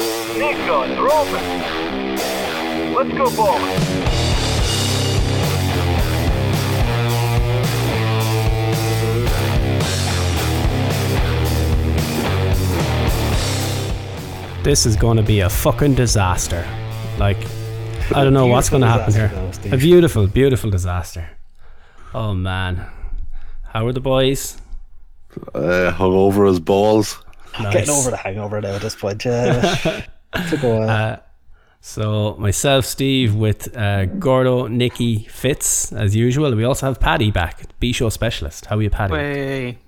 Thank God, they're open. Let's go bowling. This is going to be a fucking disaster. Like, I don't know what's going to happen disaster, here. though, Steve. A beautiful, beautiful disaster. Oh man, how are the boys? Uh, hung over his balls. Nice. Getting over the hangover now at this point. Yeah. Took a while. So myself, Steve, with uh, Gordo, Nikki, Fitz, as usual. We also have Paddy back, B show specialist. How are you, Paddy? Way.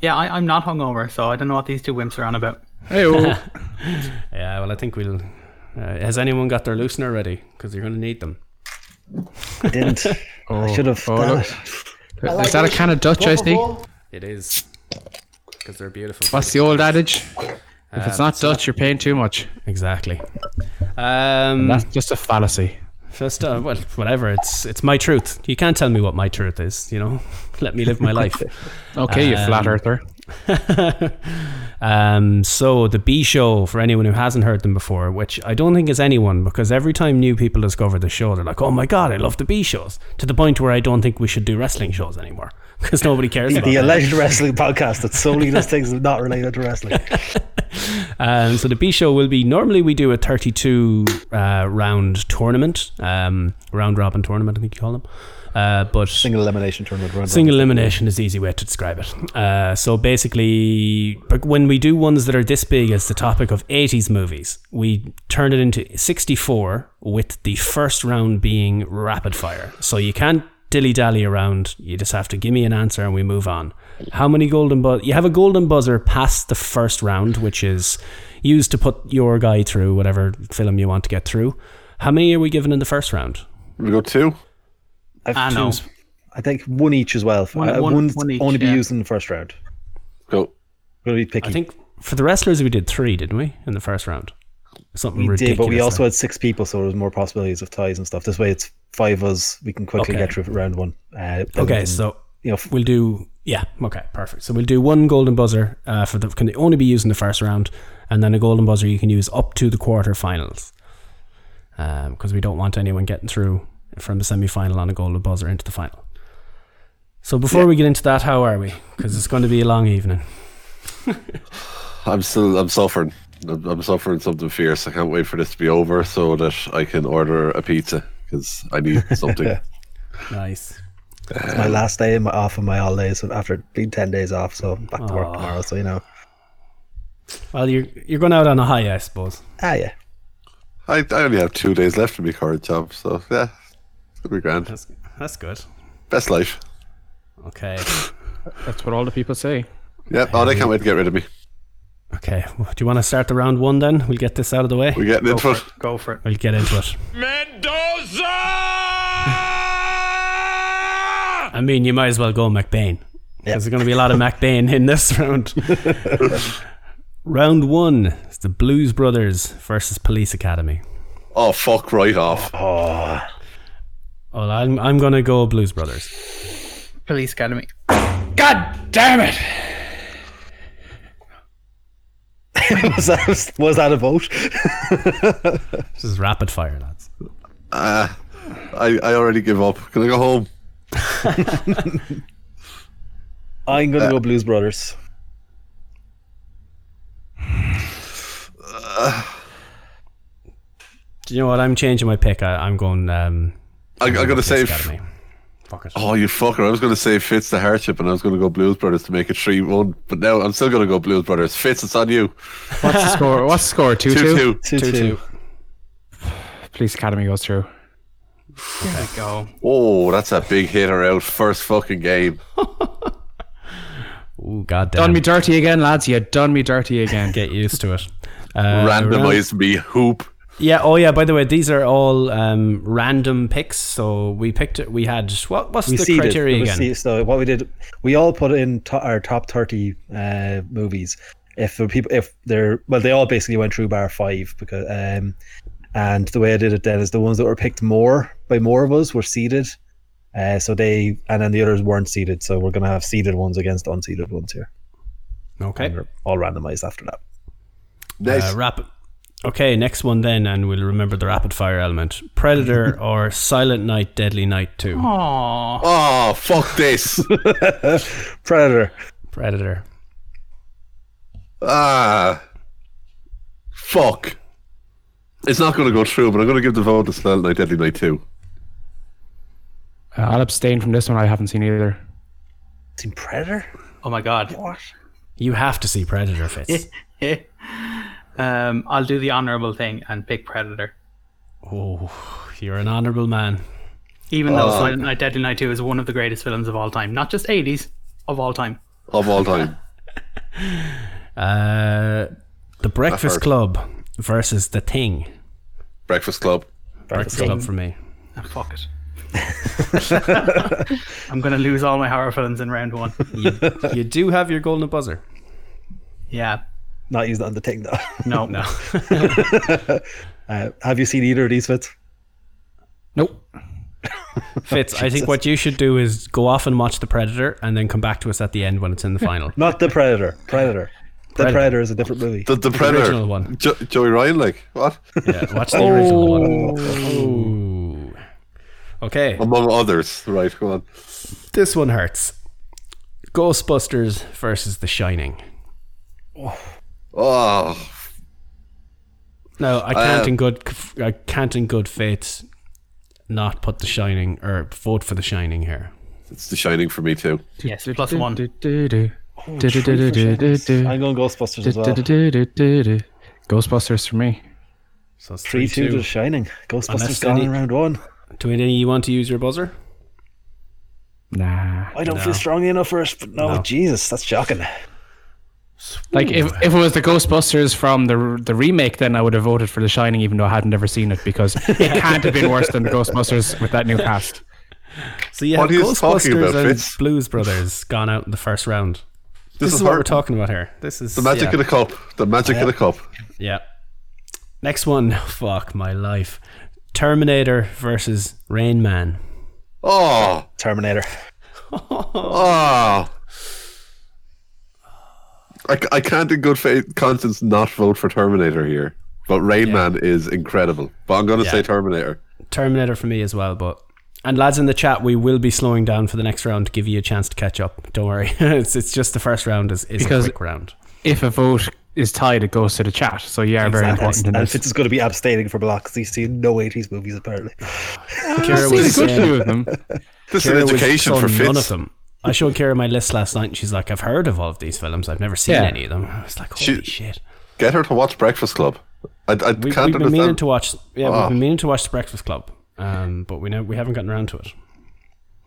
Yeah, I, I'm not hungover, so I don't know what these two wimps are on about. Hey, Yeah, well, I think we'll. Uh, has anyone got their loosener ready? Because you're going to need them. I didn't. I should have oh, done look. it. Is that a can of Dutch iced tea? It is because they're beautiful. What's the old adage? If it's not Dutch, you're paying too much. Exactly. Um, That's just a fallacy. First, uh, well, whatever. It's it's my truth. You can't tell me what my truth is. You know, let me live my life. Okay, you flat Um, earther. um, so the B show for anyone who hasn't heard them before, which I don't think is anyone, because every time new people discover the show, they're like, "Oh my god, I love the B shows!" To the point where I don't think we should do wrestling shows anymore because nobody cares about The it. alleged wrestling podcast that solely does things that are not related to wrestling. Um, so the B show will be normally we do a 32 uh, round tournament, um, round robin tournament, I think you call them. Uh, but Single elimination tournament. Run, Single elimination is the easy way to describe it. Uh, so basically, but when we do ones that are this big as the topic of 80s movies, we turn it into 64 with the first round being rapid fire. So you can't dilly dally around. You just have to give me an answer and we move on. How many golden buzz? You have a golden buzzer past the first round, which is used to put your guy through whatever film you want to get through. How many are we given in the first round? we go two. I've I know. two- I think one each as well. One- Uh, one- one's one each, only be yeah. used in the first round. Go. We're going to be picky. I think for the wrestlers, we did three, didn't we, in the first round? Something we ridiculous. did, but we also like- had six people, so there's more possibilities of ties and stuff. This way, it's five of us. We can quickly Okay. get through round one. Uh, then we okay, can, so you know, f- we'll do yeah, okay, perfect. So we'll do one golden buzzer uh, for the can only be used in the first round, and then a golden buzzer you can use up to the quarterfinals, because we don't want anyone getting through from the semi-final on a golden buzzer into the final. So before we get into that, how are we? Because it's going to be a long evening. I'm still. I'm suffering. I'm, I'm suffering something fierce. I can't wait for this to be over so that I can order a pizza because I need something. Nice. it's my last day in my, off of my holidays so after being ten days off. So I'm back to work tomorrow. So you know, Well, you're you're going out on a high, I suppose. ah yeah, I, I only have two days left in my current job, so yeah, it'll be grand. That's that's good. Best life. Okay. That's what all the people say. Yep. Oh, they can't wait to get rid of me. Okay, well, do you want to start the round one then? We'll get this out of the way. We're getting into it. Go for it. We'll get into it. I mean, you might as well go McBain. There's going to be a lot of McBain in this round. round one is the Blues Brothers versus Police Academy. Oh fuck! Right off. Oh, Well, I'm, I'm going to go Blues Brothers. Police Academy. God damn it! was that was that a vote? This is rapid fire, lads. I, I already give up. Can I go home? I'm gonna go Blues Brothers. Do you know what? I'm changing my pick. I, I'm going. Um, I, I'm gonna Police say. Academy. Fuck it. Oh, you fucker! I was gonna say Fitz the hardship, and I was gonna go Blues Brothers to make it three one. But now I'm still gonna go Blues Brothers. Fitz, it's on you. What's the score? What's the score? 2 2? Two two. Two two. Police Academy goes through. There we go. Oh, that's a big hitter out. First fucking game. Ooh, goddamn. Done me dirty again, lads. You done me dirty again. Get used to it. Uh, round- Randomize me hoop. Yeah. Oh, yeah. By the way, these are all um, random picks. So we picked. We had what? What's We the seeded. criteria It was again? se- so what we did, we all put in to- our top thirty uh, movies. If the people, if they're well, they all basically went through bar five because. Um, and the way I did it then is the ones that were picked more by more of us were seeded. Uh, so they and then the others weren't seeded. So we're gonna have seeded ones against unseeded ones here. Okay. All randomized after that. Nice. Uh, rapid Okay, next one then, and we'll remember the rapid fire element. Predator or Silent Night, Deadly Night 2? Aww. Oh, fuck this. Predator. Predator. ah. Fuck. It's not going to go through, but I'm going to give the vote to Silent Night Deadly Night 2. Uh, I'll abstain from this one. I haven't seen either. Team Predator? Oh my god. What? You have to see Predator, Fitz. um, I'll do the honorable thing and pick Predator. oh, you're an honorable man. Even though Silent Night Deadly Night 2 is one of the greatest films of all time. Not just 80s, of all time. Of all time. Uh, the Breakfast hard. Club versus The Thing. Breakfast Club. Breakfast Club for me. Ah, fuck it. I'm going to lose all my horror films in round one. You, you do have your golden buzzer. Yeah. Not used on the thing though. No. No. Uh, have you seen either of these fits? Nope. Fitz, I think what you should do is go off and watch The Predator and then come back to us at the end when it's in the final. Not the Predator. Predator. The Predator is a different movie. The, the Predator. original one. Jo- Joey Ryan, like, what? Yeah, watch the original one. Oh. Okay, Among others. Right, go on. this one hurts. Ghostbusters versus The Shining. Oh, No, I can't Uh, in good I can't in good faith not put The Shining or vote for The Shining here. it's The Shining for me, too. Yes, plus one. I'm going Ghostbusters as well. Ghostbusters for me. So it's Three three, two to two. The Shining. Unless Ghostbusters gone any- in round one. Do any you want to use your buzzer? Nah. I don't feel strongly enough for it, but no, Jesus, that's shocking. Like if, Hmm. if it was the Ghostbusters from the the remake, then I would have voted for The Shining, even though I hadn't ever seen it, because it can't have been worse than the Ghostbusters with that new cast. So you What have are you talking Ghostbusters about, and Fitz? Blues Brothers gone out in the first round. This, is, is what hard. we're talking about here. This is The magic yeah. of the cup. The magic of the cup. Yeah. Next one. Fuck my life. Terminator versus Rain Man. Oh, Terminator. oh. I, c- I can't, in good faith, conscience, not vote for Terminator here. But Rain Man is incredible. But I'm going to say Terminator. Terminator for me as well, but and lads in the chat, we will be slowing down for the next round to give you a chance to catch up. Don't worry. it's it's just the first round is, is Because- a quick round. If a vote is tied, it goes to the chat. So yeah, very important. In And this. Fitz is going to be abstaining for blocks. He's seen no 80s movies, apparently. Kira I've was, seen a um, good few of them. This Kira is was education on for none of Fitz. them. I showed Kira my list last night and she's like, I've heard of all of these films. I've never seen Yeah. any of them. I was like, holy She- shit. Get her to watch Breakfast Club. I, I We, can't we've been meaning understand. to watch yeah, Oh. we've been meaning to watch The Breakfast Club. Um, but we know we haven't gotten around to it.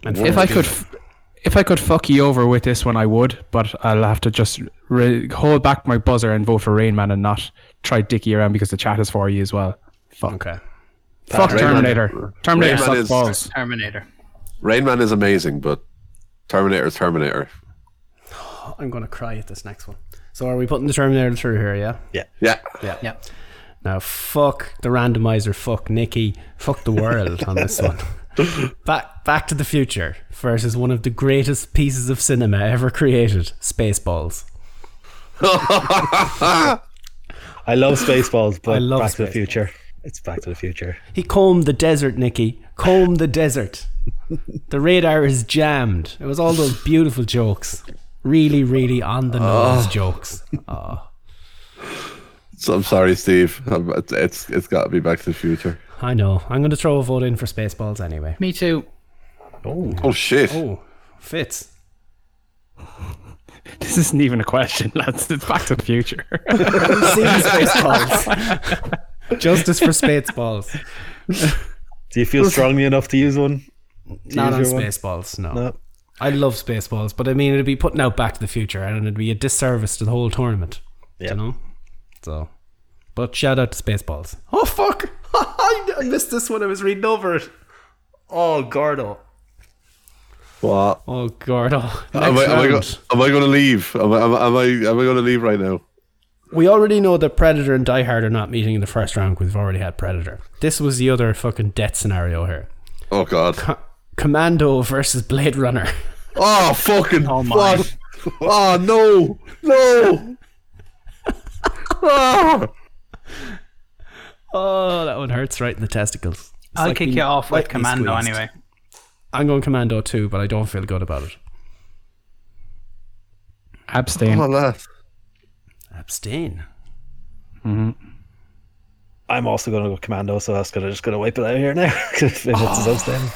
And If I could, f- if I could fuck you over with this one, I would. But I'll have to just re- hold back my buzzer and vote for Rain Man and not try dicky around because the chat is for you as well. Fuck. Okay. Fuck Rain Man- Terminator. Terminator Rain Man sucks is- balls. Terminator. Rain Man is amazing, but Terminator is Terminator. I'm gonna cry at this next one. So are we putting the Terminator through here, yeah? Yeah. Yeah. Now, fuck the randomizer, fuck Nikki, fuck the world on this one. Back, Back to the Future versus one of the greatest pieces of cinema ever created, Spaceballs. I love Spaceballs, but I love Back to Spaceballs. the Future. It's Back to the Future. He combed the desert, Nikki. Combed the desert. The radar is jammed. It was all those beautiful jokes. Really, really on the nose jokes. Oh, So I'm sorry, Steve. Um, it's- it's it's got to be Back to the Future. I know. I'm going to throw a vote in for Spaceballs anyway. Me too. Oh shit! Oh, Fitz. This isn't even a question, lads. It's Back to the Future. We've seen Spaceballs. Justice for Spaceballs. Do you feel strongly enough to use one? To Not on use your one? Spaceballs, no. No. I love Spaceballs, but I mean, it'd be putting out Back to the Future and it'd be a disservice to the whole tournament. Yeah. You know? So. But shout out to Spaceballs. Oh, fuck! I missed this one. I was reading over it. Oh, Gordo. What? Oh, Gordo. Am I, Next am, I go, round. am I going to leave? Am I, am, I, am I am I going to leave right now? we already know that Predator and Die Hard are not meeting in the first round because we've already had Predator. This was the other fucking death scenario here. Oh god! Co- Commando versus Blade Runner. Oh fucking! Oh my. Oh no! No! Oh, hurts right in the testicles. It's I'll like kick being you off with lightly Commando squeezed. anyway. I'm going Commando too, but I don't feel good about it. Abstain. Oh, lad. Abstain. I'm also going to go commando, so that's gonna just gonna wipe it out here now. if it's his outstanding.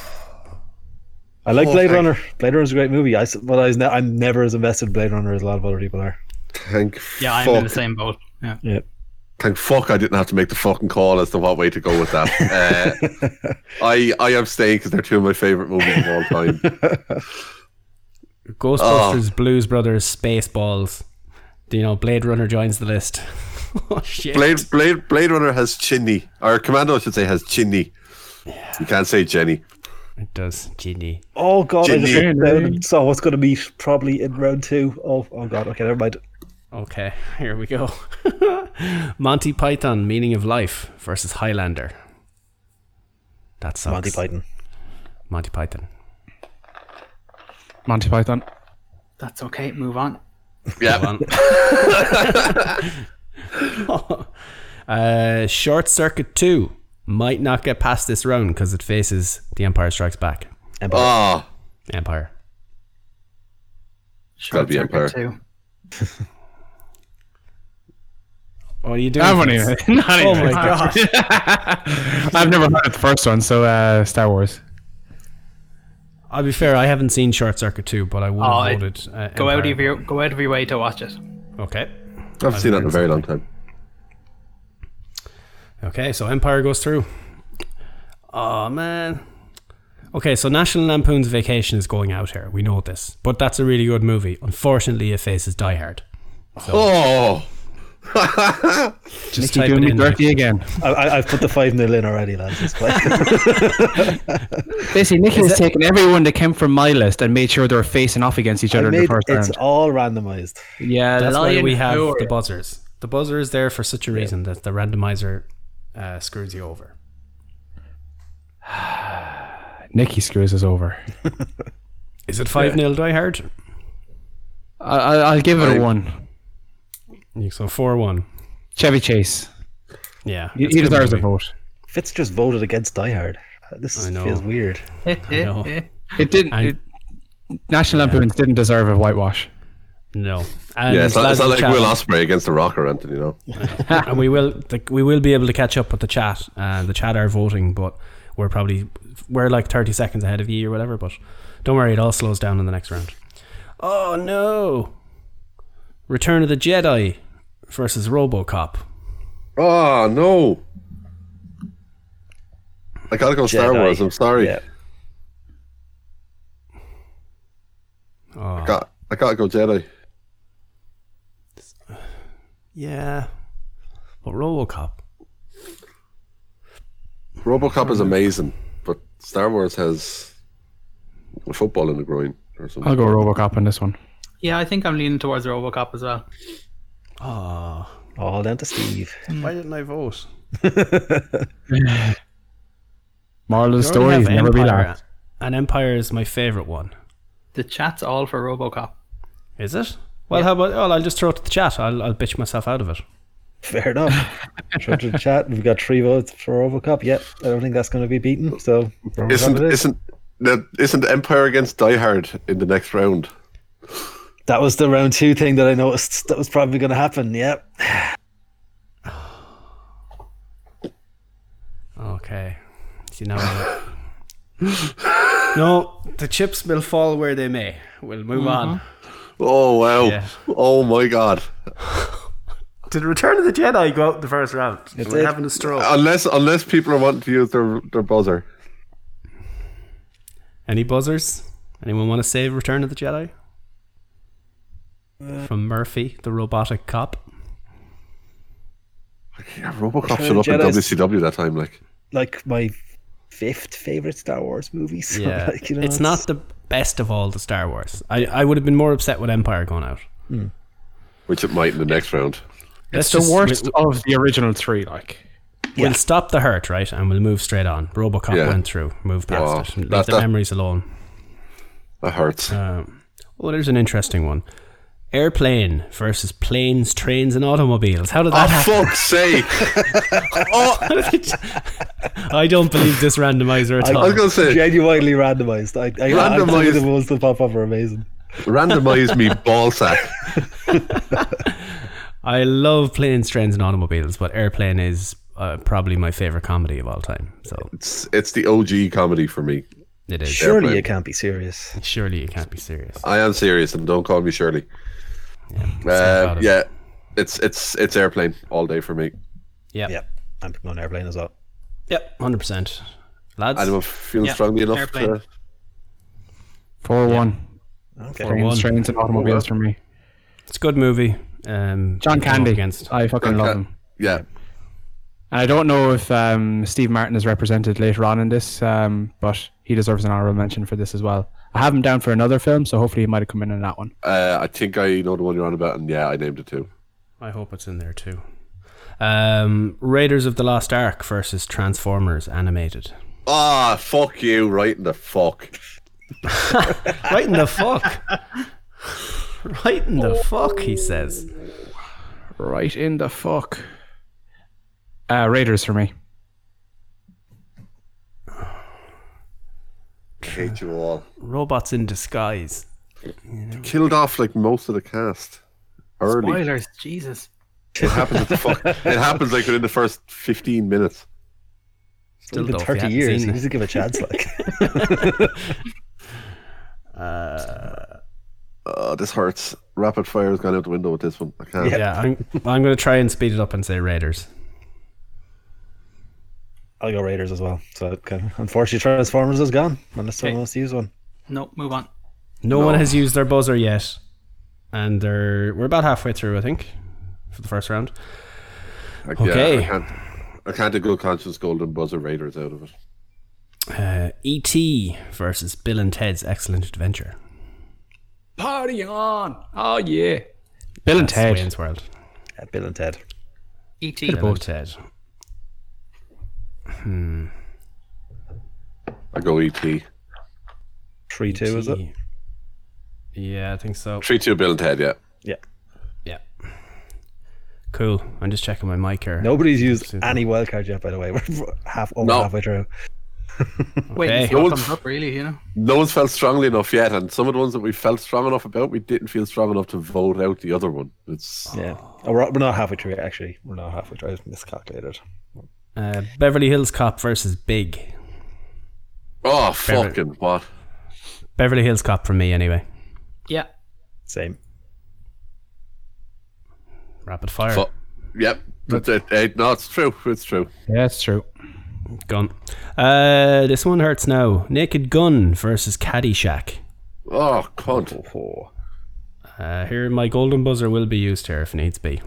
I like Oh, Blade thank- Runner. Blade Runner's a great movie. I, s- but I was ne- I'm never as invested in Blade Runner as a lot of other people are. Thank Yeah, I'm fuck. in the same boat. Yeah. Thank fuck I didn't have to make the fucking call as to what way to go with that. Uh, I I abstain because they're two of my favorite movies of all time. Ghostbusters, Oh. Blues Brothers, Spaceballs. You know, Blade Runner joins the list. oh shit! Blade Blade Blade Runner has Chinny, or Commando I should say has Chinny. You can't say Jenny. It does, Ginny. Oh god, I just Jimmy. looked down and saw what's gonna be probably in round two. Oh, oh god, okay, never mind. Okay, here we go. Monty Python, Meaning of Life versus Highlander. That sucks. Monty Python. Monty Python. Monty Python. That's okay. Move on. Yeah, One. uh, Short Circuit 2 might not get past this round because it faces The Empire Strikes Back. ah, Empire. Gotta be Empire. Too. What are you doing? I won't Vince? even. Not Oh even. my god. I've never heard of the first one, so uh, Star Wars. I'll be fair, I haven't seen Short Circuit 2, but I would Oh, have I- voted. Uh, Go out Empire. of your go out of your way to watch it. Okay. I've seen that in a very long time. Okay, so Empire goes through. Oh man. Okay, so National Lampoon's Vacation is going out here. We know this, but that's a really good movie. Unfortunately, it faces Die Hard. Oh, Just type keep doing it me in there. dirty again. I, I, I've put the five nil in already, lads. It's fine. Basically, Nick has taken everyone that came from my list and made sure they were facing off against each I other in the made, first it's round. all randomized. Yeah, That's why Lion we have Howard. the buzzers. The buzzer is there for such a reason that the randomizer uh, screws you over. Nicky screws us over. Is it five 0 Die Hard? I, I, I'll give it I- a one. So four one. Chevy Chase. Yeah, He, it's he a good deserves a movie. vote. Fitz just voted against Die Hard. Uh, This is, I know. feels weird. know. It didn't. And- it, National Lampoons didn't deserve a whitewash. No, and yeah, it's not, it's not Glasgow like Chapel. Will Osprey against the Rock or anything, you know. and we will like, we will be able to catch up with the chat. Uh, the chat are voting, but we're probably we're like thirty seconds ahead of you or whatever. But don't worry, it all slows down in the next round. Oh no! Return of the Jedi versus RoboCop. Oh no, I gotta go Star Jedi. Wars. I'm sorry. Yeah. I got I gotta go Jedi. Yeah, but RoboCop. RoboCop is amazing, but Star Wars has a football in the groin or something. I'll go RoboCop on this one. Yeah, I think I'm leaning towards RoboCop as well. Ah, All down to Steve. Mm. why didn't I vote? Moral of the story: is never be last. And Empire is my favorite one. The chat's all for RoboCop. Is it? Well, how about? Oh, I'll just throw it to the chat. I'll, I'll bitch myself out of it. Fair enough. Try to chat. We've got three votes for Overcup. Yep, I don't think that's going to be beaten. So Robocop Isn't it is. isn't that isn't Empire against Die Hard in the next round? that was the round two thing that I noticed that was probably going to happen. Yep. Okay. See now. I'm- no, the chips will fall where they may. We'll move Mm-hmm. on. Oh wow! Yeah. Oh my god! Did Return of the Jedi go out in the first round? We're did. having a stroll. Unless unless people are wanting to use their their buzzer. Any buzzers? Anyone want to save Return of the Jedi? Uh. From Murphy, the robotic cop. Yeah, RoboCop Return showed of up the in Jedi's- WCW that time. Like Like my fifth favorite Star Wars movie. So Yeah, like, you know, it's not the best of all the Star Wars. I, I would have been more upset with Empire going out. which it might in the next round. Let's It's the just- worst we- of the original three. Like We'll stop the hurt, right? And we'll move straight on. Robocop Yeah. went through, move Oh, past it. Leave that- the that- memories alone. That hurts. Um, oh, there's an interesting one. Airplane versus planes, Oh. trains, and automobiles. How did oh that happen? fuck's sake! oh, I don't believe this randomizer at I was all. gonna say Genuinely randomized. I, I, I, I Randomized. the ones that pop up are amazing. randomize me ballsack. I love planes, trains, and automobiles, but Airplane is uh, probably my favorite comedy of all time. So It's it's the OG comedy for me. it is. Surely Airplane. you can't be serious. Surely you can't be serious. I am serious, and don't call me Shirley. Yeah, uh, about it. yeah it's it's it's airplane all day for me. Yep. Yeah, I'm putting on airplane as well. Yep. Hundred percent. Lads. Anyone feeling Yeah, strongly enough Airplane. to Four one. Okay. Four one. Trains, trains, and automobiles for me. It's a good movie. Um, to come up John Candy. Against. I fucking John love Can- him. yeah. And I don't know if um, Steve Martin is represented later on in this, um, but he deserves an honorable mention for this as well. I have him down for another film, so hopefully he might have come in in that one. Uh, I think I know the one you're on about, and yeah, I named it too. I hope it's in there too. Um, Raiders of the Lost Ark versus Transformers animated. Ah, fuck you, right in the fuck. Right in the fuck. right in Oh. the fuck. He says. Right in the fuck. Uh, Raiders for me. Hate you all. Robots in disguise. Killed off like most of the cast early. Spoilers, Jesus. It happens. At the fuck. It happens like within the first fifteen minutes. Still been though, if you 30 hadn't years. seen You it. need to give it a chance. Like, Oh, this hurts. Rapid fire has gone out the window with this one. I can't. Yeah, I'm, I'm going to try and speed it up and say Raiders. I'll go Raiders as well. So, okay. unfortunately, Transformers is gone unless Okay. someone wants to use one. No, move on. No, one has used their buzzer yet, and they're we're about halfway through, I think, for the first round. I, Okay. I can't. I can't do good conscience golden buzzer raiders out of it. Uh, E.T. versus Bill and Ted's Excellent Adventure. Party on! Oh yeah. Bill and That's Ted. Wayne's World. Yeah, Bill and Ted. E.T. Bill and Ted. I go E ET. 3 2, is it? E.T.. Yeah, I think so. Three two Bill and Ted. Yeah. Yeah. Yeah. Cool. I'm just checking my mic here. Nobody's used Super. any wildcard yet, by the way. We're half over No. halfway through. Wait, Okay. and see what Old- comes up, really, you know? No one's felt strongly enough yet, and some of the ones that we felt strong enough about, we didn't feel strong enough to vote out the other one. It's Yeah. Oh, we're, we're not halfway through, actually. We're not halfway through. I miscalculated. Uh, Beverly Hills Cop versus Big. oh fucking what? Beverly Hills Cop for me, anyway. Yeah. Same. Rapid fire. Fu- yep, that's it. Eh, no, it's true. It's true. Yeah, it's true. Gun. Uh, this one hurts now. Naked Gun versus Caddyshack. Oh cunt. Oh. Uh, here, my golden buzzer will be used here if needs be.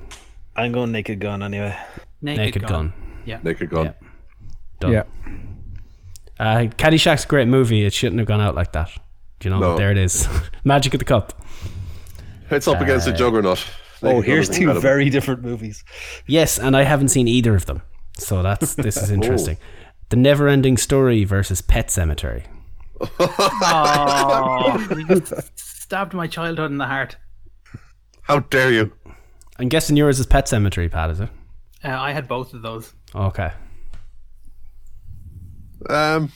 I'm going naked gun anyway. Naked, Naked Gun. Naked gun. Yeah. Done. Yeah. Uh, Caddyshack's a great movie. It shouldn't have gone out like that. Do you know? No. There it is. Magic of the Cup. It's up against a Uh, juggernaut. Oh, Naked Gun here's is two incredible. very different movies. Yes, and I haven't seen either of them. So that's this Oh. is interesting. The Never Ending Story versus Pet Cemetery. Oh, you just stabbed my childhood in the heart. How dare you? I'm guessing yours is Pet Cemetery, Pat, is it? Uh, I had both of those. Okay. Um,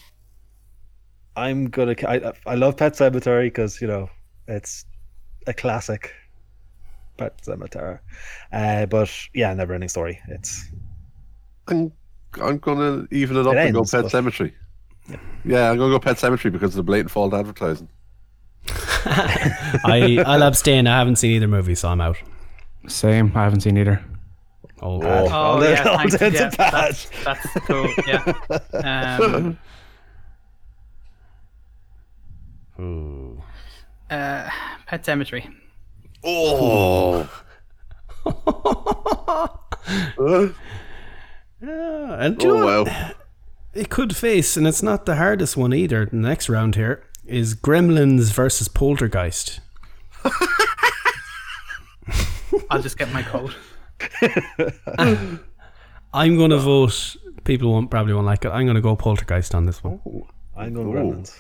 I'm gonna. I, I love Pet Cemetery because you know it's a classic. Pet Cemetery, uh, but yeah, never ending story. It's I'm, I'm gonna even it up It and go ends, Pet but- Cemetery. Yeah, I'm gonna go Pet Cemetery because of the blatant fault advertising. I, I'll abstain. I haven't seen either movie, so I'm out. Same. I haven't seen either. Oh, Oh. Oh, Oh, yeah, no, thanks. that's a yeah, bad. that's, that's cool. Yeah. Um, uh, Pet Cemetery. Oh, Yeah, Uh, and do you know oh what? wow! it could face, and it's not the hardest one either. The next round here is Gremlins versus Poltergeist. I'll just get my coat. I'm going to vote. People won't probably won't like it. I'm going to go Poltergeist on this one. I'm going Ooh. Gremlins.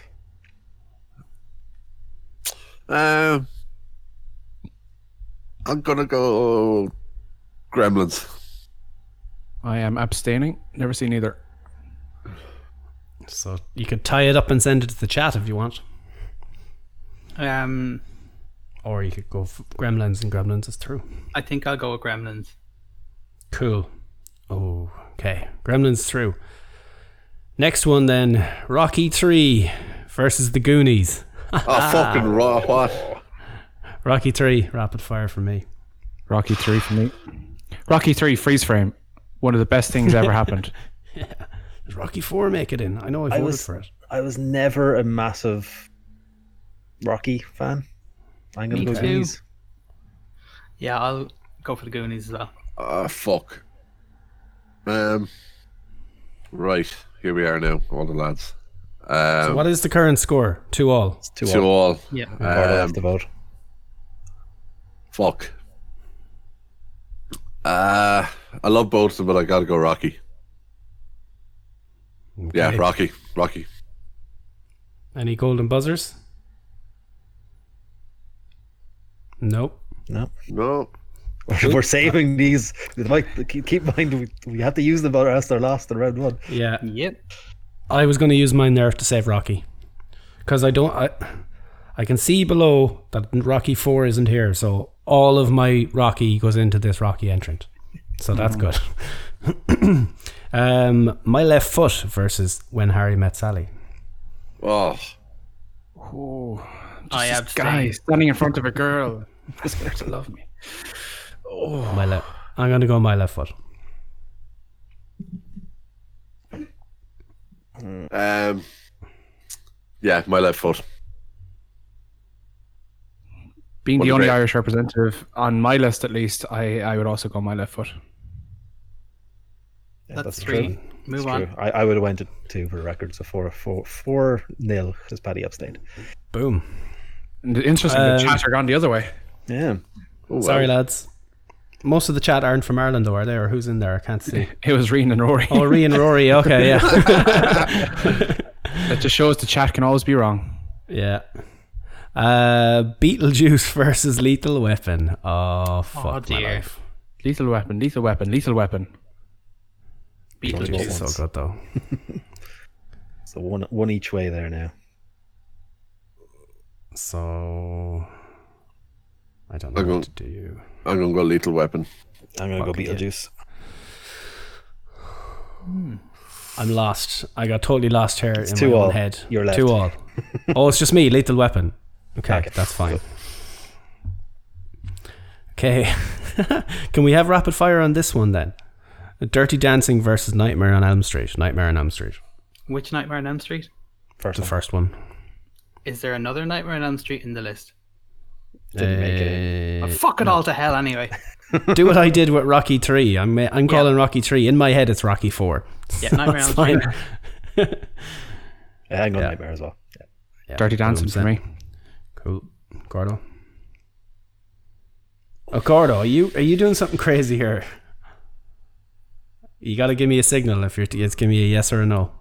Um, I'm gonna go Gremlins. I am abstaining. Never seen either. So you could tie it up and send it to the chat if you want, Um, or you could go f- Gremlins and Gremlins is through. I think I'll go with Gremlins. Cool. Oh, okay. Gremlins through. Next one then, Rocky Three versus the Goonies. Ah. Oh, fucking raw. What? Rocky Three, rapid fire for me. Rocky three for me. Rocky three freeze frame. One of the best things ever happened. Does Rocky Four make it in? I know I voted was- for it. I was never a massive Rocky fan. I'm gonna Me go too. Goonies. Yeah, I'll go for the Goonies as well. Ah, fuck. Um. Right here we are now, all the lads. Um, What is the current score? Two all. It's too to old. all. Yeah. Carter Um, left the vote. Fuck. Uh, I love both of them, but I gotta go Rocky. Yeah, Okay. Rocky. Rocky. Any golden buzzers? Nope. No, No. we're saving these. Mike, keep keep in mind we, we have to use them, or else they're lost in round one. Yeah. Yep. I was going to use mine there to save Rocky, because I don't. I, I can see below that Rocky Four isn't here, so all of my Rocky goes into this Rocky entrant. So that's Mm. good. um, my left foot versus when Harry met Sally. Oh, Oh, I this abstain. guy standing in front of a girl. That's going to love me. My left. I'm going to go my left foot. um, yeah, my left foot. Being What the a only great- Irish representative on my list, at least, I, I would also go my left foot. Yeah, That's, true. three. Move That's on. true. I, I would have went to two for the record, so four, four, four nil because Paddy abstained. Boom. And interesting, the Um, chat are gone the other way. Yeah, Oh, Sorry, well. lads. Most of the chat aren't from Ireland, though, are they? Or who's in there? I can't see. It was Reen and Rory. Oh, Ree and Rory. Okay, yeah. It just shows the chat can always be wrong. Yeah. Uh, Beetlejuice versus Lethal Weapon. Oh fuck my dear. life. Lethal weapon, lethal weapon, lethal weapon. Beetlejuice. It's so good though. so one one each way there now. So I don't I'll know go- what to do. I'm gonna go Lethal Weapon. I'm gonna Fucking go Beetlejuice. I'm lost. I got totally lost here in two my own all. head. You're left. Two all. oh, it's just me. Lethal Weapon. Okay, that's fine. Okay. Can we have rapid fire on this one then? Dirty Dancing versus Nightmare on Elm Street. Nightmare on Elm Street. Which Nightmare on Elm Street? First The one. first one. Is there another Nightmare on Elm Street in the list? Didn't make it. Uh, Fuck it all to hell anyway. do what I did with Rocky Three. I'm I'm calling Rocky Three in my head. It's Rocky Four. Yeah, Nightmare on It's Elm Street. fine. Yeah, I'm going Nightmare as well. Yeah. Yeah, Dirty dancing for 100%. me. Cool, Gordo. Oh, Gordo, are you are you doing something crazy here? You got to give me a signal if you're. T- it's give me a yes or a no.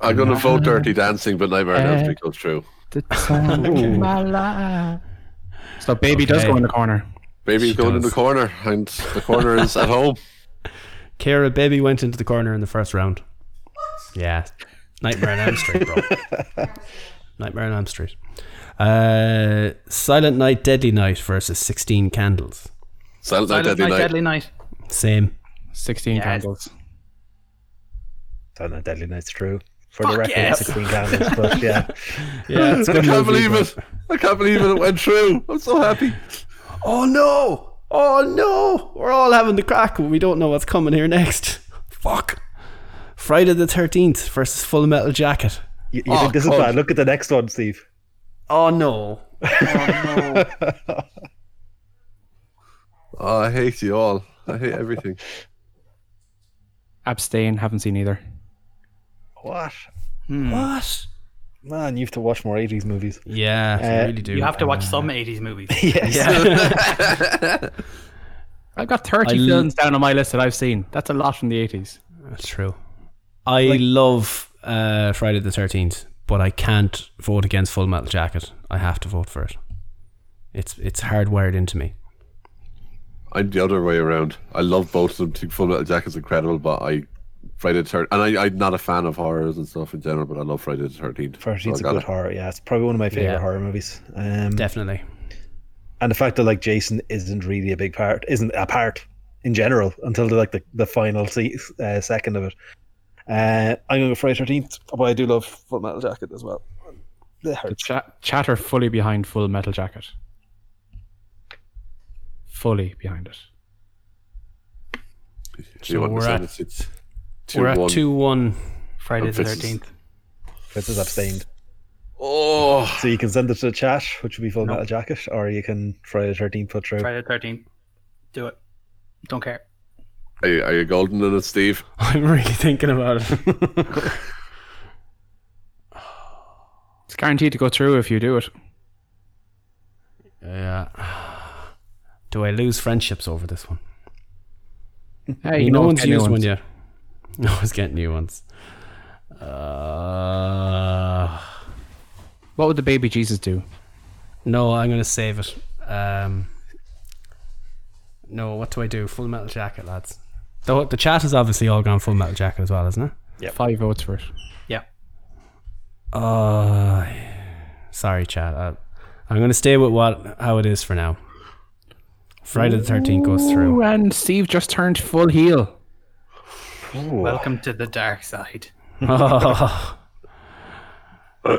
I'm Ah. gonna vote Dirty Dancing, but Nightmare on Elm Street Eh. goes through. So baby does Okay. go in the corner. Baby's She going in does. the corner, and the corner is at home. Kara, baby went into the corner in the first round. Yeah, Nightmare on Elm Street, bro. Nightmare on Elm Street. Uh, Silent Night, Deadly Night versus Sixteen Candles. Silent Night, Silent Deadly Night. Night, Deadly Night. Same. 16 Yes. candles. So no, Deadly Night's true. For the record, it's 16 candles, but yeah. Yeah, it's I can't believe it. I can't believe it. It went through. I'm so happy. Oh no! Oh no! We're all having the crack when we don't know what's coming here next. Fuck. Friday the 13th versus Full Metal Jacket. You, you Oh, think this God. is bad? Look at the next one, Steve. Oh no. Oh, I hate you all. I hate everything. Abstain, haven't seen either. What? Mm. What? Man, you have to watch more 80s movies. Yeah, I Uh, really do. You have to watch some 80s movies. Yes. I've got 30 l- films down on my list that I've seen. That's a lot from the 80s. That's true. I love uh, Friday the 13th, but I can't vote against Full Metal Jacket. I have to vote for it. It's it's hardwired into me. I'm the other way around. I love both of them. Think Full Metal Jacket's incredible, but I Friday the 13th. And I, I'm not a fan of horrors and stuff in general, but I love Friday the 13th. Thirteen's so I a gotta- good horror. Yeah, it's probably one of my favorite Yeah. horror movies. Um, Definitely. and the fact that like Jason isn't really a big part, isn't a part in general until the, like the, the final se- uh, second of it. Uh, I'm gonna go Friday Thirteenth, but I do love Full Metal Jacket as well. It The hurts. cha- chatter fully behind Full Metal Jacket. Fully behind it. Do you So want to we're send at- us? It's We're at 2-1. 2 1. Friday the If it's- 13th. Chris is abstained, Oh, so you can send it to the chat, which would be Full Metal Jacket, or you can Friday Thirteenth put through. Friday the 13th. Do it. Don't care. are you, are you golden in it, Steve? I'm really thinking about it. It's guaranteed to go through if you do it. yeah. Do I lose friendships over this one? Hey, no know, one's get new used one ones. yet. No one's getting new ones. Uh, What would the baby Jesus do? no, I'm going to save it. Um, no, what do I do? Full metal jacket, lads. The, the chat has obviously all gone full metal jacket as well, isn't it? Five votes for it. Yeah. Uh, sorry, chat. I, I'm going to stay with what how it is for now. Friday the 13th goes through. Ooh, and Steve just turned full heel. Welcome to the dark side. Oh.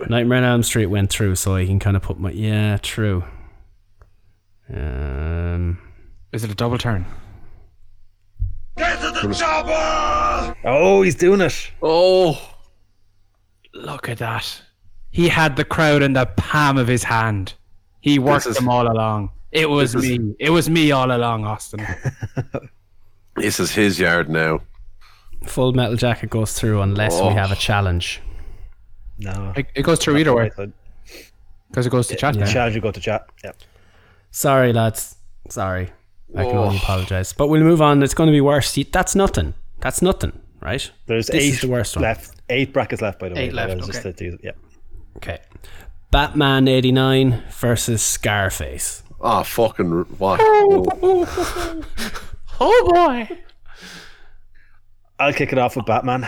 Nightmare on Elm Street went through, so I can kind of put my yeah, true. Um, Is it a double turn? Oh, he's doing it. Oh, Look at that. He had the crowd in the palm of his hand. He worked is- them all along. It was this me. is- It was me all along, Austin. this is his yard now. Full Metal Jacket goes through unless Oh. we have a challenge. No, It, it goes through either way I thought- because it goes to chat. Yeah. then. challenge you go to chat. Yeah. Sorry, lads. Sorry, I can only apologize. But we'll move on. It's going to be worse. You- That's nothing. That's nothing, right? There's This eight is the worst one. left. Eight brackets left, by the way. Eight left, That was just okay. to do- yeah. Okay. Batman '89 versus Scarface. Ah, fucking r- what? Oh, I'll kick it off with Batman.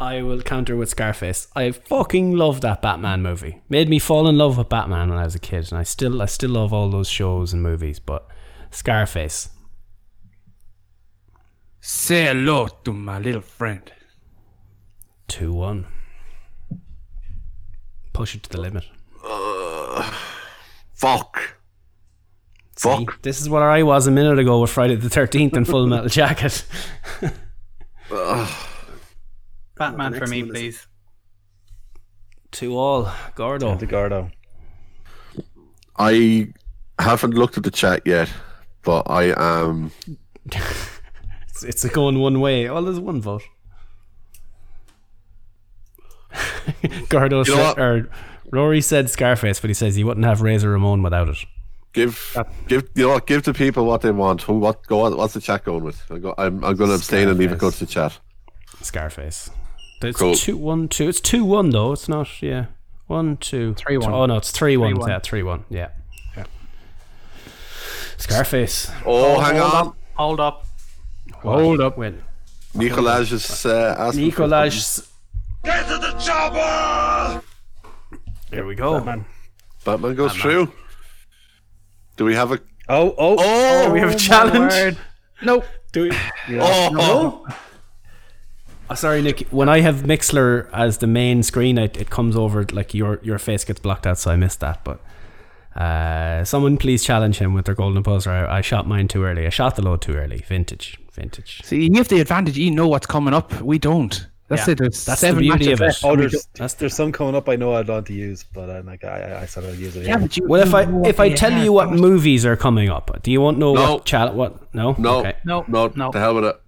I will counter with Scarface. I fucking love that Batman movie. Made me fall in love with Batman when I was a kid, and I still I still love all those shows and movies. But Scarface, Say hello to my little friend. two one, push it to the limit. fuck. Fuck. See, this is what I was a minute ago with Friday the Thirteenth and Full Metal Jacket. Batman for me, please. Two all, Gordo. The Gordo. I haven't looked at the chat yet, but I am. It's, it's going one way. Well, there's one vote. Gordo You know said, what? or Rory said Scarface, but he says he wouldn't have Razor Ramon without it. Give, give, you know, what, give the people what they want. Who, what, go on, what's the chat going with? I go, I'm, I'm going to abstain and leave it go to the chat. Scarface. It's Cool. two one two. It's two one though. It's not yeah. One two Three, one. Oh no, it's three one. Three, one. Yeah, three one. Yeah. Scarface. Oh, hang on. Hold up. Hold up. Wait. Nicolaj is uh, asking. for something. Nicolaj. There we go. Batman. Batman goes through. Do we have a? Oh, oh, Oh, We have a challenge. Nope. Do we? Oh, Oh, sorry, Nick. When I have Mixler as the main screen, it, it comes over like your your face gets blocked out, so I missed that. But uh, someone please challenge him with their golden buzzer. I, I shot mine too early. I shot the load too early. Vintage, vintage. See, you have the advantage. You know what's coming up. We don't. That's Yeah. it. There's That's the seven beauty matches of it. left. oh, there's, that's the- there's some coming up I know I'd want to use, but I'm like, I, I- I said I'll use it. Yeah, anyway. but you- Well, if you I know what if I they tell have. you what movies are coming up, do you want to know No. what chat? What no? no, Okay. no, No, no, no. The hell with it.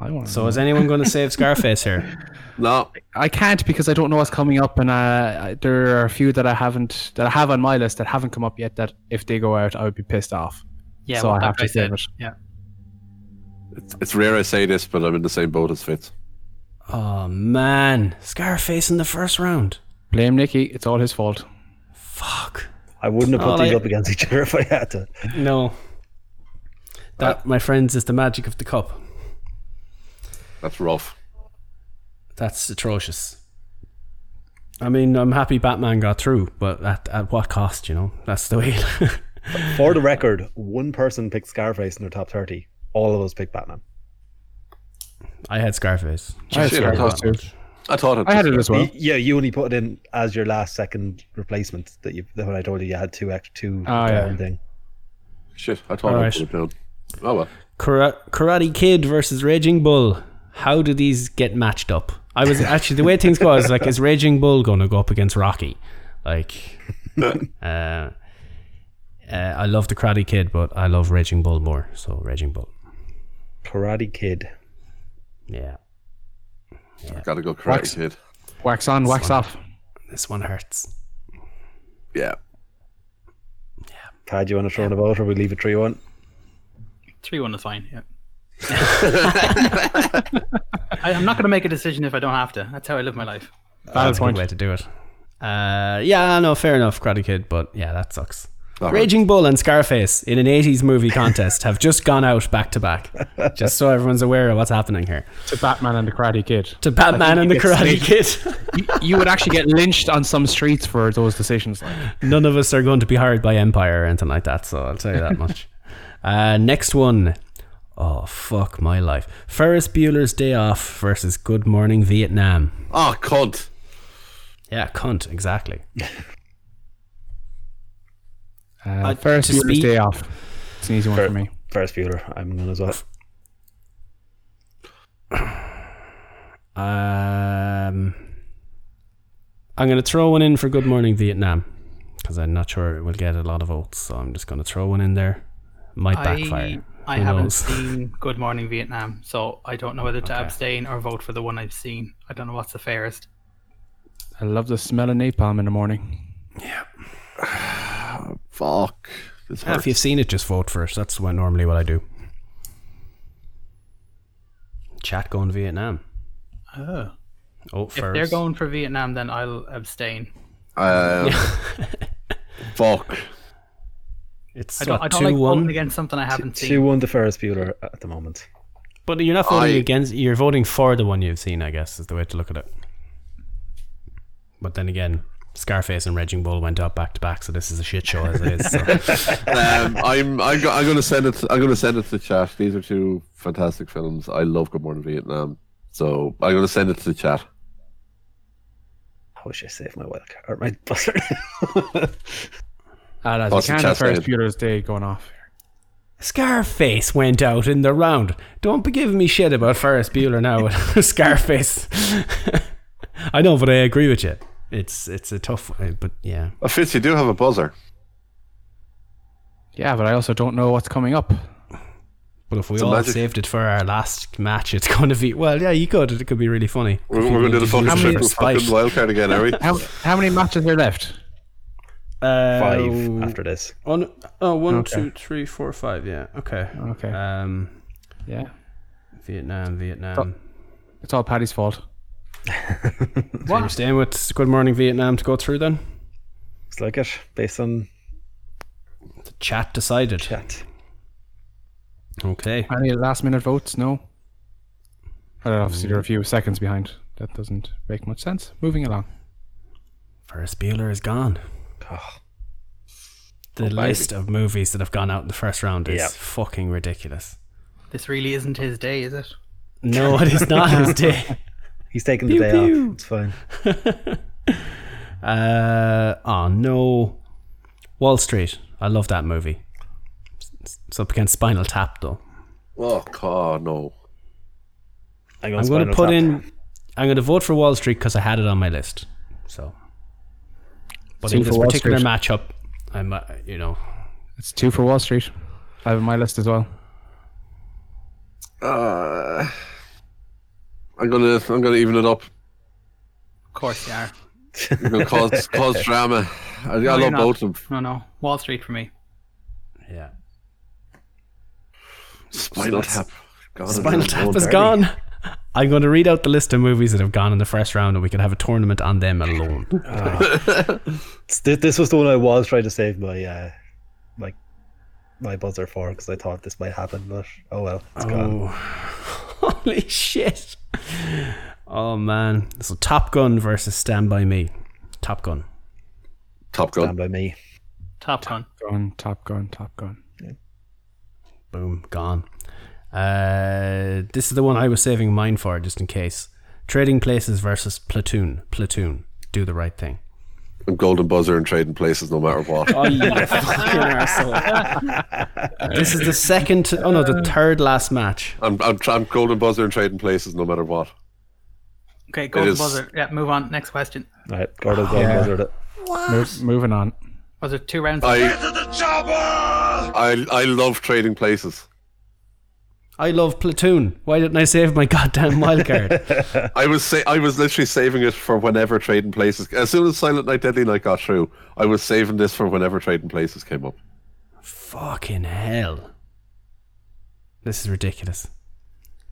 I, wanna So know. is anyone going to save Scarface here? No, I can't because I don't know what's coming up, and uh, I- there are a few that I haven't that I have on my list that haven't come up yet. That if they go out, I would be pissed off. Yeah, So what I that have to guy save said. it. Yeah. it's, it's rare I say this, but I'm in the same boat as Fitz. Oh man, Scarface in the first round. Blame Nicky. It's all his fault. Fuck. I wouldn't have put Oh, these like- up against each other if I had to. Uh, No. That, my friends, is the magic of the cup. That's rough. That's atrocious. I mean, I'm happy Batman got through, but at, at what cost, you know? That's the way. For the record, one person picked Scarface in their top 30. All of us picked Batman. I had Scarface. I had Shit, I Scarface thought, too. I thought it. I had it as well. Y- Yeah, you only put it in as your last second replacement that you that when I told you you had two extra two Ah, yeah. down thing. Shit, I thought Alright. I put it down. Oh well. Kara- Karate Kid versus Raging Bull. How do these get matched up? I was actually the way things go. I was like, is Raging Bull going to go up against Rocky? Like, uh, uh, I love the Karate Kid, but I love Raging Bull more. So Raging Bull, Karate Kid. yeah, Gotta go Wax. Karate Kid. Wax on, wax off. this one hurts. Yeah. Tad, you want to throw in a vote or we leave it 3 1? 3 1 is fine. Yeah. I, I'm not going to make a decision if I don't have to. That's how I live my life. Valid That's a good point. way to do it. Uh, yeah, no, fair enough, Karate Kid, but yeah, that sucks. All right. Raging Bull and Scarface in an 80s movie contest have just gone out back to back. Just so everyone's aware of what's happening here. To Batman and the Karate Kid. To Batman and the you get Karate Kid. you would actually get lynched on some streets for those decisions. Like, None of us are going to be hired by Empire or anything like that, so I'll tell you that much. uh, next one. Oh, fuck my life. Ferris Bueller's Day Off versus Good Morning Vietnam. Oh, cunt. Yeah, cunt, exactly. uh, Ferris to Bueller's speak- Day Off. It's an easy one for me. First Bueller, I'm going as well. Um, I'm going to throw one in for Good Morning Vietnam because I'm not sure it will get a lot of votes, so I'm just going to throw one in there. Might backfire. I, I Who haven't knows? seen Good Morning Vietnam, so I don't know whether to abstain or vote for the one I've seen. I don't know what's the fairest. I love the smell of napalm in the morning. Fuck. This Yeah, hurts. if you've seen it, just vote for it. That's what, normally what I do. Chat going Vietnam. Oh. Oh, If first. they're going for Vietnam, then I'll abstain. Um, fuck. it's I don't, what, I don't two like one. voting against something I haven't seen. 2 1 to Ferris Bueller at the moment. But you're not voting I- against. You're voting for the one you've seen. I guess is the way to look at it. But then again, Scarface and Raging Bull went up back to back, so this is a shit show as it is. So. Um, I'm I'm, go- I'm gonna send it. I'm gonna send it to the chat. These are two fantastic films. I love Good Morning Vietnam. So I'm gonna send it to the chat. I wish I saved my wild card, or my buzzer. And as Oh, you it's a can, chest Ferris aid. Bueller's Day going off. Scarface went out in the round. Don't be giving me shit about Ferris Bueller now. Scarface. I know, but I agree with you. It's it's a tough, uh, but yeah. Uh, Fitz, you do have a buzzer. Yeah, but I also don't know what's coming up. But if we a all magic- saved it for our last match, it's going to be well. Yeah, you could. It could be really funny. We're, we're gonna do the fucking, How many- triple fucking wildcard again, are we? How, how many matches are left? Five after this. On oh Uh, one Okay. two three four five yeah okay Okay. um yeah. Vietnam Vietnam It's all Paddy's fault. so you're staying with Good Morning Vietnam to go through then Looks like it, based on the chat decided chat. okay Any last minute votes? No. I don't know, obviously, they're a few seconds behind. That doesn't make much sense. Moving along. Ferris Bueller is gone Oh, the Oh, list of movies that have gone out in the first round is Yeah. fucking ridiculous This really isn't his day, is it? no it is not his day he's taking the day pew. off. It's fine. uh oh no Wall Street I love that movie S- it's up against Spinal Tap though Oh god, no. I'm I'm going to put in. I'm going to vote for Wall Street because I had it on my list. So, but Two in for this Wall particular Street. matchup, I'm uh, you know It's two for Wall Street. I have it on my list as well. Uh, I'm gonna I'm gonna even it up. Of course they are. I'm gonna cause cause drama. I, I you're love not. both of them. No, no. Wall Street for me. yeah. Spinal Tap. God, Spinal I'm Tap so is dirty. gone. I'm going to read out the list of movies that have gone in the first round, and we can have a tournament on them alone. It's- thi- This was the one I was trying to save my uh, my my buzzer for because I thought this might happen, but oh well, it's gone. Oh. Holy shit. Oh man. So Top Gun versus Stand By Me. Top Gun. Top Stand Gun. by me. Top Gun. Gun, Top Gun, Top Gun. Boom. Gone. Uh, this is the one I was saving mine for just in case. Trading Places versus Platoon. Platoon. Do the right thing. I'm golden buzzer and trading places no matter what. Oh, you fucking arsehole. This is the second, to, oh no, the third last match. I'm, I'm, tr- I'm golden buzzer and trading places no matter what. Okay, golden is- buzzer. Yeah, move on. Next question. All right, Gordo, go and buzzard it. Move, moving on. Was it two rounds? I, I, I love trading places. I love Platoon. Why didn't I save my goddamn wildcard? I was sa- I was literally saving it for whenever Trading Places. As soon as Silent Night Deadly Night got through, I was saving this for whenever Trading Places came up. Fucking hell. This is ridiculous.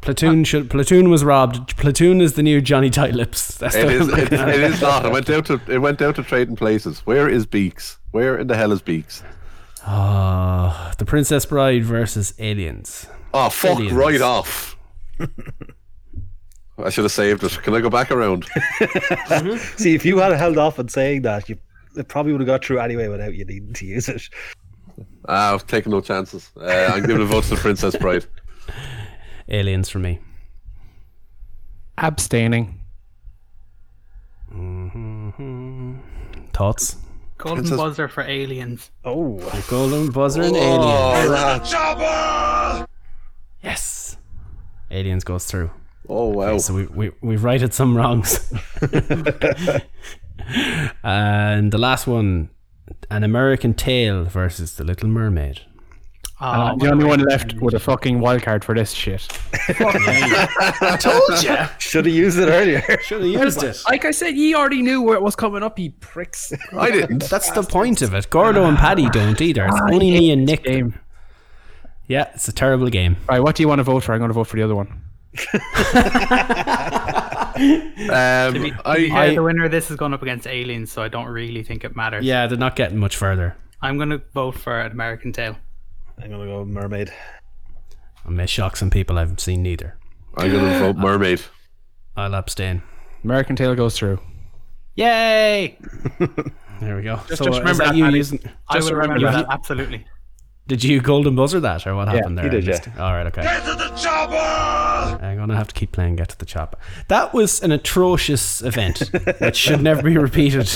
Platoon should Platoon was robbed. Platoon is the new Johnny Tight Lips. That's It what is I'm it, looking at. it is not. It went down to it went down to Trading Places. Where is Beaks? Where in the hell is Beaks? Ah, the Princess Bride versus Aliens. Oh fuck! Brilliant. Right off. I should have saved it. Can I go back around? See, if you had held off on saying that, you it probably would have got through anyway without you needing to use it. Ah, I've taken no chances. Uh, I'm giving a vote to the Princess Bride. Aliens for me. Abstaining. Thoughts? golden Princess- buzzer for aliens. Oh, Golden buzzer and aliens. Oh, that- Yes. Aliens goes through. oh wow! So we, we, we've righted some wrongs. and the last one An American Tale versus The Little Mermaid. Ah, the only one left with a fucking wild card for this shit. should have used it earlier. Should have used it. Like I said, ye already knew where it was coming up, ye pricks. I didn't. That's the point of it. Gordo and Paddy don't either. It's only me and Nick. Game. Yeah, it's a terrible game. Right, what do you want to vote for? I'm going to vote for the other one. Um, I, Yeah, the winner of this is going up against aliens, so I don't really think it matters. Yeah, they're not getting much further. I'm going to vote for an American Tale. I'm gonna go mermaid. I may shock some people I've seen neither. I'm gonna vote Mermaid. I'll abstain. American Tail goes through. Yay! There we go. Just- so just is remember that that, you Paddy. using- I Just will remember remember that. that, absolutely. Did you golden buzzer that, or what happened there? you did, I missed yeah. it. All right, okay. Get to the chopper! I'm gonna have to keep playing Get to the Chopper. That was an atrocious event that should never be repeated.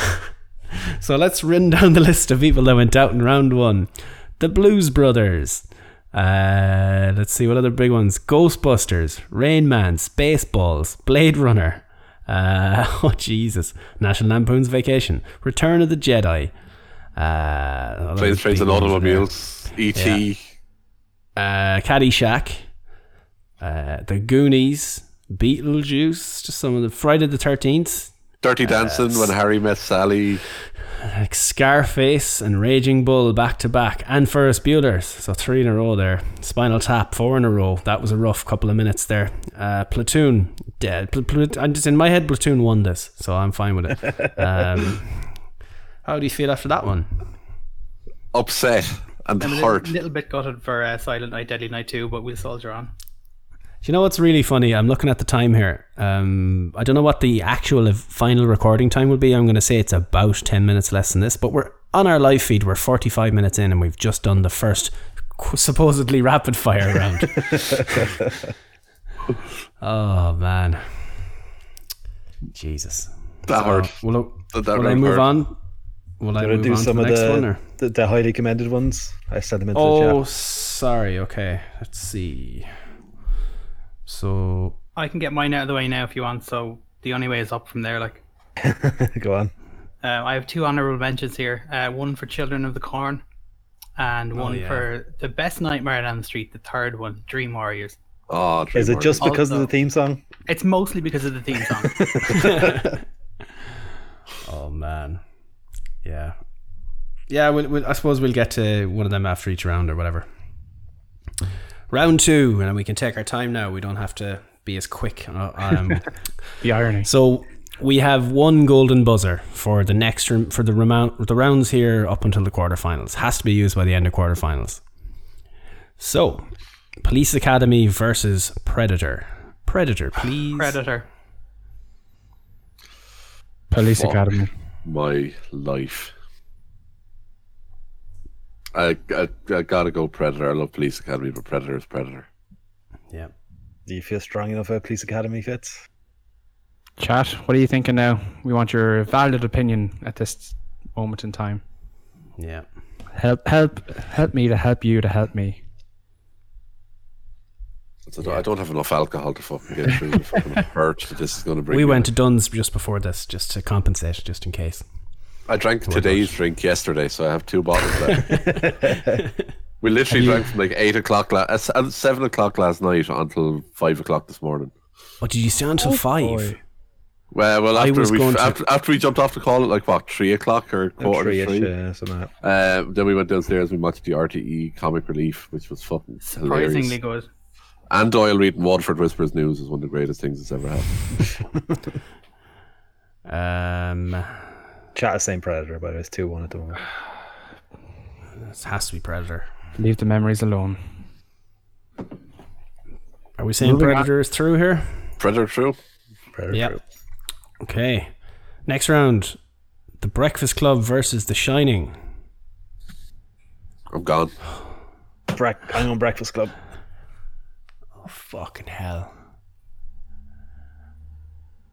so let's run down the list of people that went out in round one. The Blues Brothers. Uh, let's see what other big ones: Ghostbusters, Rain Man, Spaceballs, Blade Runner. Uh, oh Jesus! National Lampoon's Vacation, Return of the Jedi. Uh, Planes, trains, and big ones there. automobiles. E E.T. uh, Caddyshack, uh, The Goonies, Beetlejuice, just some of the Friday the Thirteenth, Dirty Dancing, When Harry Met Sally, like Scarface and Raging Bull back to back, and Ferris Bueller's. So three in a row there. Spinal Tap, four in a row. That was a rough couple of minutes there. Uh, Platoon, dead. Pl- pl- I'm just in my head. Platoon won this, so I'm fine with it. Um, how do you feel after that one? Upset, and I'm a Hurt. little, little bit gutted for uh, Silent Night, Deadly Night 2, but we'll soldier on. Do you know what's really funny? I'm looking at the time here. Um, I don't know what the actual ev- final recording time will be. I'm going to say it's about 10 minutes less than this, but we're on our live feed. We're 45 minutes in and we've just done the first qu- supposedly rapid fire round. oh, man. Jesus. That hurt. Will, I- That- that will Oh. I round move hurt. on? Will I Gonna move do on some to the of next the, one? Or? the the highly commended ones. I sent them into Oh, the sorry. Okay. Let's see. So I can get mine out of the way now if you want, so the only way is up from there. Like, Oh. chat. Go on. uh, I have two honorable mentions here uh, one for Children of the Corn, and one Oh, yeah. for The Best Nightmare on Elm Street, the third one, Dream Warriors. Oh, Is it just because of Also- the theme song? It's mostly because of the theme song. Oh man, yeah, yeah. We'll, we'll, I suppose we'll get to one of them after each round or whatever. Round two, and we can take our time now. We don't have to be as quick. Uh, Um, The irony. so we have one golden buzzer for the next rem- for the remount the rounds here up until the quarterfinals. Has to be used by the end of quarterfinals. So Police Academy versus Predator. Predator, please. Predator. Police Fuck. Academy. My life. I, I, I gotta go Predator. I love Police Academy, but Predator is Predator. Yeah. Do you feel strong enough about Police Academy, Fitz? Chat, what are you thinking now? We want your valid opinion at this moment in time. Yeah. Help, help, help me to help you to help me. So I don't have enough alcohol to fucking get through the fucking purge that this is going to bring. We me. went to Dunn's just before this, just to compensate, just in case. I Oh drank today's drink yesterday, so I have two bottles left. we literally drank from like eight o'clock, la- uh, se- uh, seven o'clock last night until five o'clock this morning. Oh, did you stay until five? boy. Well, well, I after was we going to- after, after we jumped off the call at like what three o'clock or quarter to Three-ish, three, yeah, something like that. uh, then we went downstairs. We watched the RTE comic relief, which was fucking Surprisingly hilarious. good. And Doyle reading Waterford Whispers news is one of the greatest things that's ever happened. Um, Chat is saying Predator, but it's 2 1 at the moment. this has to be Predator. Leave the memories alone. Are we saying Moving on. Predator is through here? Predator, true. Predator. Yep. Okay. Next round The Breakfast Club versus The Shining. I'm gone. Brec- I'm on Breakfast Club. Fucking hell.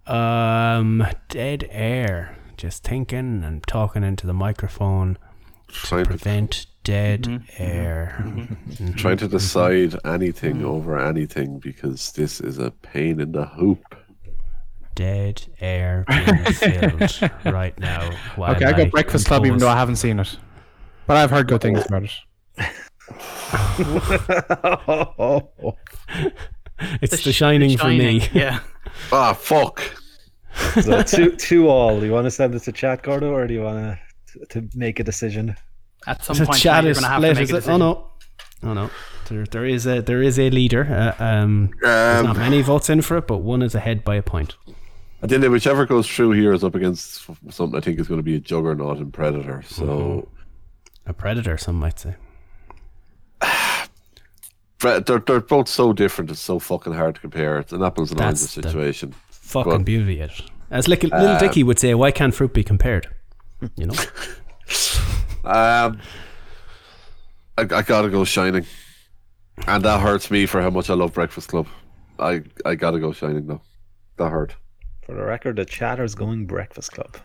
Um, dead air. Just thinking and talking into the microphone Trying to prevent dead air. Mm-hmm. trying to decide Mm. anything over anything because this is a pain in the hoop. Dead air being filled right now. while Okay, I got Breakfast Club even though I haven't seen it. But I've heard good things about it. compose- it's The Shining for me. Yeah. Ah, fuck. So two, two all. Do you want to send this to chat, Gordo, or do you want to to make a decision? At some The point, chat you're is going to have split, to make is a it? decision. Oh no, oh no. There, there is a there is a leader. Uh, um, there's Um, not many votes in for it, but one is ahead by a point. I think that whichever goes through here is up against f- something I think is going to be a juggernaut and predator. Mm-hmm. So A predator, some might say. pre- they're, they're both so different. It's so fucking hard to compare. It's an apples and That's oranges the- situation. Fucking Well- uh, beauty it. As like little Dicky would say, why can't fruit be compared? You know. Um, I, I gotta go Shining, and that hurts me for how much I love Breakfast Club. I I gotta go Shining though. That hurt. For the record, the chatter's going Breakfast Club.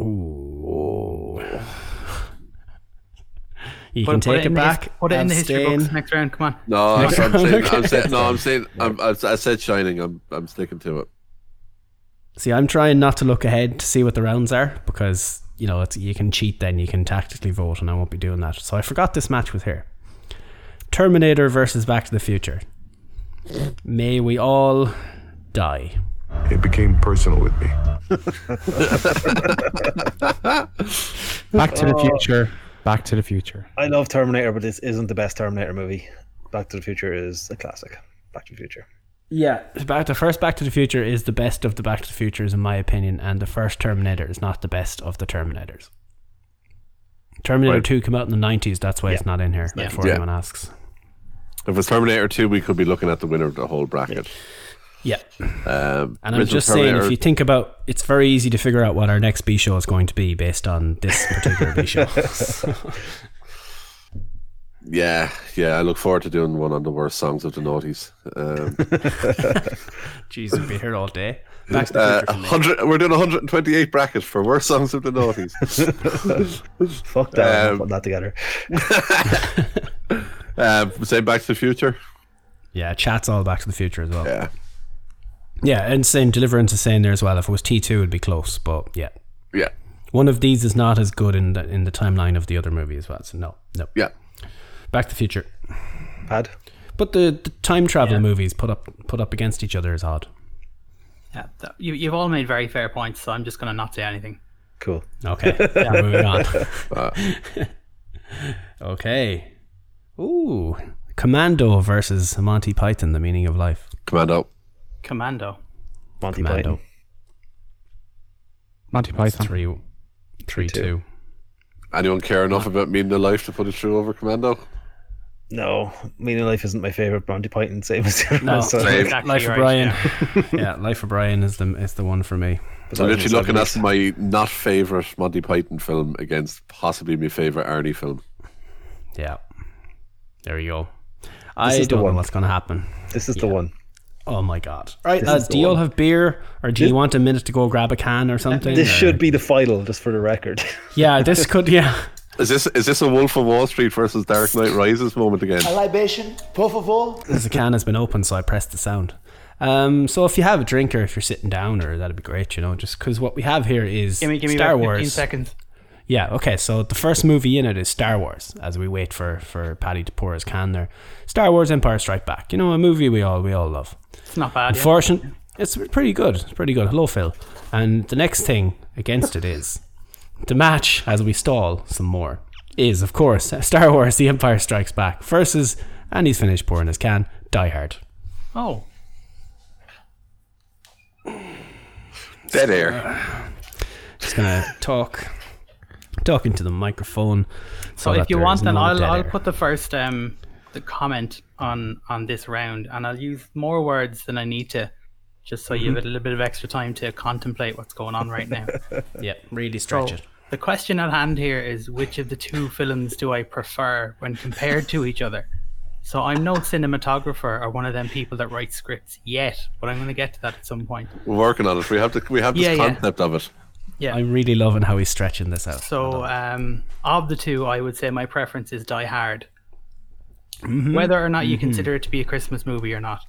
Ooh. You Put- can put take in it the his- back. Put it in the history abstain. books next round. Come on. No, I'm, I'm Okay. saying, I'm saying, no, I'm saying, I'm, I, I said Shining. I'm, I'm sticking to it. See, I'm trying not to look ahead to see what the rounds are because you know it's, you can cheat. Then you can tactically vote, and I won't be doing that. So I forgot this match was here. Terminator versus Back to the Future. May we all die. It became personal with me. Back to the future. Back to the future. I love Terminator, but this isn't the best Terminator movie. Back to the Future is a classic. Back to the Future. Yeah, back the first Back to the Future is the best of the Back to the Futures in my opinion, and the first Terminator is not the best of the Terminators. Terminator Two came out in the nineties. That's why it's not in here. Before Yeah. anyone asks. If it's Terminator 2, we could be looking at the winner of the whole bracket. Yeah. Um, And I'm original just saying, if Terminator- you think about, it's very easy to figure out what our next B show is going to be based on this particular B show. Yeah, yeah, I look forward to doing one on the worst songs of the noughties. Um, Jeez, we'd be here all day. Back to uh, the future. 100, we're doing 128 brackets for worst songs of the noughties. Fuck that. Um, I'm putting that together. um, say Back to the Future. yeah, chat's all Back to the Future as well. Yeah, Yeah, and same Deliverance is saying there as well. If it was T two, it'd be close, but yeah, yeah, one of these is not as good in the in the timeline of the other movie as well. So no, no, yeah. Back to the Future. Pad. But the, the time travel movies put up put up against each other is odd. Yeah, th- you, you've all made very fair points, so I'm just going to not say anything. Cool. Okay, we're moving on. okay. Ooh, Commando versus Monty Python: The Meaning of Life. Commando. Commando. Monty Commando Python. Monty Python. three, three two. Anyone care enough about meaning the life to put it through over Commando? No, Meaning Life isn't my favorite Monty Python, same as the other No, one, so- Same. Exactly Life of right, Brian. yeah. yeah, Life of Brian is the is the one for me. but I'm I literally just looking have at my not favorite Monty Python film against possibly my favorite Arnie film. Yeah, there you go. I is the don't know one. what's gonna happen. this. This is the one. Oh my god! All right, This uh, is the do you all one. have beer, or do you want a minute to go grab a can or something? This or- should be the final, just for the record. Yeah, this could. Yeah, Is this is this a Wolf of Wall Street versus Dark Knight Rises moment again? libation, por favor. because the can has been open, so I pressed the sound. Um, so if you have a drink or if you're sitting down, or that'd be great, you know, just because what we have here is Give me, give me Star about 15 Wars. seconds. Yeah, okay. So the first movie in it is Star Wars. As we wait for for Paddy to pour his can there, Star Wars: Empire Strike Back. You know, a movie we all we all love. It's not bad. Yeah. Unfortunate, it's pretty good. It's pretty good. Hello, Phil. And the next thing against it is the match. As we stall some more, is of course Star Wars: The Empire Strikes Back versus, and he's finished pouring his can. Die Hard. Oh, Dead air. Just gonna talk, talking to the microphone. so if you want, then I'll, I'll put. put the first um, the comment on on this round, and I'll use more words than I need to, just so you have a little bit of extra time to contemplate what's going on right now. Yeah, really stretch it. The question at hand here is which of the two films do I prefer when compared to each other? So I'm no cinematographer or one of them people that write scripts yet, but I'm going to get to that at some point. We're working on it. We have to we have this Yeah, yeah. concept of it. Yeah. I'm really loving how he's stretching this out. so um, of the two, I would say my preference is Die Hard. Whether or not you consider it to be a Christmas movie or not,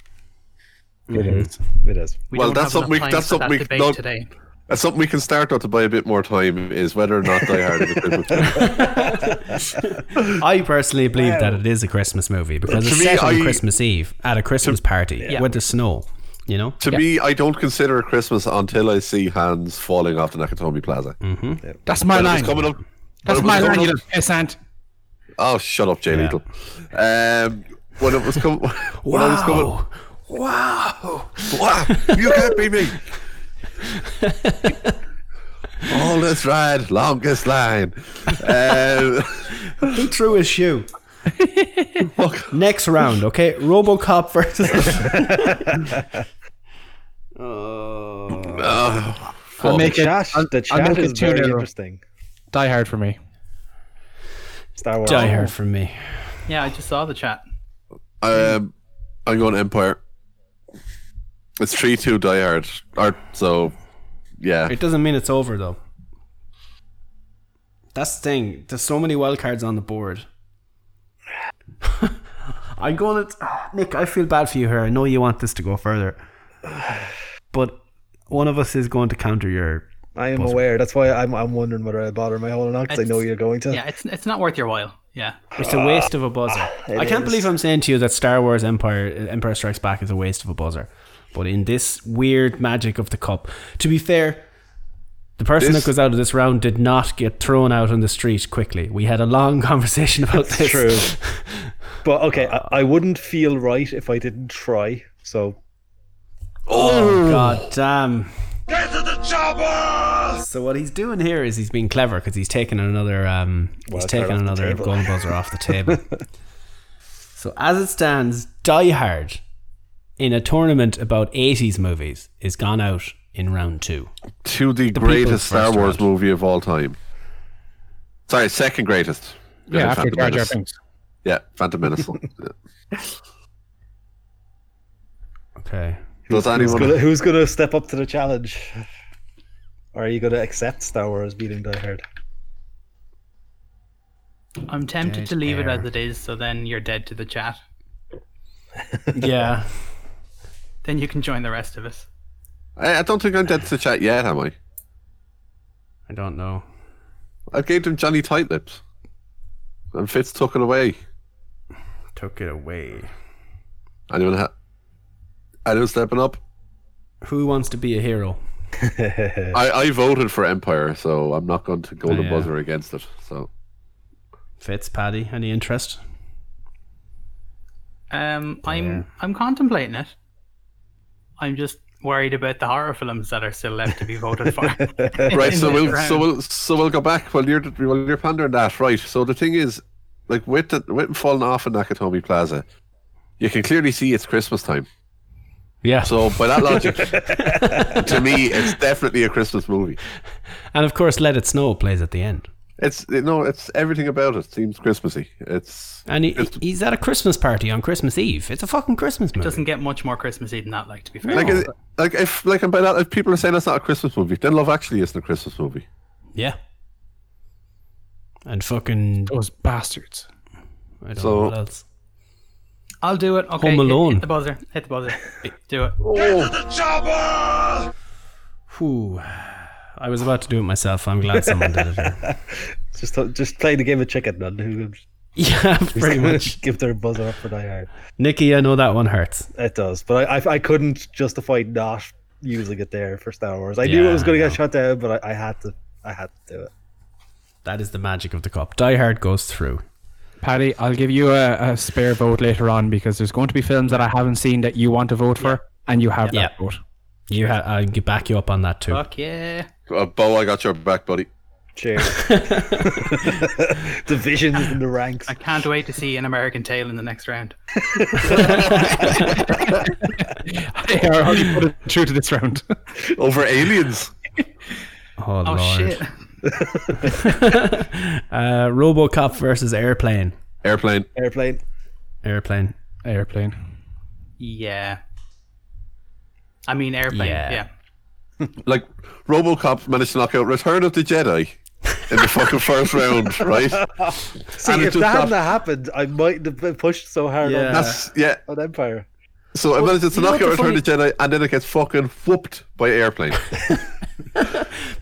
it is. It is. we Well, don't that's have something we- enough time that's for something we- that debate no- today. That's something we can start out to buy a bit more time is whether or not Die Hard is a Christmas movie. I personally believe that it is a Christmas movie because To it's me, set on I- Christmas Eve at a Christmas party with the snow. You know, To me, I don't consider it Christmas until I see hands falling off the Nakatomi Plaza. That's my When it was line. coming up. That's when it my was line, coming you up- little pissant. Oh, shut up, Jay Lethal. Um, when it was coming, when I was coming, wow, wow, wow, you can't beat me. All this ride, longest line. Um, he threw his shoe. Next round, okay? RoboCop versus. Oh. oh, I'll make The it. chat, I'll, the I'll chat make is it two very euro. interesting. Die Hard for me. Star Wars. Die Hard for me. Yeah, I just saw the chat. um, I'm going Empire. It's three two Die Hard, or so. Yeah, It doesn't mean it's over though. That's the thing. There's so many wild cards on the board. I'm going to Nick. I feel bad for you here. I know you want this to go further, but one of us is going to counter your. I am aware. That's why I'm, I'm wondering whether I bother my whole or not because I know It's- you're going to. Yeah, it's it's not worth your while. Yeah, It's a waste of a buzzer. I can't is. believe I'm saying to you that Star Wars Empire Empire Strikes Back is a waste of a buzzer. But in this weird magic of the cup, to be fair, the person This- that goes out of this round did not get thrown out on the street quickly. We had a long conversation about this. True. but okay, Uh, I, I wouldn't feel right if I didn't try. So Oh, god damn. Get to the choppers! So what he's doing here is he's being clever because he's taking another um he's Wild card taking off the another table. gun buzzer off the table. so as it stands, Die Hard in a tournament about 80s movies is gone out in round 2. to the, people's greatest Star first Wars round. movie of all time. Sorry, second greatest. Yeah, after Phantom Jar Jar Menace. Binks. Yeah, Phantom Menace. Yeah. Okay. Does who's anyone? gonna, who's gonna step up to the challenge? Or are you gonna accept Star Wars beating Die Hard? I'm tempted Dead to leave air. it as it is. So then you're dead to the chat. Yeah. Then you can join the rest of us. I, I don't think I'm dead to the chat yet, am I? I don't know. I gave them Johnny Tight Lips, and Fitz took it away. Took it away. Anyone? Ha- anyone stepping up? Who wants to be a hero? I, I voted for Empire, so I'm not going to Oh, golden yeah. buzzer against it. So Fitz, Paddy, any interest? Um, I'm I'm contemplating it. I'm just worried about the horror films that are still left to be voted for. right, so the we'll round. so we'll so we'll go back. Well, you're well, you're pandering that, right? So the thing is, like with the, with it falling off in Nakatomi Plaza, you can clearly see it's Christmas time. Yeah. So by that logic, to me, it's definitely a Christmas movie. and of course, Let It Snow plays at the end. It's you no, it's everything about it seems Christmassy. It's And he, It's- he's at a Christmas party on Christmas Eve. It's a fucking Christmas movie. Doesn't get much more Christmassy than that, like to be fair. like it, like if like and by that if people are saying that's not a Christmas movie, then Love Actually isn't a Christmas movie. yeah. And fucking Those bastards. I don't know So- what else. I'll do it. Okay. Home hit- Alone. Hit the buzzer. Hit the buzzer. do it. Whew. I was about to do it myself. I'm glad someone did it. Just just play the game of chicken and who Yeah, pretty much. give their buzzer up for Die Hard. Nikki, I know that one hurts. It does, but I, I I couldn't justify not using it there for Star Wars. I knew Yeah, it was going I to know. get shut down, but I, I had to I had to do it. That is the magic of the cup. Die Hard goes through. Paddy, I'll give you a, a spare vote later on because there's going to be films that I haven't seen that you want to vote for, and you have Yeah. that vote. You, ha- I'll g- back you up on that too. Fuck yeah. Uh, Bo, I got your back, buddy. Cheers. Divisions in the ranks. I can't wait to see an American Tale in the next round. I already put it through to this round. Over aliens. Oh, Oh lord. shit. Uh, RoboCop versus Airplane. Airplane. Airplane. Airplane. Airplane. Yeah. I mean airplane. Yeah. Yeah. Like Robocop managed to knock out Return of the Jedi in the fucking first round, right? See, And it if just that hadn't got- happened, I might have been pushed so hard Yeah. on, that, That's yeah. on Empire. So it manages to you know knock out what the Return of the Jedi and then it gets fucking whooped by airplane.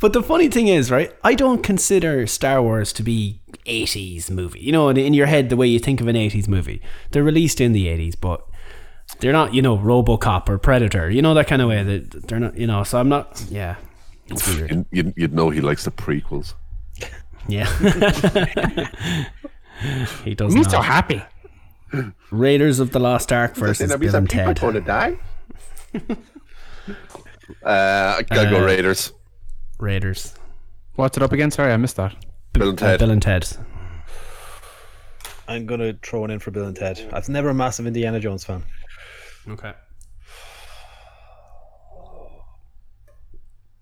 But the funny thing is, right? I don't consider Star Wars to be 80s movie. You know, in- in your head, the way you think of an 80s movie, they're released in the 80s, but they're not, you know, RoboCop or Predator. You know that kind of way. That they're not, you know. So I'm not. Yeah, it's weird. you, you'd, you'd know he likes the prequels. Yeah, he does I'm not. so happy. Raiders of the Lost Ark versus Bill and Ted. die. uh, I gotta Uh, go Raiders. Raiders. Uh, What's it up against? Sorry, I missed that. Bill and Ted. Bill and Ted. I'm going to throw one in for Bill and Ted. I was never a massive Indiana Jones fan. Okay.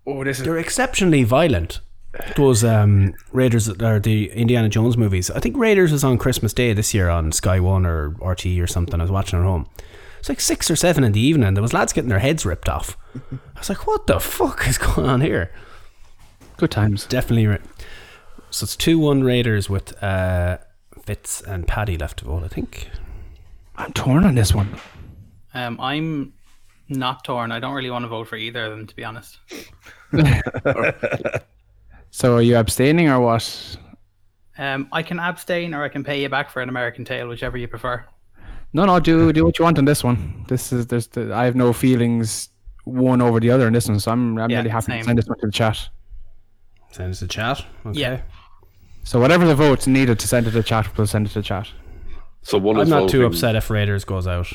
Oh, this is They're exceptionally violent. Those um, Raiders or the Indiana Jones movies. I think Raiders was on Christmas Day this year on Sky One or RT or something. I was watching at home. It's like six or seven in the evening. and There was lads getting their heads ripped off. I was like, "What the fuck is going on here?" good times. Definitely. Ra- so it's two one Raiders with uh, Fitz and Paddy left of all. I think. I'm torn on this one. Um I'm not torn. I don't really want to vote for either of them to be honest. So are you abstaining or what? Um I can abstain or I can pay you back for an American Tale, whichever you prefer. No, no, do do what you want on this one. This is there's the, I have no feelings one over the other in this one, so I'm I'm Yeah, really happy same. to send this one to the chat. Sounds the chat. Okay. Yeah. So whatever the votes needed to send it to the chat, we'll send it to the chat. So one I'm is not too voting- upset if Raiders goes out.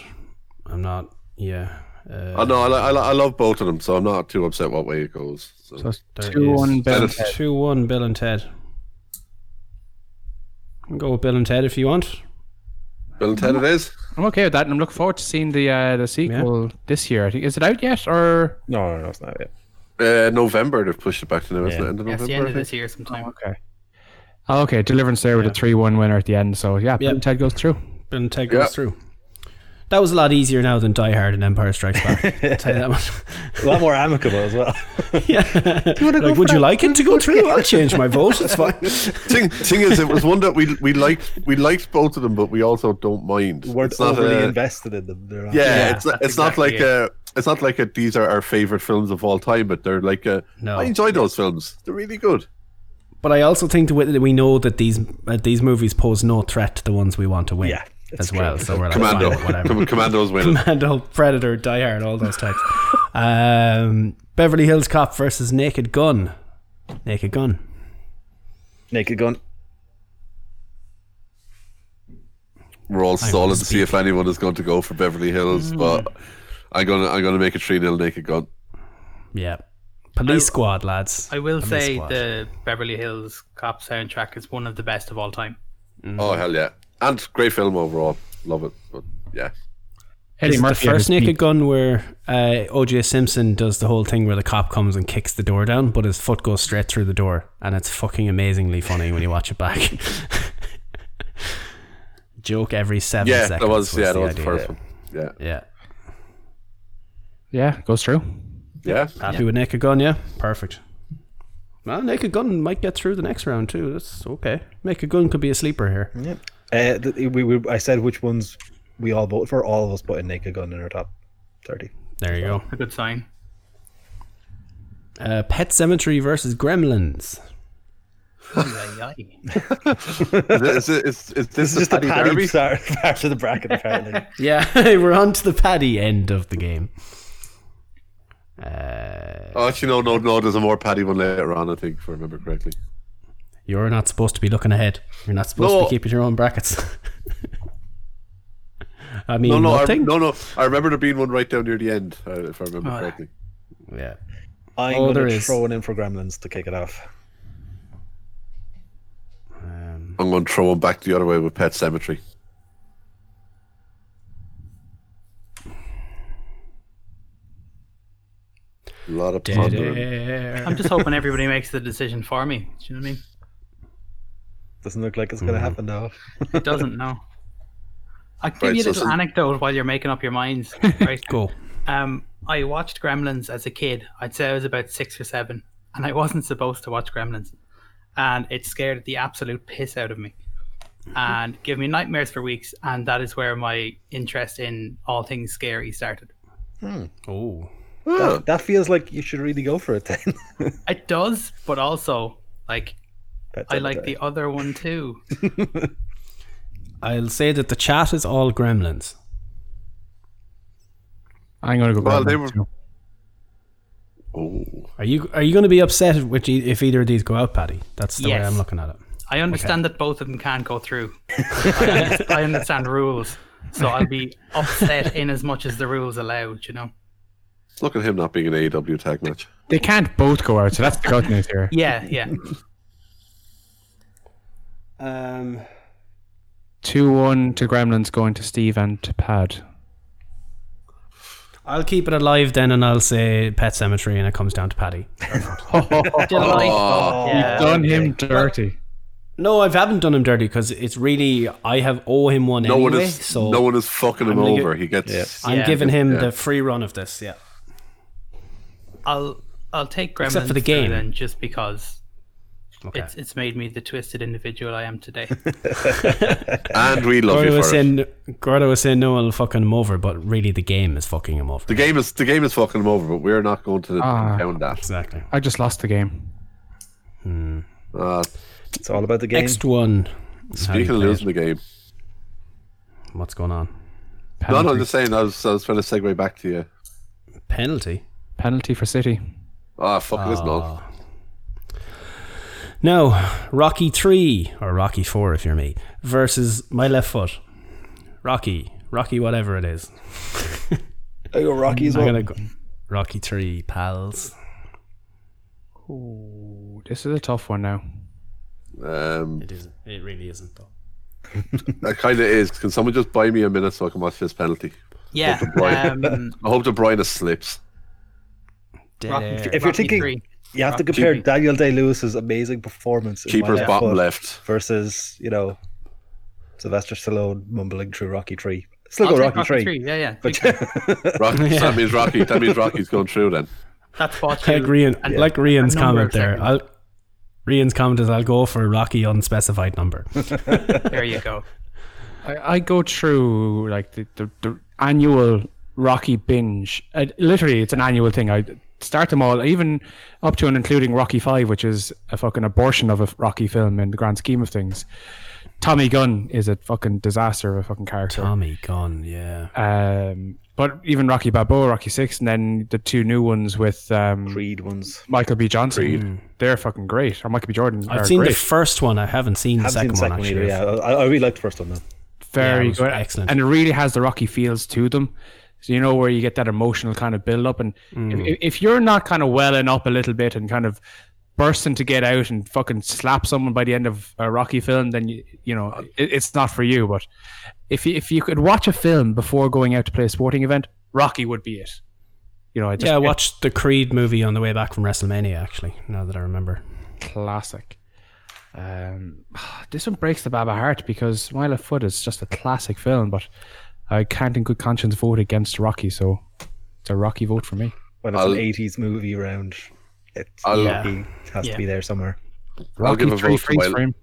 I'm not. Yeah. Uh, Oh, no, I, li- I, li- I love both of them, so I'm not too upset what way it goes. So. So it's There two is- one Bill. and Ted. Two one Bill and Ted. Go with Bill and Ted if you want. Bill and Ted it is. I'm okay with that, and I'm looking forward to seeing the uh, the sequel this year. I think is it out yet or No, no, no, it's not it. Uh, November, they've pushed it back to now, isn't it? End of That's the November. end I of think? this year sometime. okay? Oh, okay, Deliverance there with a three one winner at the end. So yeah, Bill Yep. and Ted goes through. Bill and Ted goes Yep. through. That was a lot easier now than Die Hard and Empire Strikes Back. I'll tell you that much. A lot more amicable as well. yeah. Like, would you like it to go through? I'll change my vote. It's fine. thing, thing is, it was one that we we liked we liked both of them, but we also don't mind. We weren't It's not overly a- invested in them. They're not- Yeah, Yeah, it's not, that's it's not exactly like uh it's not like a, these are our favorite films of all time, but they're like a, No. I enjoy those films. They're really good. But I also think that we- that we know that these uh, these movies pose no threat to the ones we want to win. Yeah, As well, so we're like, Commando, fine, whatever. Com- Commando's winning. Commando, Predator, Die Hard, all those types. um, Beverly Hills Cop versus Naked Gun. Naked Gun. Naked Gun. We're all stalling to see if anyone is going to go for Beverly Hills, but I'm gonna I'm gonna make a three 0 naked gun. Yeah. Police Squad, lads. I will Police say Squad. the Beverly Hills Cop soundtrack is one of the best of all time. Oh hell yeah! And great film overall. Love it. But yeah, Is Eddie it the Murphy at his first Naked peak. Gun where uh, O.J. Simpson does the whole thing where the cop comes and kicks the door down, but his foot goes straight through the door, and it's fucking amazingly funny when you watch it back. Joke every seven yeah, that seconds. was yeah, that the was the idea. first one. Yeah, Yeah, Yeah, goes through. yeah. happy with Naked Gun. Yeah, perfect. Well, Naked Gun might get through the next round too. That's okay. Naked Gun could be a sleeper here. Uh, th- we, we, I said which ones we all voted for. All of us put in Naked Gun in our top 30. There you go. A good sign. Uh, Pet Cemetery versus Gremlins. Aye, aye, aye. Is, it, is, is this, This is just the Paddy Paddy Derby? start, part of the bracket, apparently. Yeah, we're on to the paddy end of the game. Uh, Oh, actually, no, no, no. There's a more Paddy one later on. I think, if I remember correctly. You're not supposed to be looking ahead. You're not supposed to No. be keeping your own brackets. I mean, No, no, I, nothing. no, no. I remember there being one right down near the end, uh, if I remember yeah. correctly. Yeah. I'm Oh, there going to is. throw one in for Gremlins to kick it off. I'm going to throw him back the other way with Pet Cemetery. A lot of pondering. I'm just hoping everybody makes the decision for me. Do you know what I mean? Doesn't look like it's Hmm. going to happen, though. It doesn't know. I'll give Right, you a so little some- anecdote while you're making up your minds. Right. Go. Um, I watched Gremlins as a kid. I'd say I was about six or seven, and I wasn't supposed to watch Gremlins, and it scared the absolute piss out of me, and gave me nightmares for weeks. And that is where my interest in all things scary started. Oh. Ah, That feels like you should really go for it then. It does, but also like Pet I like Cemetery. the other one too. I'll say that the chat is all gremlins. I'm gonna go. Well, Gremlins they were- too. oh. Are you are you going to be upset with e- if either of these go out, Paddy? That's the way Yes. I'm looking at it. I understand that both of them can't go through. I, under- I understand rules, so I'll be upset in as much as the rules allowed. You know. Look at him not being an AEW tag match. They can't both go out, so that's the good news here. Yeah, yeah. Um, Two one to Gremlins going to Steve and to Pad. I'll keep it alive then, and I'll say Pet Cemetery, and it comes down to Paddy. Delightful. yeah. Done him dirty. No, I haven't done him dirty because it's really I have owe him one No anyway. one is so no one is fucking him gonna over. he gets I'm Yeah. giving him Yeah. the free run of this. Yeah. I'll I'll take Gremlins Except for the through game. then, just because Okay. it's it's made me the twisted individual I am today. and we love Gordo you was for it. saying Gordo was saying no one will fucking him over, but really the game is fucking him over. The game is the game is fucking him over, but we're not going to Ah. pound that. Exactly. I just lost the game. Uh, It's all about the game. Next one. is how you speaking of play it. losing the game, what's going on? no, no, Penalty, I'm just saying. I was I was trying to segue back to you. Penalty. penalty for City. Ah, fuck it is not. No, Rocky three or Rocky four if you're me versus my left foot. Rocky, Rocky, whatever it is. I go Rocky as I'm well. gonna go Rocky three pals. Ooh, this is a tough one now. Um, It isn't. It really isn't though. That kind of is. Can someone just buy me a minute so I can watch this penalty? yeah. Brian. Um, I hope De Bruyne slips. Dead Rocky, air. If you're thinking- three. You have to Rocky. compare Daniel Day Lewis's amazing performance in My Keeper's Left bottom Foot left. versus, you know, Sylvester Stallone mumbling through Rocky 3. Still I'll go take Rocky, 3. Yeah, yeah. But Rocky, so That means Rocky. That means Rocky's going through then. That's what I agree. in- and- like Rian's a comment number of there. seconds. I'll, Rian's comment is I'll go for a Rocky unspecified number. There you go. I, I go through like the, the, the annual Rocky binge. I, literally, it's an annual thing. I start them all, even up to and including Rocky Five, which is a fucking abortion of a Rocky film in the grand scheme of things. Tommy Gunn is a fucking disaster of a fucking character. Tommy gone. Yeah. Um, but even Rocky Balboa, Rocky Six, and then the two new ones with um, Creed ones. Michael B. Johnson, they're fucking great. Or Michael B. Jordan, are I've seen great. the first one. I haven't seen the Haven't second, seen the second one one actually. either. Yeah, I, I really liked the first one though. very Yeah, it was good, excellent. and it really has the Rocky feels to them. So you know where Mm. you get that emotional kind of build up, and if, if you're not kind of welling up a little bit and kind of bursting to get out and fucking slap someone by the end of a Rocky film, then you, you know it, it's not for you. But if you, if you could watch a film before going out to play a sporting event, Rocky would be it. You know, I just, yeah, I watched the Creed movie on the way back from WrestleMania. Actually, now that I remember, classic. Um, this one breaks the Baba heart because My Left Foot is just a classic film, but I can't in good conscience vote against Rocky, so it's a Rocky vote for me. When it's I'll- an 80s movie round, it I'll- Rocky has Yeah. to be there somewhere. I'll Rocky give a three vote to freeze my- frame.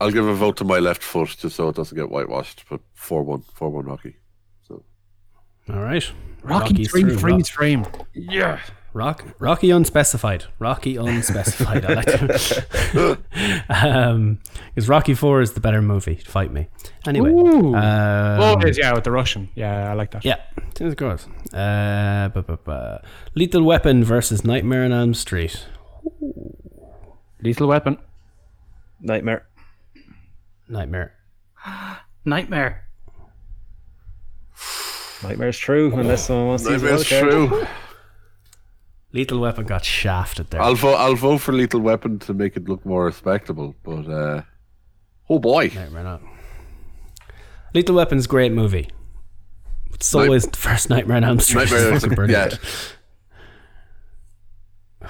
I'll give a vote to my left foot just so it doesn't get whitewashed. But four one, four one Rocky. So All right, Rocky Rocky's three through. freeze frame. Rock, Rocky unspecified. Rocky unspecified. I like to. um, because Rocky Four is the better movie. Fight me. Anyway. Ooh. um, oh, it is, yeah, with the Russian. Yeah, I like that. yeah, sounds good. Uh, bu- bu- bu. Lethal Weapon versus Nightmare on Elm Street. Lethal Weapon. Nightmare. Nightmare. Nightmare. Nightmare's true, unless someone wants to use it's another card. true. Lethal Weapon got shafted there. I'll vote. I'll vote for Lethal Weapon to make it look more respectable. But uh, oh boy, Nightmare on Elm. Lethal Weapon's a great movie. But so Night- is the first Nightmare on Elm Street. Nightmare- It's fucking yeah. brilliant.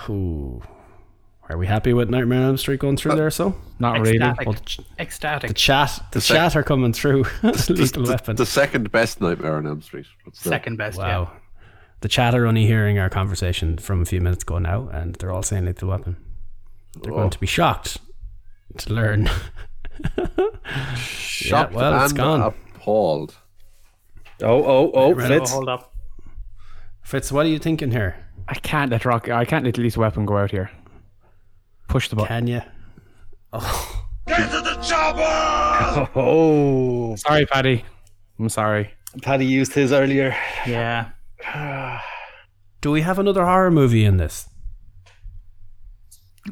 Ooh. Are we happy with Nightmare on Elm Street going Uh, through there? So Not really. Ecstatic. Ecstatic. the chat, the, sec- chat are coming through. Lethal the, Weapon. the second best Nightmare on Elm Street. What's that? Second best. wow. The chat are only hearing our conversation from a few minutes ago now, and they're all saying Lethal Weapon. They're Oh. going to be shocked to learn. Shocked well, it's and gone. appalled. Oh, oh, oh, Yeah. Fitz. Oh, hold up. Fitz, what are you thinking here? I can't let Rocky. I can't let Lethal Weapon go out here. Push the Can button. you? Oh, Sorry, Paddy. I'm sorry. Paddy used his earlier. Yeah. Do we have another horror movie in this?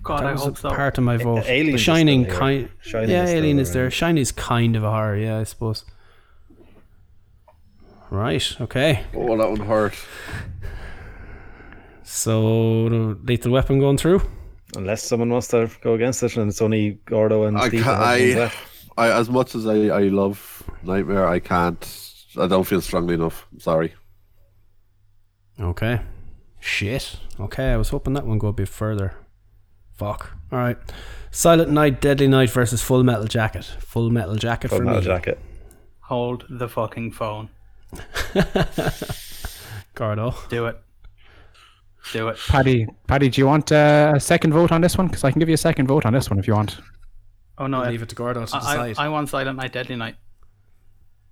God, That I was hope a so. part of my vote. Alien the is Shining still kind. here. Shining yeah, is still Alien is there. around. Shiny's kind of a horror. Yeah, I suppose. Right. Okay. Oh, that one hurt. So the Lethal Weapon going through. Unless someone wants to go against it, and it's only Gordo and I, Steve. ca- that have ones I, left. I, as much as I, I love Nightmare, I can't. I don't feel strongly enough. I'm sorry. Okay. Shit. Okay. I was hoping that one go a bit further. Fuck. All right. Silent Night, Deadly Night versus Full Metal Jacket. Full Metal Jacket Full for metal me. jacket. Hold the fucking phone. Gordo. Do it. Do it. Paddy, Paddy, do you want uh, a second vote on this one? Because I can give you a second vote on this one if you want. Oh no. Leave it to Gordo to I, decide. I, I want Silent Night, Deadly Night.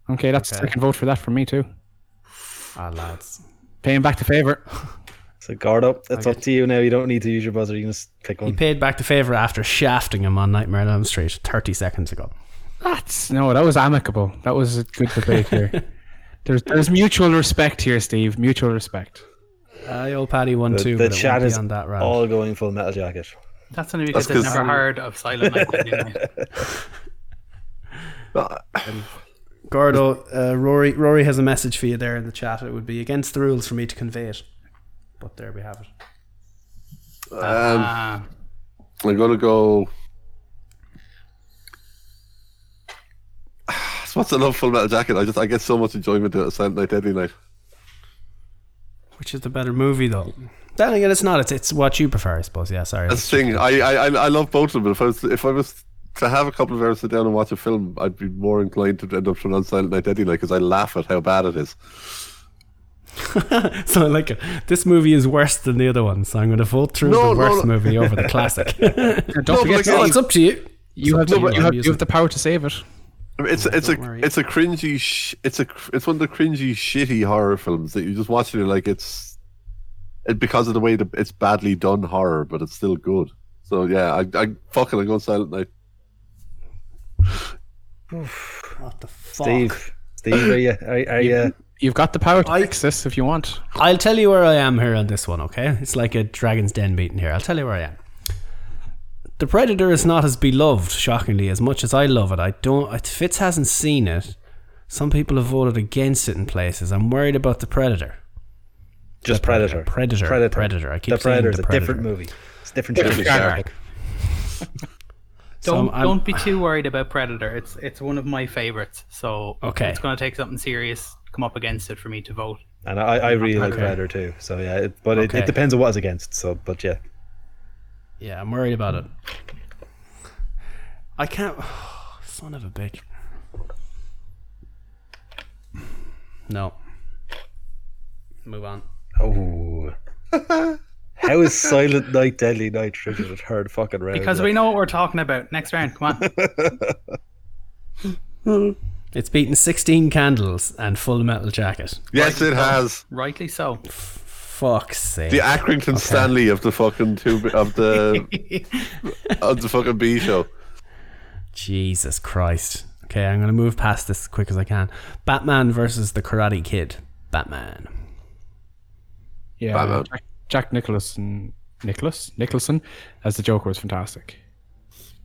Okay, that's a second vote for that from me too. Ah, lads. Paying back the favor. So Gordo, it's up to you now. You don't need to use your buzzer. You can just pick He one. paid back the favor after shafting him on Nightmare on Elm Street 30 seconds ago. That's no, that was amicable. That was a good debate here. There's there's mutual respect here, Steve. Mutual respect. I old Paddy won The, too. the but it chat won't be is on that round. all going full metal jacket. That's only because That's I've 'cause- never heard of Silent Night, Deadly Night. Gordo, uh, Rory, Rory has a message for you there in the chat. It would be against the rules for me to convey it, but there we have it. Um, Ah, I'm gonna go. As much as I love Full Metal Jacket, I just I get so much enjoyment out of Silent Night, Deadly Night. Which is the better movie, though? Then again, it's not. It's it's what you prefer, I suppose. Yeah, sorry. That's the thing. I, I I I love both of them. But if I was if I was to have a couple of hours sit down and watch a film, I'd be more inclined to end up turning on Silent Night, Deadly Night because I laugh at how bad it is. So like, this movie is worse than the other one, so I'm going to vote through No, the no, worst no. movie over the classic. And don't No, but like, forget, Steve, oh, it's up to you. you have, the, to you. you, have, you Using- have the power to save it. I mean, It's it's a worry. it's a cringy sh- it's a cr- it's one of the cringy shitty horror films that you just watch it and you're like it's it because of the way the, it's badly done horror, but it's still good. So yeah, I I fucking I'm going Silent Night. What the fuck? Steve, Steve, are you? Are, are you? You've got the power to fix this if you want. I'll tell you where I am here on this one, okay? It's like a Dragon's Den meeting here. I'll tell you where I am. The Predator is not as beloved, shockingly, as much as I love it. I don't. if Fitz hasn't seen it. Some people have voted against it in places. I'm worried about the Predator. Just Predator. Predator. Predator. Predator. I keep the saying Predator the is a Predator. different movie. It's different. Different shark. So Don't I'm- don't be too worried about Predator. It's it's one of my favorites. So Okay. it's going to take something serious come up against it for me to vote. And I, I really like Okay. Predator too. So yeah, it, but it, Okay. it depends on what it's against. So, but yeah, Yeah, I'm worried about it. I can't. son of a bitch. No. Move on. oh. How is Silent Night, Deadly Night triggered the third fucking round? Because we know what we're talking about. Next round, come on. It's beaten 16 candles and Full Metal Jacket. Yes, it has Rightly so. Fuck's sake. the Accrington Stanley of the fucking two of the of the fucking B show. Jesus Christ. Okay, I'm going to move past this as quick as I can. Batman versus the Karate Kid. Batman. Yeah, Batman. Jack, Jack Nicholson, Nicholas Nicholson as the Joker was fantastic.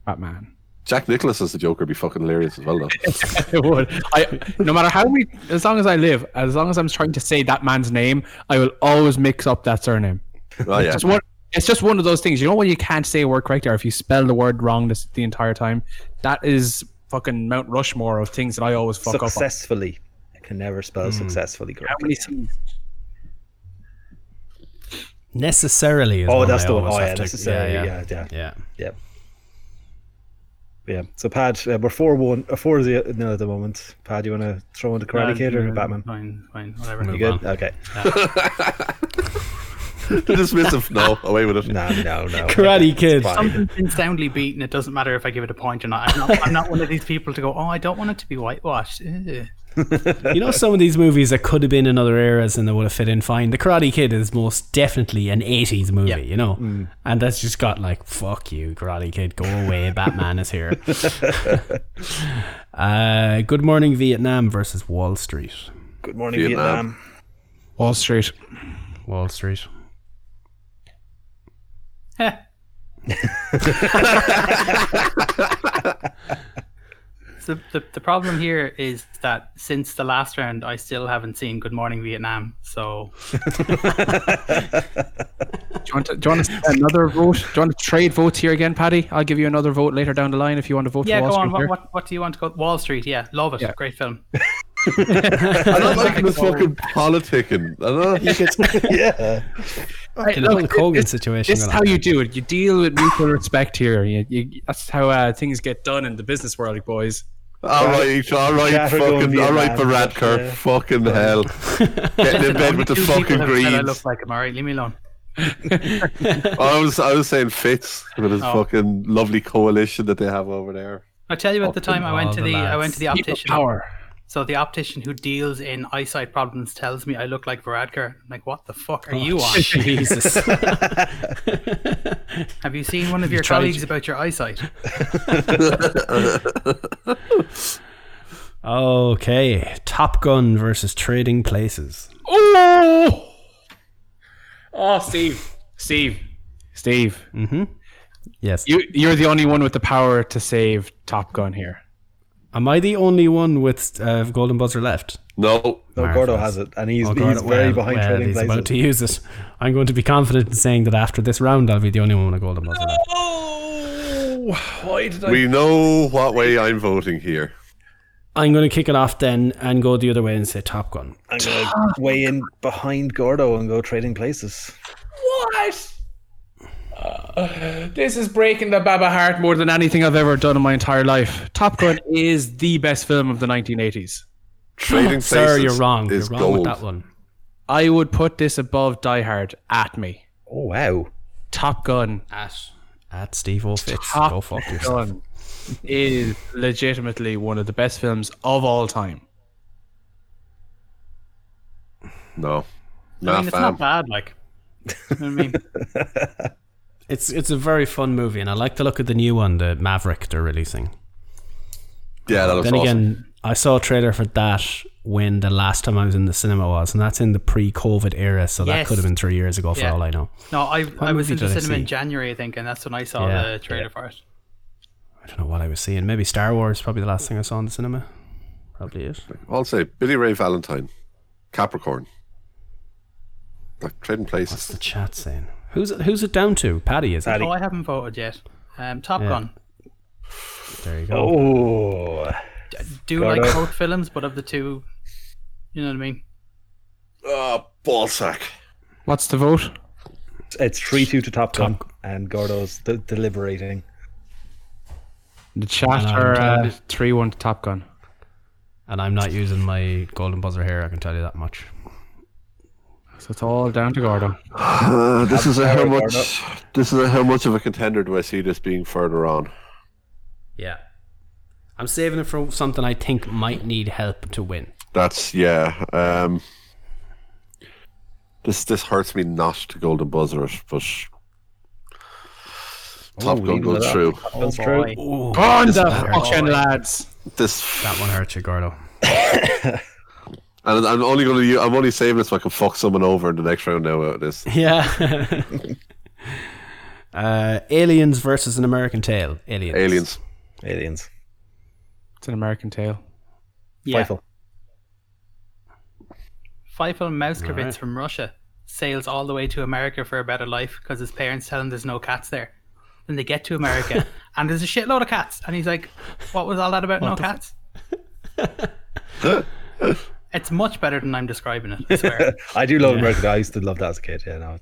Batman. Jack Nicholas as the Joker would be fucking hilarious as well, though. It would. I, no matter how many, as long as I live, as long as I'm trying to say that man's name, I will always mix up that surname. Oh yeah, Just one, it's just one of those things. You know when you can't say a word correctly, or if you spell the word wrong this, the entire time, that is fucking Mount Rushmore of things that I always fuck up. on. successfully. I can never spell successfully How correctly. many C's? Necessarily is Oh, one that's I the one. always Oh yeah, have to- necessarily. Yeah, yeah, yeah. yeah. So, Pad, uh, we're four one, uh, four zero nil at the moment. Pad, you want to throw in the Karate Kid or Uh, Batman? Fine, fine, whatever. You Move good? on. Okay. dismissive. No, away with it. No, no, no. Karate Kid. Something's been soundly beaten. It doesn't matter if I give it a point or not. I'm not, I'm not one of these people to go, oh, I don't want it to be whitewashed. Ugh. You know, some of these movies that could have been in other eras and they would have fit in fine. The Karate Kid is most definitely an 80s movie, you know? And that's just got like, fuck you, Karate Kid, go away, Batman is here. uh, Good Morning Vietnam versus Wall Street. Good morning, Vietnam. Vietnam. Wall Street. Wall Street. Heh. so the, the problem here is that since the last round, I still haven't seen Good Morning Vietnam. So Do you, want to, do you want to another vote? Do you want to trade votes here again, Paddy? I'll give you another vote later down the line if you want to vote yeah, for Wall go Street. on. here. What, what what do you want to go? Wall Street. Yeah, love it. Yeah. Great film. I'm not liking this fucking politicking. I don't know. You get- Yeah. You know, the look, Colgan this- situation. This is gonna how you happen. do it. You deal with mutual respect here. You, you, that's how uh, things get done in the business world, boys. all right, all right, Chatter going fucking, all right, Vietnam, Baradkar, yeah. fucking hell, getting in bed with the Two people fucking have said I greens. Oh, look like him. All right, leave me alone. I was, I was saying Fitz with his Oh. fucking lovely coalition that they have over there. I tell you, at the time I went all to the the I went lads. to the People optician. power. So the optician who deals in eyesight problems tells me I look like Varadkar. I'm like, what the fuck are you on? Jesus. Have you seen one of your tried- colleagues about your eyesight? okay. Top Gun versus Trading Places. Oh, oh, Steve, Steve, Steve. Yes. You, you're the only one with the power to save Top Gun here. Am I the only one with uh, Golden Buzzer left? No, No, Gordo has it, and he's, Oh, God, he's very well, behind well, trading he's places. about to use it. I'm going to be confident in saying that after this round, I'll be the only one with a golden buzzer. left. Oh, why did I? we know what way I'm voting here. I'm going to kick it off then and go the other way and say Top Gun. I'm gonna weigh in behind Gordo and go trading places. What? Uh, this is breaking the Baba heart more than anything I've ever done in my entire life. Top Gun is the best film of the 1980s. Trading places. Sir, you're wrong. You're Is wrong gold. with that one. I would put this above Die Hard at me. Oh wow. Top Gun. At at Steve O'Fitz. Top Go fuck yourself. Gun is legitimately one of the best films of all time. No, I not mean, it's fam. not bad. Like, you know what I mean, It's it's a very fun movie, and I like to look at the new one, the Maverick they're releasing. Yeah, that looks Then awesome. again, I saw a trailer for that when the last time I was in the cinema was, and that's in the pre-COVID era, so that Yes. could have been three years ago for Yeah. all I know. no, I I was movie in the did I cinema in see? January, I think, and that's when I saw Yeah. the trailer for it. I don't know what I was seeing. Maybe Star Wars, probably the last thing I saw in the cinema. Probably it. I'll say Billy Ray Valentine, Capricorn. Like trading places. The chat saying. Who's who's it down to? Paddy is it? Paddy. Oh, I haven't voted yet. Um, Top Yeah. Gun. There you go. Oh, I do Got like it. both films, but of the two, you know what I mean. Ah, ballsack. What's the vote? it's three two to Top Gun, and Gordo's de- deliberating. The chat And or I'm uh, three one to Top Gun? And I'm not using my golden buzzer here. I can tell you that much. So it's all down to Gordo. Uh, this is a how Sorry, much. This is a how much of a contender do I see this being further on? Yeah. I'm saving it for something I think might need help to win. That's yeah. Um, this this hurts me not to golden buzzer, it, but Top Gun leaving it goes up. through. Oh boy. On the fucking lads. This That one hurts you, Gordo. and I'm only going to. Use, I'm only saving this so I can fuck someone over in the next round now. Out of this. Yeah. uh, aliens versus an American Tale. Aliens. Aliens. Aliens. It's an American tale. Yeah. Fightful. Feifel Mauskowitz Alright. from Russia sails all the way to America for a better life because his parents tell him there's no cats there. Then they get to America and there's a shitload of cats. And he's like, what was all that about no cats? it's much better than I'm describing it, I swear. I do love American. I used to love that as a kid. Yeah, no.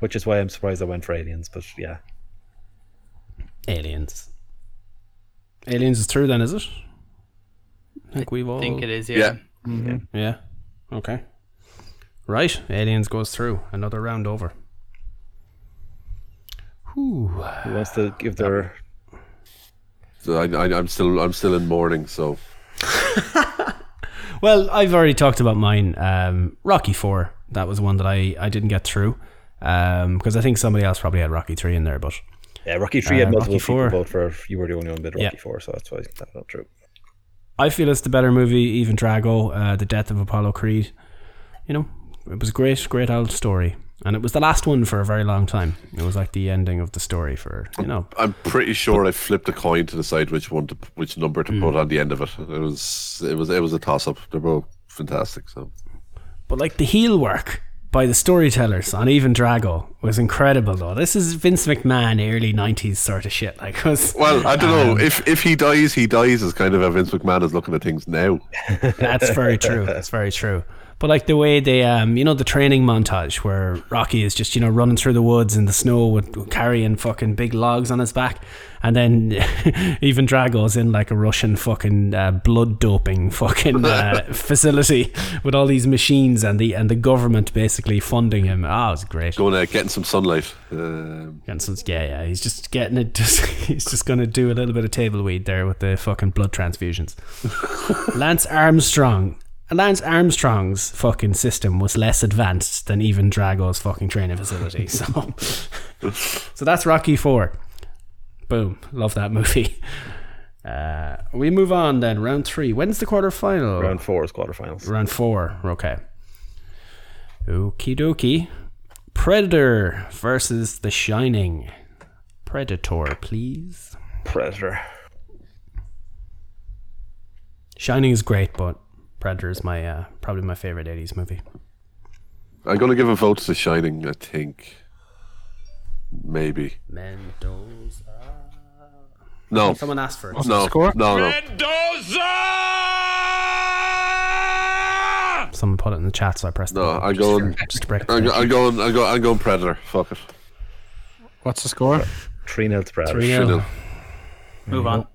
Which is why I'm surprised I went for Aliens. But yeah, Aliens. Aliens is true then, is it? I think we've all I think it is, yeah. Yeah. Yeah. Okay. Right. Aliens goes through. Another round over. Whew. who wants to give their So I, I, I'm still. I'm still in mourning. So Well, I've already talked about mine. Um, Rocky Four. That was one that I, I didn't get through because I think somebody else probably had Rocky Three in there. But yeah Rocky Three Uh, had multiple Rocky people Four. vote for. You were the only one bid Rocky Yeah. Four, so that's why that's not true. I feel it's the better movie. Even Drago, uh, the death of Apollo Creed. You know, it was a great, great old story, and it was the last one for a very long time. It was like the ending of the story for you know. I'm pretty sure I flipped a coin to decide which one to which number to put on the end of it. It was it was it was a toss up. They're both fantastic. So But like the heel work by the storytellers on even Drago was incredible though. This is Vince McMahon early nineties sort of shit. Like it was, well, I don't know if if he dies, he dies is kind of how Vince McMahon is looking at things now. that's very true. That's very true. But like the way they um you know the training montage where Rocky is just, you know, running through the woods in the snow with carrying fucking big logs on his back and then even Drago's in like a Russian fucking uh, blood doping fucking uh, facility with all these machines and the and the government basically funding him. Ah, it was great. Going out getting some sunlight. Um, Jensen's yeah, yeah. He's just getting it. Just, he's just going to do a little bit of table weed there with the fucking blood transfusions. Lance Armstrong. Lance Armstrong's fucking system was less advanced than even Drago's fucking training facility. So, so that's Rocky Four. Boom. Love that movie. Uh, we move on then. Round three. When's the quarterfinal? Round four is quarterfinals. Round four. Okay. Okie dokie. Predator versus The Shining. Predator, please. Predator. Shining is great, but Predator is my uh, probably my favorite '80s movie. I'm going to give a vote to Shining. I think maybe Mendoza. no Someone asked for it. Oh, no score? no no. Someone put it in the chat, so I pressed. No, the I'm just for- going- Just to break. it I'm, down. go- I'm going. I'm going. I'm going Predator. Fuck it. What's the score? Three nil to Predator. Three Three nil. nil. Move Mm-hmm. on.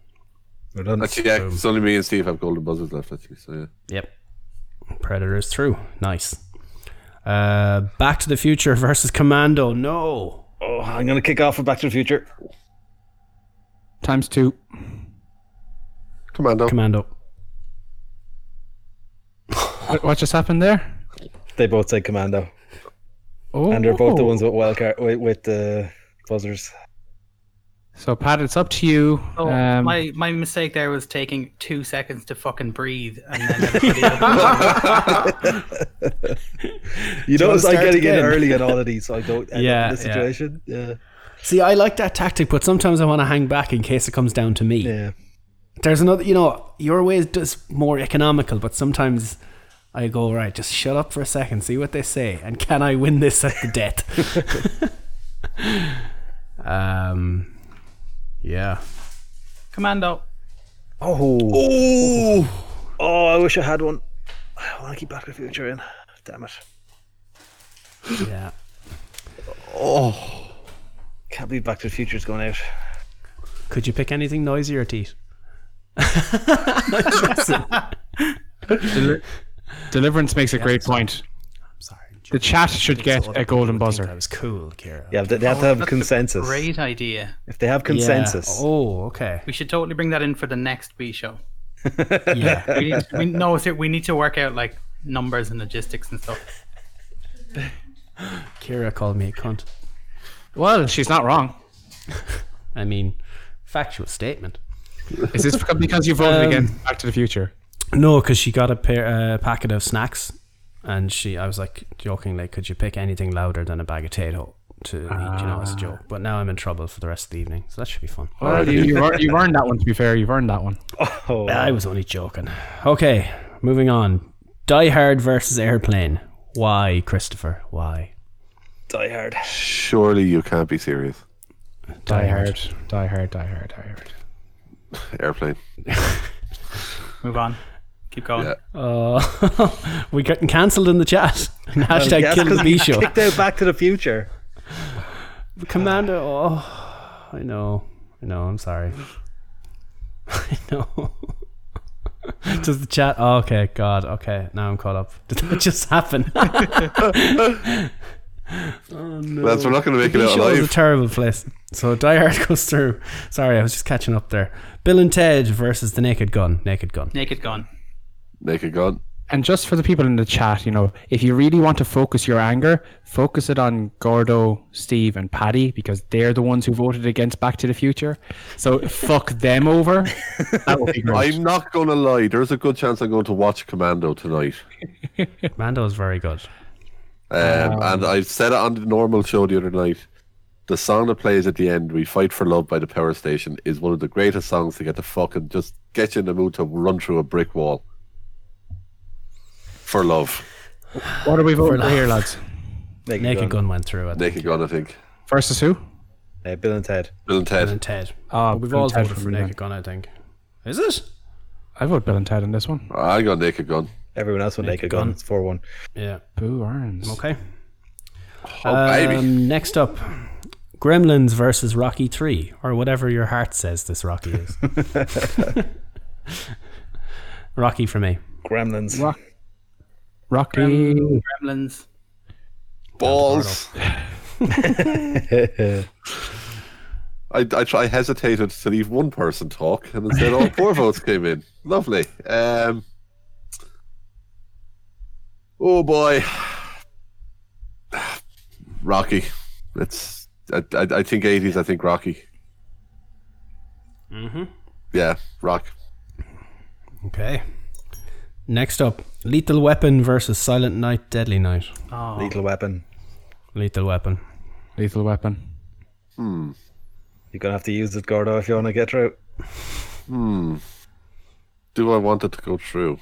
We're done. Actually, yeah, it's only me and Steve have golden buzzers left. Actually, so yeah. Yep. Predators through. Nice. Uh, Back to the Future versus Commando. No. Oh, I'm gonna kick off with Back to the Future. Times two. Commando. Commando. What, what just happened there? They both said Commando, Oh, and they're both the ones with wild card with, with the buzzers. So Pat, it's up to you. Oh, um, my, my mistake there was taking two seconds to fucking breathe and then everybody else. You notice I'm start getting again? in early in all of these, so I don't end Yeah, up in this yeah. situation. Yeah, See, I like that tactic, but sometimes I want to hang back in case it comes down to me. yeah. There's another, you know, your way is just more economical, but sometimes I go, right, just shut up for a second, see what they say, and can I win this at the death? Um, yeah. Commando. Oh, Ooh. oh! I wish I had one. I want to keep Back to the Future in. Damn it! Yeah. Can't believe Back to the Future's going out. Could you pick anything noisier, Teat? Deli- Deliverance makes a great point. Sorry. The chat should get a golden That buzzer. was cool, Kira. Yeah, they, they have to have consensus. Great idea. If they have consensus, Oh, okay. We should totally bring that in for the next Wii show. Yeah. We need, we, no, ser- we need to work out like numbers and logistics and stuff. Kira called me a cunt. Well, she's not wrong. I mean, factual statement. Is this beca- because you voted against Back to the Future? No, because she got a pair, uh, packet of snacks, and she, I was like joking, like, could you pick anything louder than a bag of potato to eat? You know, Ah. as a joke. But now I'm in trouble for the rest of the evening, so that should be fun. Well, you, you've, ear- you've earned that one. To be fair, you've earned that one. oh, I was only joking. Okay, moving on. Die Hard versus Airplane. Why, Christopher? Why? Die Hard. Surely you can't be serious. Die hard, die hard, die hard, die hard. Airplane. Move on. Keep going. Yeah. Uh, we getting cancelled in the chat. And hashtag Yes, kill the 'cause B we show. Kicked out Back to the Future. Commander. Oh, I know. I know. I'm sorry. I know. Does the chat? Oh, okay. God. Okay. Now I'm caught up. Did that just happen? That's we're not going to make it out Show is a alive. terrible place. So Die Hard goes through. Sorry, I was just catching up there. Bill and Ted versus the Naked Gun. Naked Gun. Naked Gun. Make it gone. And just for the people in the chat, you know, if you really want to focus your anger, focus it on Gordo, Steve, and Paddy because they're the ones who voted against Back to the Future. So fuck them over. That would be great. I'm not going to lie. There's a good chance I'm going to watch Commando tonight. Mando is very good. Um, and I said it on the normal show the other night. The song that plays at the end, "We Fight for Love" by the Power Station, is one of the greatest songs to get the fucking just get you in the mood to run through a brick wall for love. What are we voting for here, lads? Naked, Naked Gun. Gun went through it. Naked Gun, I think. Versus who? Uh, Bill and Ted. Bill and Bill and Ted. Ted. Oh, We've all Ted voted for me then. Naked Gun, I think. Is it? I vote Bill and Ted in this one. I got Naked Gun. Everyone else went Naked, Naked Gun. Gun. It's four one. Yeah. Boo Arms. Okay. Oh baby, Um, next up, Gremlins versus Rocky Three, or whatever your heart says this Rocky is. Rocky for me. Gremlins. Rock- Rocky. Gremlins. balls. I, I, try, I hesitated to leave one person talk, and instead all four votes came in. Lovely. Um, oh boy, Rocky. It's I, I, I think eighties. I think Rocky. Mm-hmm. Yeah, Rock. Okay. Next up, Lethal Weapon versus Silent Night, Deadly Night. Lethal Weapon. Lethal Weapon. Lethal Weapon. You're gonna have to use it, Gordo, if you want to get through. Do I want it to go through?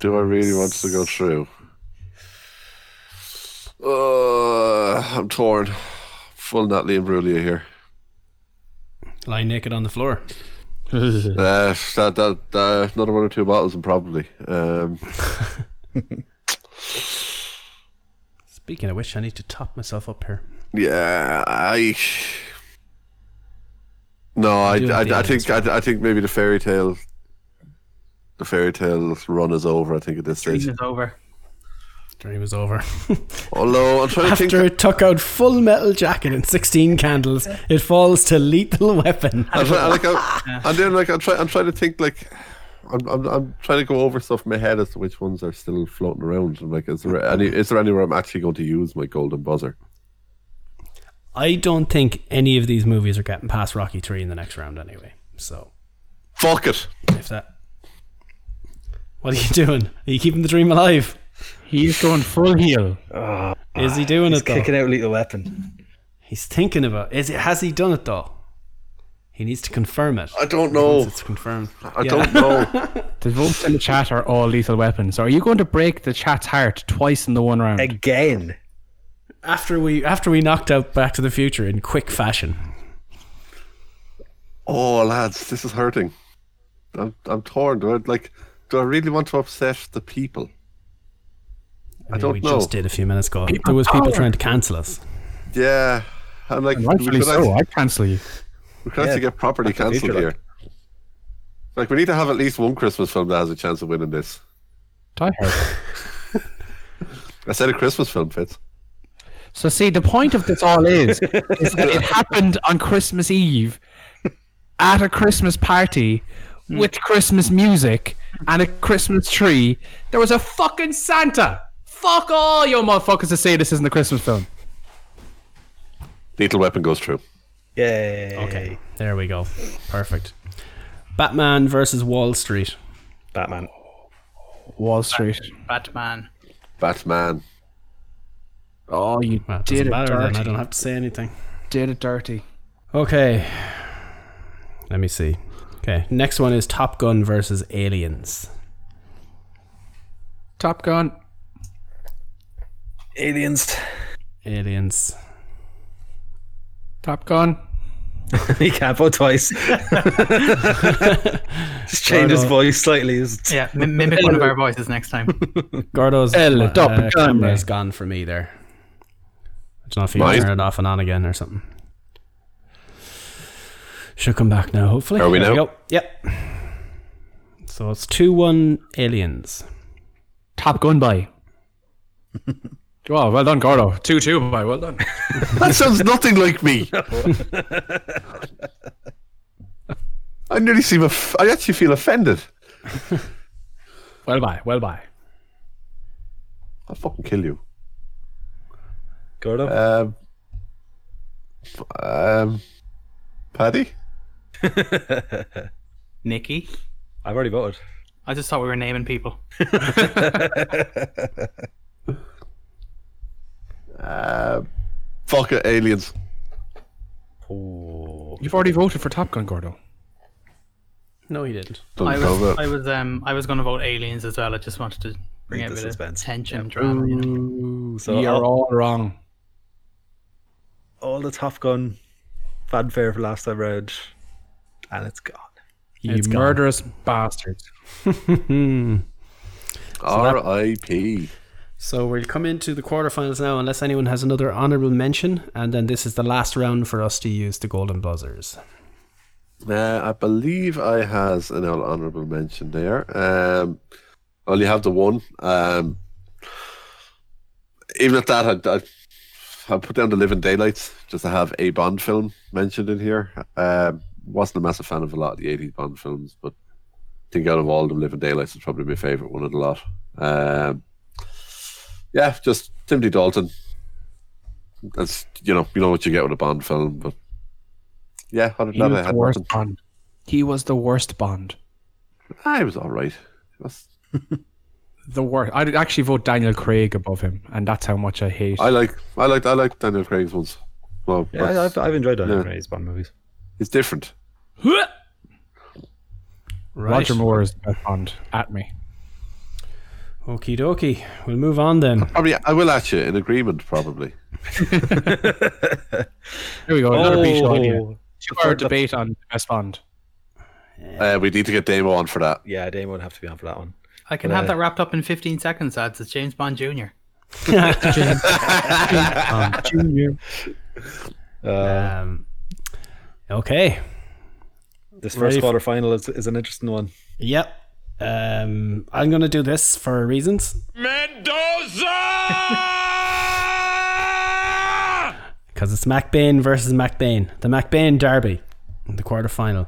Do I really want it to go through? Uh, I'm torn. Full Natalie and Brulia here. Lying naked on the floor. Uh, that, that, uh, another one or two bottles, and probably. Um, Speaking of which, I need to top myself up here. yeah, I. No, I, do I, have the I think I, I think maybe the fairy tale, the fairy tale run is over. I think at this stage. Dream is over. Dream was over. Although I'm trying to think. After it took out Full Metal Jacket and 16 Candles, it falls to Lethal Weapon. I'm trying, like, I'm, and then like I'm trying, I'm trying to think like, I'm, I'm, I'm trying to go over stuff in my head as to which ones are still floating around. I'm like, is there any, is there anywhere I'm actually going to use my golden buzzer? I don't think any of these movies are getting past Rocky 3 in the next round anyway. So, Fuck it. if that. What are you doing? Are you keeping the dream alive? He's going full heel. Is he doing He's it though? kicking out Lethal Weapon. He's thinking about is it has he done it though? He needs to confirm it. I don't know. It's confirmed. I don't know. The votes in the chat are all lethal weapons. So are you going to break the chat's heart twice in the one round? Again. after we after we knocked out Back to the Future in quick fashion. Oh, lads, this is hurting. I'm, I'm torn. Do I, like, do I really want to upset the people? I, mean, don't we know. just did a few minutes ago. there was people trying to cancel us. Yeah, I'm like, we Rightfully could, so. actually, I cancel you. we could actually Yeah, get properly that's the future, cancelled here. Like, we need to have at least one Christmas film that has a chance of winning this. Die hard. I said a Christmas film, Fitz. So see, the point of this all is, is that it happened on Christmas Eve at a Christmas party with Christmas music and a Christmas tree. There was a fucking Santa. Fuck all you motherfuckers to say this isn't a Christmas film. Lethal Weapon goes through. Yay. Okay, there we go. Perfect. Batman versus Wall Street. Batman. Wall Street. Batman. Batman. Oh, you Well, it doesn't did it matter then. dirty. I don't have to say anything. Did it dirty. Okay. Let me see. Okay, next one is Top Gun versus Aliens. Top Gun. Aliens. Aliens. Top Gun. he can't vote twice. Just change his voice slightly. It's- Yeah, mim- mimic one of our voices next time. Gordo's El uh, Top Gun. camera's gone for me there. I don't know if you Mine? can turn it off and on again or something. Should come back now, hopefully. Are we There now? go. Yep. So it's 2 1 Aliens. Top Gun by. Wow, well done, Gordo. Two two by. Well done. That sounds nothing like me. I nearly seem. Aff- I actually feel offended. Well by. Well by. I'll fucking kill you. Gordo. Um, f- um, Paddy. Nikki. I've already voted. I just thought we were naming people. Um, fuck it, aliens. You've already voted for Top Gun, Gordo. No, he didn't. Don't I know was, about- I was, um, I was going to vote aliens as well. I just wanted to bring out the a bit suspense. of tension, drama. You know? So You're I'll- all wrong. all the Top Gun fanfare for last time round, and it's gone. You It's gone. murderous bastards. R.I.P. So we'll come into the quarterfinals now, unless anyone has another honourable mention, and then this is the last round for us to use the golden buzzers. Uh, I believe I has an honourable mention there. Um, I only have the one. Um, even at that, I, I, I put down the Living Daylights just to have a Bond film mentioned in here. Um, wasn't a massive fan of a lot of the 80s Bond films, but I think out of all of them, Living Daylights is probably my favourite one of the lot. Um, yeah, just Timothy Dalton. That's you know you know what you get with a Bond film, but yeah, other He than that, I had was the worst nothing. Bond. He was the worst Bond. I was all right. It was- The worst. I'd actually vote Daniel Craig above him, and that's how much I hate. I like, I like, I like Daniel Craig's ones. Well, Yeah, I, that's- I've, I've enjoyed Daniel Yeah. Craig's Bond movies. it's different. Right. Roger Moore is the best Bond. At me. Okie dokie. We'll move on then. Probably, I will at you in agreement. Probably. Here we go. Another B show idea. Oh. Two-hour debate on best Bond. Uh, we need to get Damo on for that. Yeah, Damon would have to be on for that one. I can have that wrapped up in 15 seconds, lads. It's James Bond Jr. Junior. Um, okay. This first Rafe. quarter final is, is an interesting one. Yep. Um, I'm going to do this for reasons. Mendoza! Because it's MacBain versus MacBain. The MacBain Derby in the quarterfinal.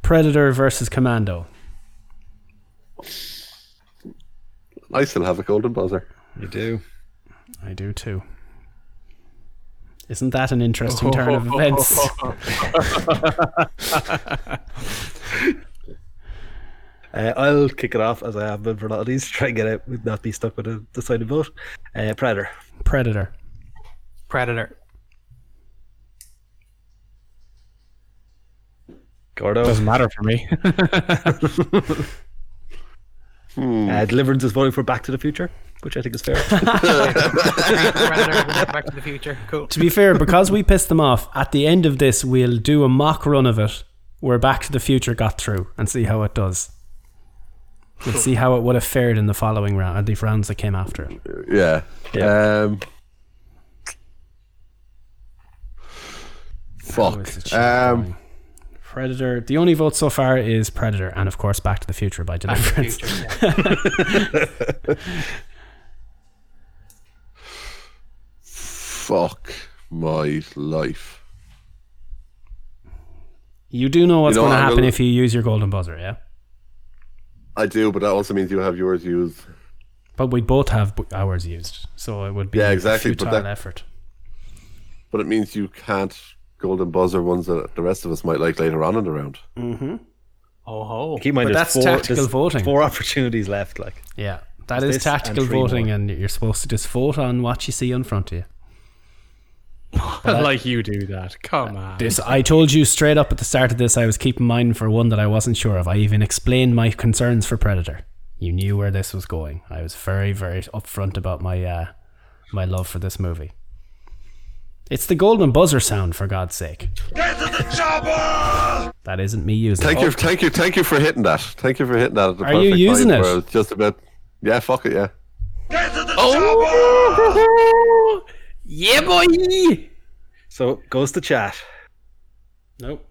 Predator versus Commando. I still have a golden buzzer. You do. I do too. Isn't that an interesting turn of events? Uh, I'll kick it off as I have been for a lot of these. Try and get out, not be stuck with a decided vote. Uh, Predator. Predator. Predator. Gordo. Doesn't matter for me. Uh, Deliverance is voting for Back to the Future. which I think is fair. Rather, Back to the Future. Cool. To be fair, because we pissed them off, at the end of this, we'll do a mock run of it where Back to the Future got through and see how it does. We'll see how it would have fared in the following round, and the rounds that came after it. Yeah. Um, fuck. Um, Predator. The only vote so far is Predator, and of course, Back to the Future by Back to the Deliverance. Future. Yeah. fuck my life. You do know what's You know, going to I'm happen gonna- if you use your golden buzzer, yeah? I do, but that also means you have yours used. But we both have b- ours used, so it would be Yeah, exactly, a but futile that- effort. But it means you can't golden buzzer ones that the rest of us might like later on in the round. Oh ho. Keep in mind, But that's there's four, tactical there's voting. Four opportunities left. Like Yeah, that is this and tactical three voting, more. and you're supposed to just vote on what you see in front of you. like you do that. Come on. This, I told you straight up at the start of this, I was keeping mine for one that I wasn't sure of. I even explained my concerns for Predator. You knew where this was going. I was very, very upfront about my uh, my love for this movie. It's the golden buzzer sound, for God's sake. That isn't me using. Thank it. you, thank you, thank you for hitting that. Thank you for hitting that. At the Are you perfect using time it? where I was just about. Yeah, fuck it. Yeah. Yeah, boy. so, goes to chat. Nope.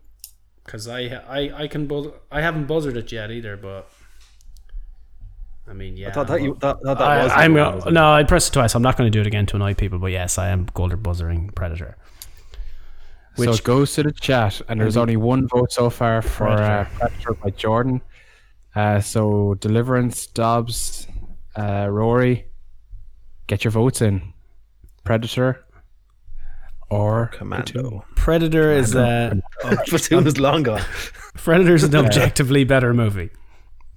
Because I, I, I can buzz. I haven't buzzed it yet either, but. I mean, yeah. I thought that you that, that, that was. I, am gonna, no, I pressed it twice. I'm not going to do it again to annoy people, but yes, I am golden buzzering predator. so it goes to the chat, and there's only one vote so far for uh, Predator by Jordan. Uh, so Deliverance, Dobbs, uh, Rory, get your votes in. Predator or Commando. Predator is uh, Platoon is long gone. Predator is an objectively better movie.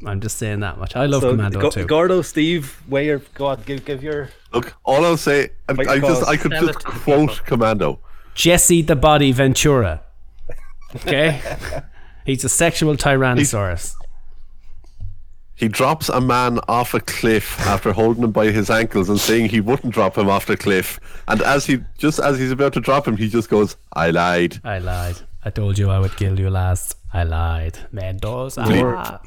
I'm just saying that much. I love So, Commando Go- too. Gordo, Steve, Weyer, go on, give give your. Look, all I'll say, I, Like I just, cause- I could Sell just it to the quote Commando. Jesse the Body Ventura. Okay, he's a sexual tyrannosaurus. He drops a man off a cliff after holding him by his ankles and saying he wouldn't drop him off the cliff. And as he just as he's about to drop him, he just goes, "I lied." I lied. I told you I would kill you last. I lied. Mendoza.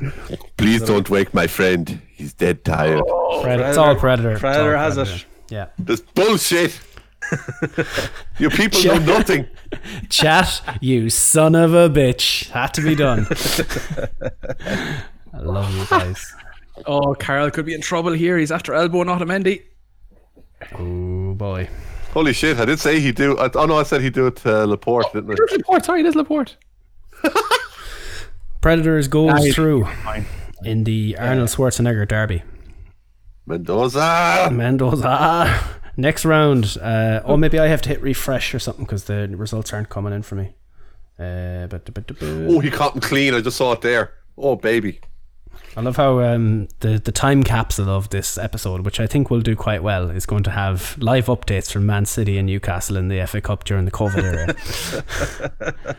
Please don't wake my friend. He's dead tired. Oh. Predator. It's all Predator. It's all Predator has it. Yeah. This bullshit. you people know nothing. Chat, you son of a bitch. Had to be done. I love you guys. Oh, Carl could be in trouble here. He's after Elbow and Otamendi. Oh boy. Holy shit! I did say he do. I, oh no, I said he do it to Laporte, didn't I? Laporte, sorry, it is Laporte. Predators goes Nice. through in the Arnold Schwarzenegger derby. Mendoza. Mendoza. Next round. Uh, oh, maybe I have to hit refresh or something because the results aren't coming in for me. Uh, but, but, Oh, he caught him clean. I just saw it there. Oh baby. I love how um, the the time capsule of this episode, which I think will do quite well, is going to have live updates from Man City and Newcastle in the FA Cup during the COVID era.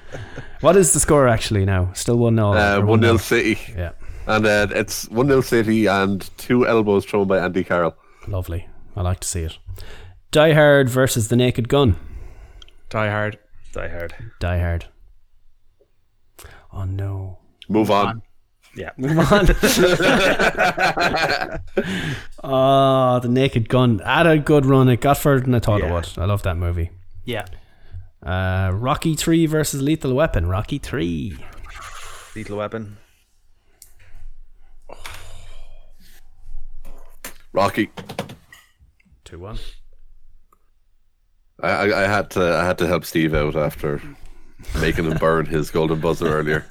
what is the score actually now? Still one 0 Uh, one 0 City. Yeah, And uh, it's 1 0 City and two elbows thrown by Andy Carroll. lovely. I like to see it. Die Hard versus the Naked Gun. Die Hard. Die Hard. Die Hard. Oh no. Move on. Yeah. Oh, the Naked Gun had a good run. It got further than I thought it would. I love that movie. Yeah. Uh, Rocky Three versus Lethal Weapon. Rocky Three. Lethal Weapon. Rocky. Two one. I, I, I had to I had to help Steve out after making him burn his golden buzzer earlier.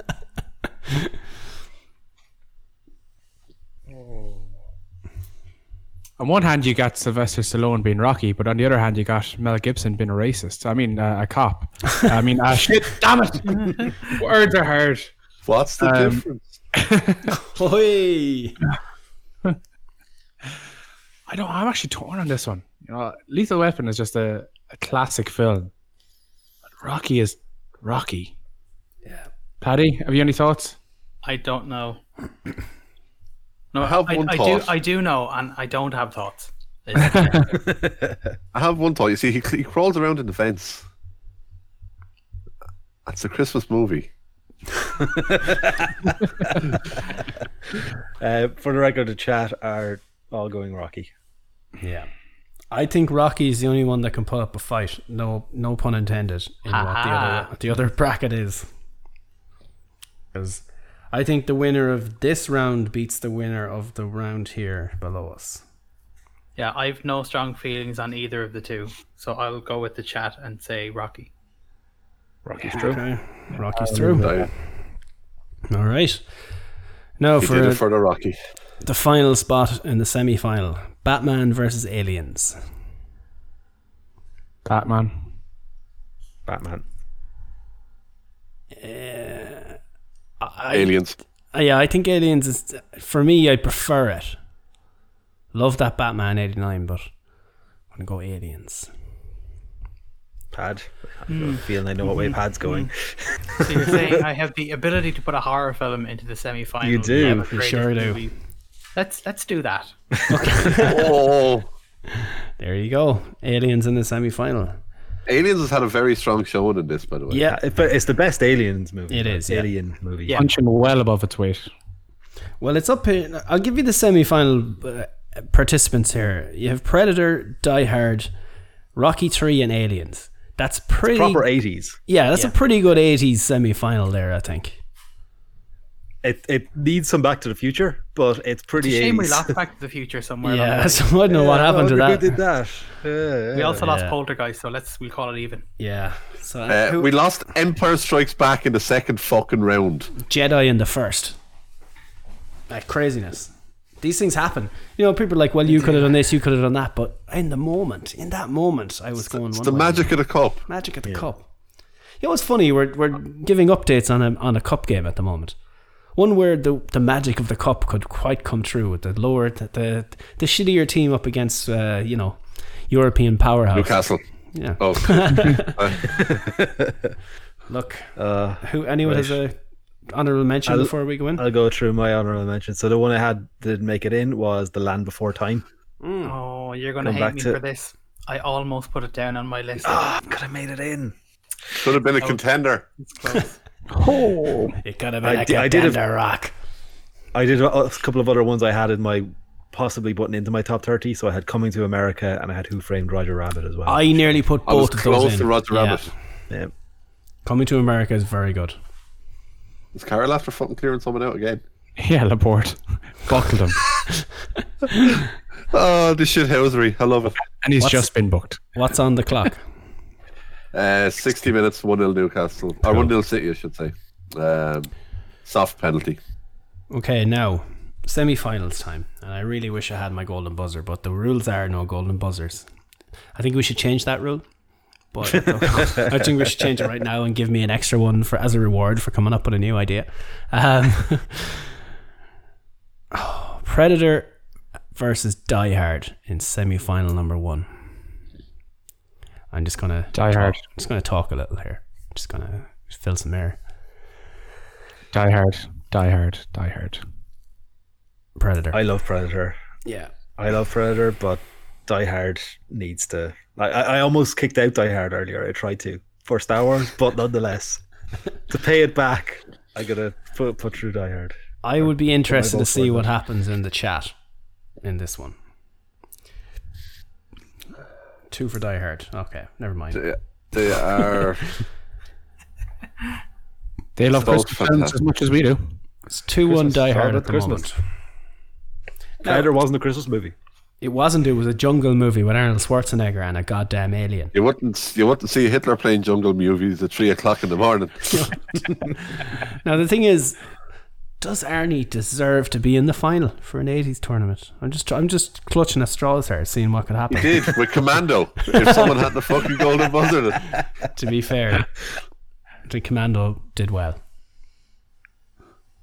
On one hand, you got Sylvester Stallone being Rocky, but on the other hand, you got Mel Gibson being a racist. I mean, uh, a cop. I mean, uh, shit, damn it. Words are hard. What's the Um, difference? Hoi. I don't. I'm actually torn on this one. You know, Lethal Weapon is just a, a classic film. But Rocky is Rocky. Yeah. Paddy, have you any thoughts? I don't know. No, I have I, one I do. thought. I do know, and I don't have thoughts. I have one thought. You see, he, he crawls around in the vents. That's a Christmas movie. Uh, for the record, the chat are all going Rocky. Yeah. I think Rocky is the only one that can put up a fight. No, no pun intended. In what the other what the other bracket is, because I think the winner of this round beats the winner of the round here below us. Yeah, I've no strong feelings on either of the two, so I'll go with the chat and say Rocky. Rocky's true. Okay, Rocky's through. I, All right. Now he did for it for the Rocky. the final spot in the semi-final: Batman versus Aliens. Batman. Batman. Aliens. Uh, yeah, I think Aliens is for me. I prefer it. Love that Batman '89, but I'm gonna go Aliens. Pad. I have a feeling I know what way Pad's going. So you're saying I have the ability to put a horror film into the semi final? You do. You sure do. Let's let's do that. Oh, There you go. Aliens in the semi-final. Aliens has had a very strong showing in this, by the way. Yeah, it- but it's the best Aliens movie. It is, yeah. Alien movie. Yeah. Punching well above its weight. Well, it's up here. I'll give you the semi-final uh, participants here. You have Predator, Die Hard, Rocky Three, and Aliens. That's pretty. Proper 80s. yeah, that's a pretty good '80s semi-final there. I think. It it needs some Back to the Future, but it's pretty. It's a shame 80s. we lost Back to the Future somewhere. along the Yeah, way. so I don't know what Yeah, happened to I wonder that. Who Oh, did that? Yeah, We yeah. also lost Yeah. Poltergeist, so let's we'll call it even. Yeah. So Uh, who- we lost Empire Strikes Back in the second fucking round. Jedi in the first. Like craziness. These things happen. You know, people are like, well, you could have done this, you could have done that, but in the moment, in that moment, I was going It's one the way. magic of the cup. Magic at the cup. You know, it's funny. We're we're giving updates on a on a cup game at the moment. One where the the magic of the cup could quite come true with the lower the the, the shittier team up against uh, you know European powerhouse. Newcastle. Yeah. Oh, Look, Uh, who anyone has a honorable mention I'll- before we go in? I'll go through my honorable mentions. So the one I had did make it in was The Land Before Time. Oh, you're gonna Come hate back me to- for this. I almost put it down on my list. Ah, could have made it in. could have been a contender. It's close. it could have I been like di- a I did have- Dander rock. I did a, a couple of other ones I had in my possibly button into my top thirty. So I had Coming to America and I had Who Framed Roger Rabbit as well. I nearly put I was both of those close in. to Roger Yeah. Rabbit. yeah. Coming to America is very good. Is Carol after fucking clearing someone out again? Yeah, Laporte. Buckled him. Oh, this shit housery. I love it. And he's What's- just been booked. What's on the clock? Uh, 60 minutes, 1 0 Newcastle. Or 1 0 City, I should say. Um, soft penalty. Okay, now semi-finals time, and I really wish I had my golden buzzer, but the rules are no golden buzzers. I think we should change that rule. But I think we should change it right now and give me an extra one for as a reward for coming up with a new idea. Um, oh, Predator versus Die Hard in semi-final number one. I'm just gonna Die Hard. I'm just gonna talk a little here. just gonna fill some air. Die hard. Die hard. Die hard. Predator. I love Predator. yeah. I love Predator, but Die Hard needs to. I, I I almost kicked out Die Hard earlier. I tried to for Star Wars, but nonetheless, to pay it back, I gotta put put through Die Hard. I would be interested to vote see for what happens in the chat in this one. Two for Die Hard. Okay, never mind. They, they are. They love So Christmas films as fantastic. much as we do. It's two one Die Hard about at the Christmas. moment. Predator wasn't a Christmas movie. It wasn't. It was a jungle movie with Arnold Schwarzenegger and a goddamn alien. You wouldn't, you wouldn't see Hitler playing jungle movies at 3 o'clock in the morning. Now the thing is, does Arnie deserve to be in the final for an '80s tournament? I'm just, I'm just clutching at straws here, seeing what could happen. did with Commando. If someone had the fucking golden buzzer, then- to be fair, the Commando did well.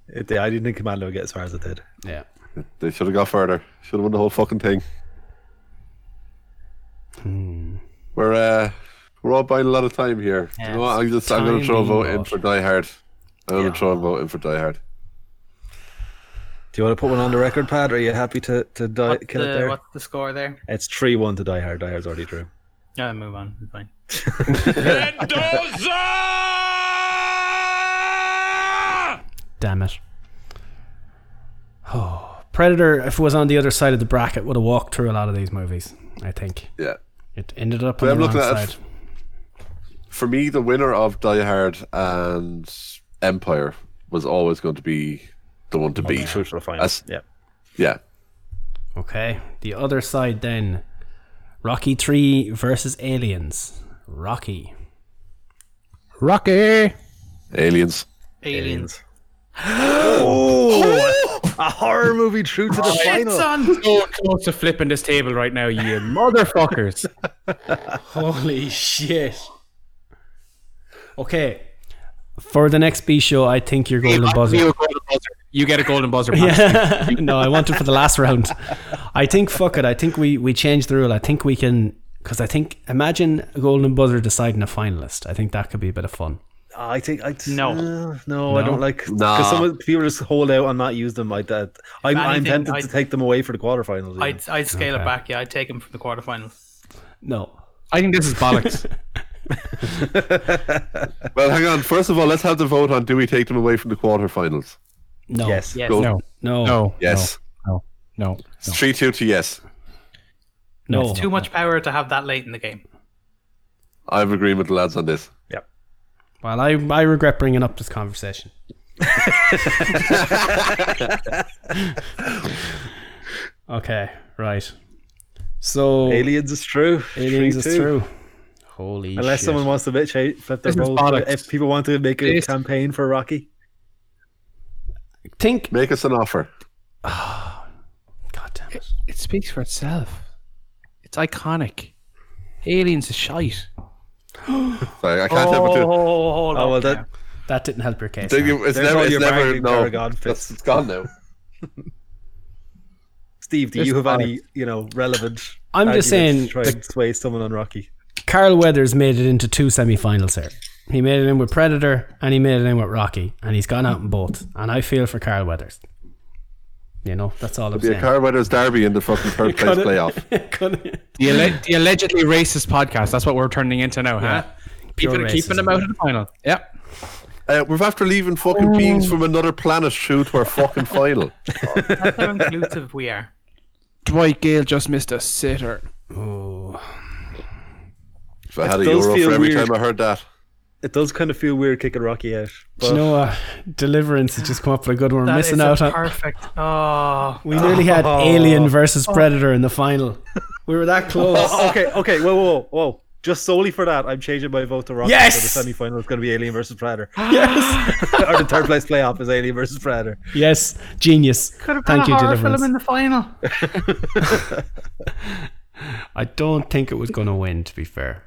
It, I didn't think Commando would get as far as it did. Yeah. they should have got further. Should have won the whole fucking thing. Hmm. We're uh, we're all buying a lot of time here. you know what? I'm just I'm going time to throw a being vote in bought. for Die Hard. I'm going to throw a vote in for Die Hard. Do you want to put one on the record pad? Or are you happy to to die, What's kill it the, there? what's the score there? It's three one to Die Hard. Die Hard's already drew. Yeah, move on. It's fine. Damn it. Oh, Predator, if it was on the other side of the bracket, would have walked through a lot of these movies, I think. Yeah. It ended up But on I'm the wrong looking at it side. For me, the winner of Die Hard and Empire was always going to be the one to beat. True to the final. That's- Yeah. Yeah. Okay. The other side then. Rocky 3 versus Aliens. Rocky. Rocky. Aliens. Aliens. A horror movie true to the final. Son! So close to flipping this table right now, you motherfuckers. Holy shit. Okay. For the next B show, I think you're golden buzzer. You, get a golden buzzer. Pat. Yeah. no, I want it for the last round. I think fuck it. I think we we change the rule. I think we can because I think imagine a golden buzzer deciding a finalist. I think that could be a bit of fun. I think I No. no, no, I No? don't like because Nah. some of the people just hold out and not use them. I that I'm, I'm anything, tempted I'd- to take them away for the quarterfinals. even. I'd, I'd scale it back. Yeah, I'd take him from the quarterfinals. No. I think this is bollocks. Well, hang on. First of all, let's have the vote on do we take them away from the quarterfinals? No. yes, Yes. Go. No, No. no, Yes. no, no. no. It's 3 2 to yes. No. Too much power to have that late in the game. I'm agreeing with the lads on this. Well, I, I regret bringing up this conversation. okay, right. So aliens is true. aliens Three, is two. true. Holy Unless shit. someone wants to bitch out, flip their This is vote. bollocks. If people want to make a This- campaign for Rocky, think Make us an offer. God damn it. It speaks for itself. It's iconic. Aliens is shite. Sorry, I can't help it. too. Oh, hold on. oh well, now. that That didn't help your case. Think Aaron. it- It's There's never, all it's your never, bargaining no, power gone, that's, Fitz. it's gone now. Steve, do This you is have any you know relevant? I'm just arguments saying to try the- and sway someone on Rocky. Carl Weathers made it into two semi-finals here. He made it in with Predator and he made it in with Rocky, and he's gone out in both. And I feel for Carl Weathers. You know, that's all I'm Be a saying. car weather's derby in the fucking third place Cut it. playoff. Couldn't you? The, alle- the allegedly racist podcast. That's what we're turning into now, huh? Pure Keeping, keeping them racism. out of the final. Yep. Uh, we're after leaving fucking beings from another planet through to our fucking final. That's how inclusive we are. Dwight Gale just missed a sitter. If I had a does euro feel for every weird. time I heard that. It does kind of feel weird kicking Rocky out. Do But you know what? Deliverance has just come up with a good one. We're That missing is a out on. perfect. Oh, We nearly had Alien versus Predator in the final. We were that close. Oh, okay, okay, whoa, whoa, whoa, whoa. Just solely for that, I'm changing my vote to Rocky. Yes! So the semi final is going to be Alien versus Predator. yes. or the third place playoff is Alien versus Predator. Yes. Genius. could have been Thank a you, horror Deliverance. film in the final. I don't think it was going to win, to be fair.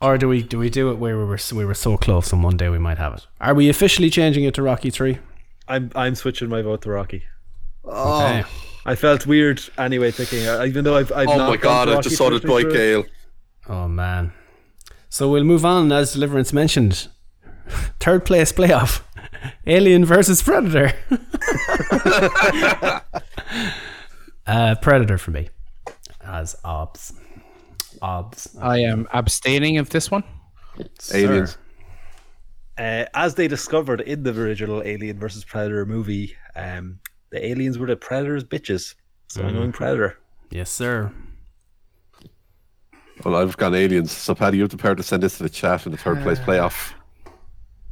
Or do we do we do it where we were s- we were so close and one day we might have it? Are we officially changing it to Rocky Three? I'm I'm switching my vote to Rocky. Oh, Okay. I felt weird anyway picking her, even though I've, I've oh not my gone god, for I Rocky just saw the through Dwight and through. Gale. Oh man. So we'll move on as Deliverance mentioned. Third place playoff. Alien versus Predator. uh, Predator for me. As obs. Obs. I am abstaining of this one. Aliens. Uh, as they discovered in the original Alien versus Predator movie, um, the aliens were the Predator's bitches. So Mm. I'm going Predator. Yes, sir. Well, I've gone aliens. So, Paddy, you have the power to send this to the chat in the third Uh, place playoff.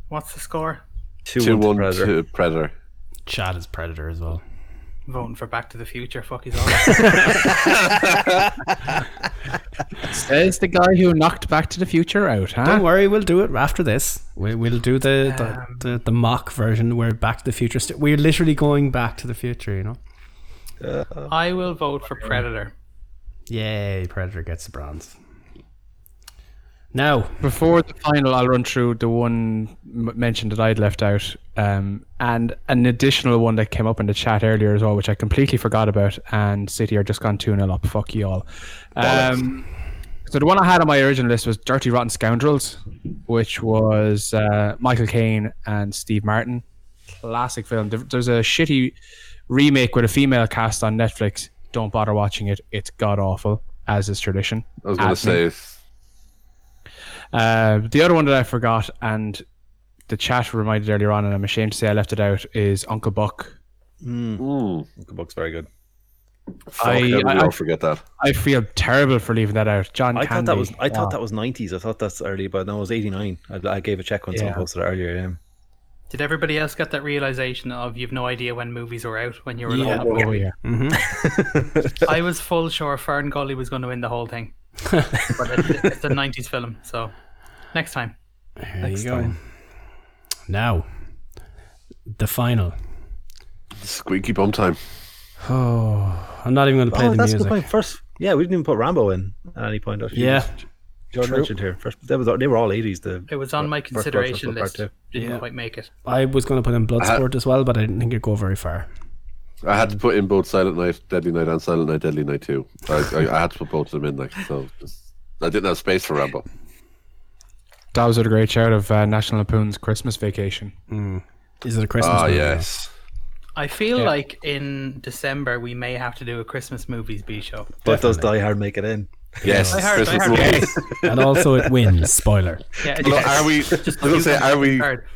What's the score? 2, 2 1 one to Predator. to Predator. Chad is Predator as well. I'm voting for Back to the Future. Fuck, he's on. Says the guy who knocked Back to the Future out, Don't huh? worry, we'll do it after this. We, we'll do the, the, the, the mock version where Back to the Future. St- we're literally going back to the future, you know? I will vote for Predator. Yay, Predator gets the bronze. Now, Before the final, I'll run through the one m- mentioned that I'd left out, um, and an additional one that came up in the chat earlier as well, which I completely forgot about. And City are just gone 2 0 up. Fuck you all. Um, so the one I had on my original list was Dirty Rotten Scoundrels, which was uh, Michael Caine and Steve Martin. classic film. There- There's a shitty remake with a female cast on Netflix. Don't bother watching it. It's god awful, as is tradition. I was going to Admin. say, it's- Uh, the other one that I forgot, and the chat reminded earlier on, and I'm ashamed to say I left it out, is Uncle Buck. mm, The book's very good. fuck, I- I, I- will I- forget that. I feel terrible for leaving that out. John, I thought that Candy. Ah. was I thought that was nineties. I thought that's early, but no, it was eighty nine. I, I gave a check when someone Yeah. posted it earlier. Yeah. Did everybody else get that realization of you've no idea when movies were out when you were Yeah. little? Oh yeah. I was full sure Fern Gully was going to win the whole thing, but it's, it's a '90s film, so next time. There you go. Now, the final. Squeaky bum time. Oh, I'm not even going to play Oh, the that's a music. good point. First, yeah, we didn't even put Rambo in at any point. Actually. Yeah, Jordan mentioned here. First, that was they were all eighties. The It was on my First Blood, First consideration Blood list. Part Didn't Yeah. quite make it. I was going to put in Bloodsport as well, but I didn't think it'd go very far. I had to put in both Silent Night, Deadly Night, and Silent Night, Deadly Night 2. I, I, I had to put both of them in, like, so just, I didn't have space for Rambo. That was a great shout of uh, National Lampoon's Christmas Vacation. Is it a Christmas? Ah, movie? yes. I feel like in December we may have to do a Christmas movies B show. But does Die Hard make it in? Yes. I heard- I Christmas heard- movies. And also, it wins. Spoiler. Yeah, Look, are we? I was gonna say, are we? Hard.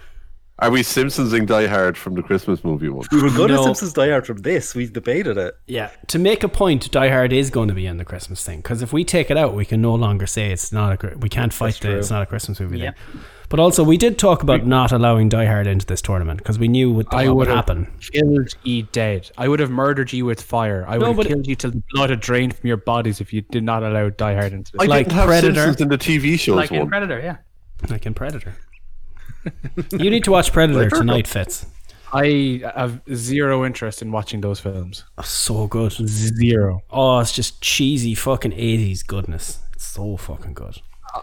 Are we Simpsonsing Die Hard from the Christmas movie one? We were going No. to Simpsons Die Hard from this. We debated it. Yeah. To make a point, Die Hard is going to be in the Christmas thing because if we take it out, we can no longer say it's not a. Chri- We can't fight that it's not a Christmas movie. Yeah. Then. But also, we did talk about not allowing Die Hard into this tournament because we knew what, I what would would've- happen. Killed ye dead. I would have murdered you with fire. I would have but- killed you till the blood had drained from your bodies if you did not allow Die Hard into this. I Like didn't have Predator. Simpsons in the TV shows Like in one. Predator, yeah. Like in Predator. you need to watch Predator tonight, Fitz. I have zero interest in watching those films. So good. Zero. Oh, it's just cheesy fucking 80s goodness. It's so fucking good.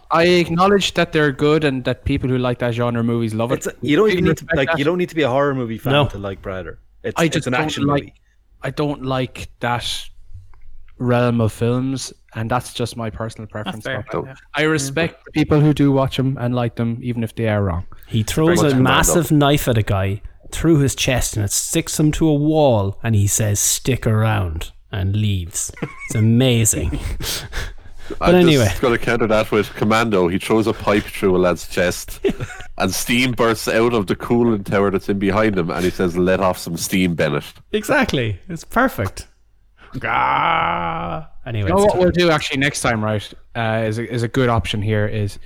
I acknowledge that they're good and that people who like that genre of movies love It's it. you don't even need to Respect like that. you don't need to be a horror movie fan No. to like Predator. It's, I it's just an don't action like- movie. I don't like that realm of films, and that's just my personal preference. fair. Bob. I respect the people who do watch them and like them, even if they are wrong. He throws much a command massive knife at a guy through his chest and it sticks him to a wall and he says, stick around and leaves. It's amazing. But anyway. just going to counter that with Commando. He throws a pipe through a lad's chest, and steam bursts out of the cooling tower that's in behind him, and he says, "Let off some steam, Bennett." exactly. It's perfect. Gah. Anyway, You it's know Oh, what good. we'll do actually next time, right? Uh, is a, is a good option here is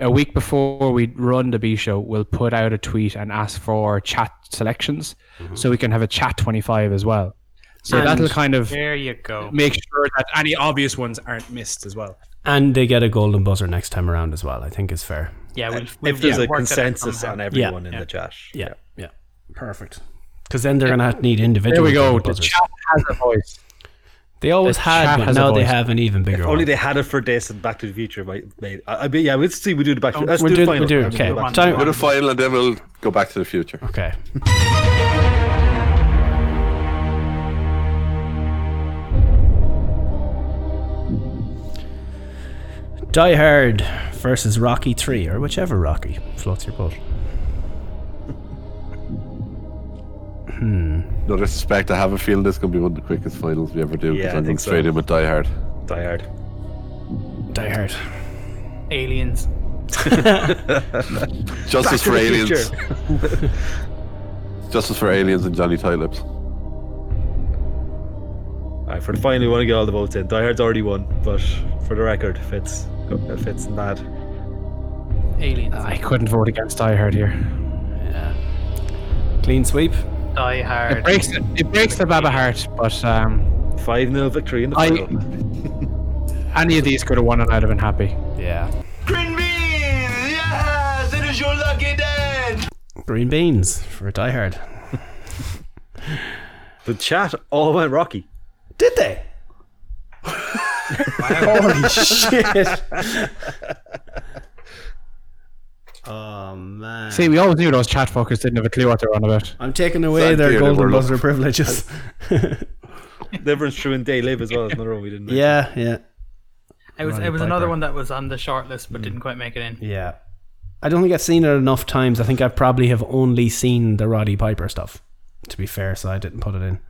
a week before we run the B show, we'll put out a tweet and ask for chat selections, so we can have a chat twenty five as well. So And- that'll kind of There you go. make sure that any obvious ones aren't missed as well. and they get a golden buzzer next time around as well. I think is fair. Yeah, we've, we've If there's a worked it out consensus somehow. on everyone in the chat, Yeah. Yeah. Perfect. Because then they're gonna need individual. There we go. golden The buzzers. chat has a voice. they always the had, chat but has a now they voice. have an even bigger only one. they had it for this and Back to the Future. Might, made, I, I mean, yeah, let's see. We do the Back to the Let's We'll do, do, the we'll final. do. Let's Okay. do the Back to Time- Go to final, and then we'll go back to the future. okay. Die Hard versus Rocky 3, or whichever Rocky floats your boat. No disrespect, I have a feeling this is going to be one of the quickest finals we ever do. Yeah, because I'm I going think so. straight in with Die Hard. the- Die Hard. Die Hard. Aliens. Justice for to the aliens. Justice for aliens and Johnny Tight Lips. All right, for the final, we want to get all the votes in. Die Hard's already won, but for the record, Fitz, go- uh, Fitz and Dad. Aliens. I couldn't vote against Die Hard here. Clean sweep. Die Hard. It breaks the, it breaks the Baba heart, but um, Five 0 victory in the I- final. any of these could have won and I'd have been happy. Yeah. Green beans! Yes! It is your lucky day! Green beans for Die Hard. The chat all went Rocky. Did they? Holy shit. oh, man. See, we always knew those chat fuckers didn't have a clue what they were on about. I'm taking away Thank their you, golden Liverpool. buzzer privileges. Everyone's true in Day Live as well. It's another one we didn't. mention. yeah, yeah, it was, Roddy it was another Piper. one that was on the short list but didn't quite make it in. yeah. I don't think I've seen it enough times. I think I probably have only seen the Roddy Piper stuff, to be fair, so I didn't put it in.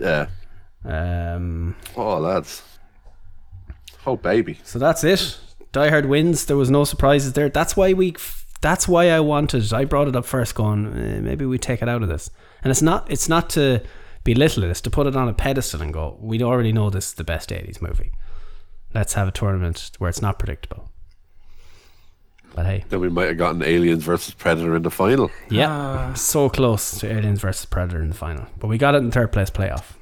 Yeah. Um, Oh, lads. Oh, baby. so that's it. Die Hard wins. There was no surprises there. That's why we. That's why I wanted. I brought it up first, going eh, maybe we take it out of this. And it's not. It's not to belittle it. It's to put it on a pedestal and go. We already know this is the best '80s movie. Let's have a tournament where it's not predictable. But hey, Then we might have gotten Aliens versus Predator in the final. yeah, so close to Aliens versus Predator in the final, but we got it in third place playoff.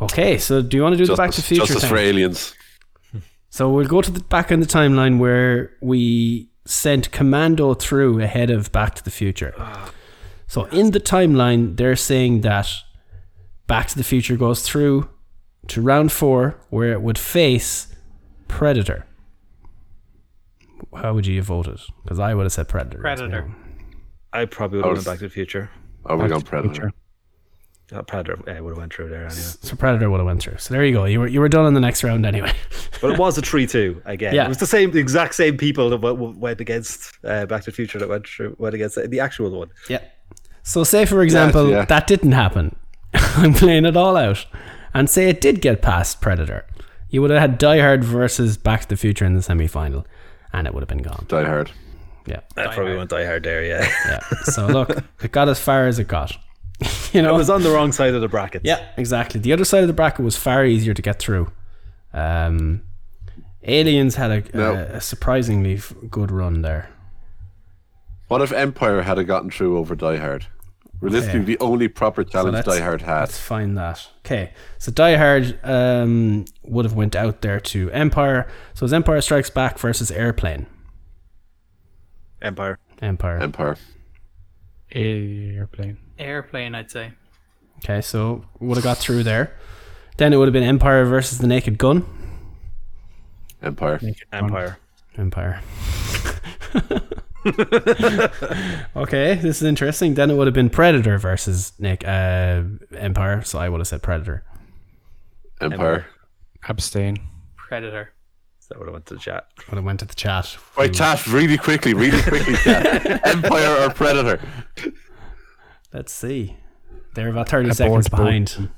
Okay, so do you want to do the Back to the Future justice thing? for Aliens. So we'll go to the back in the timeline where we sent Commando through ahead of Back to the Future. So in the timeline, they're saying that Back to the Future goes through to round four, where it would face Predator. How would you have voted? Because I would have said Predator. Predator. I probably would I have was- went Back to the Future. Are we going Predator? Uh, Predator yeah, would have went through there anyway. So Predator would have went through. So there you go. You were you were done in the next round anyway. But it was a three-two again. Yeah. It was the same, the exact same people that w- w- went against uh, Back to the Future that went through, went against the, the actual one. Yeah. So say for example yeah. that didn't happen. I'm playing it all out, and say it did get past Predator. You would have had Die Hard versus Back to the Future in the semi final, and it would have been gone. Die Hard. Yeah. I probably went Die Hard there. Yeah, Yeah. So look, it got as far as it got. you know. I was on the wrong side of the bracket. Yeah, exactly. The other side of the bracket was far easier to get through. Um, Aliens had a, No. a, a surprisingly f- good run there. What if Empire had have gotten through over Die Hard? Realistically, the only proper challenge that's- Die Hard had. Let's find that. Okay, so Die Hard um, would have went out there to Empire. So it's Empire Strikes Back versus Airplane. Empire. Empire. Empire. Airplane. Airplane, I'd say. okay, so would have got through there. Then it would have been Empire versus the Naked Gun. Empire. Empire. Empire. okay, this is interesting. Then it would have been Predator versus Nick uh, Empire. So I would have said Predator. Empire. Abstain. Predator. So I would have went to the chat. Would have went to the chat. Right, chat, really quickly, really quickly, chat. Empire or Predator? Let's see. They're about 30 Abort, seconds abort. behind.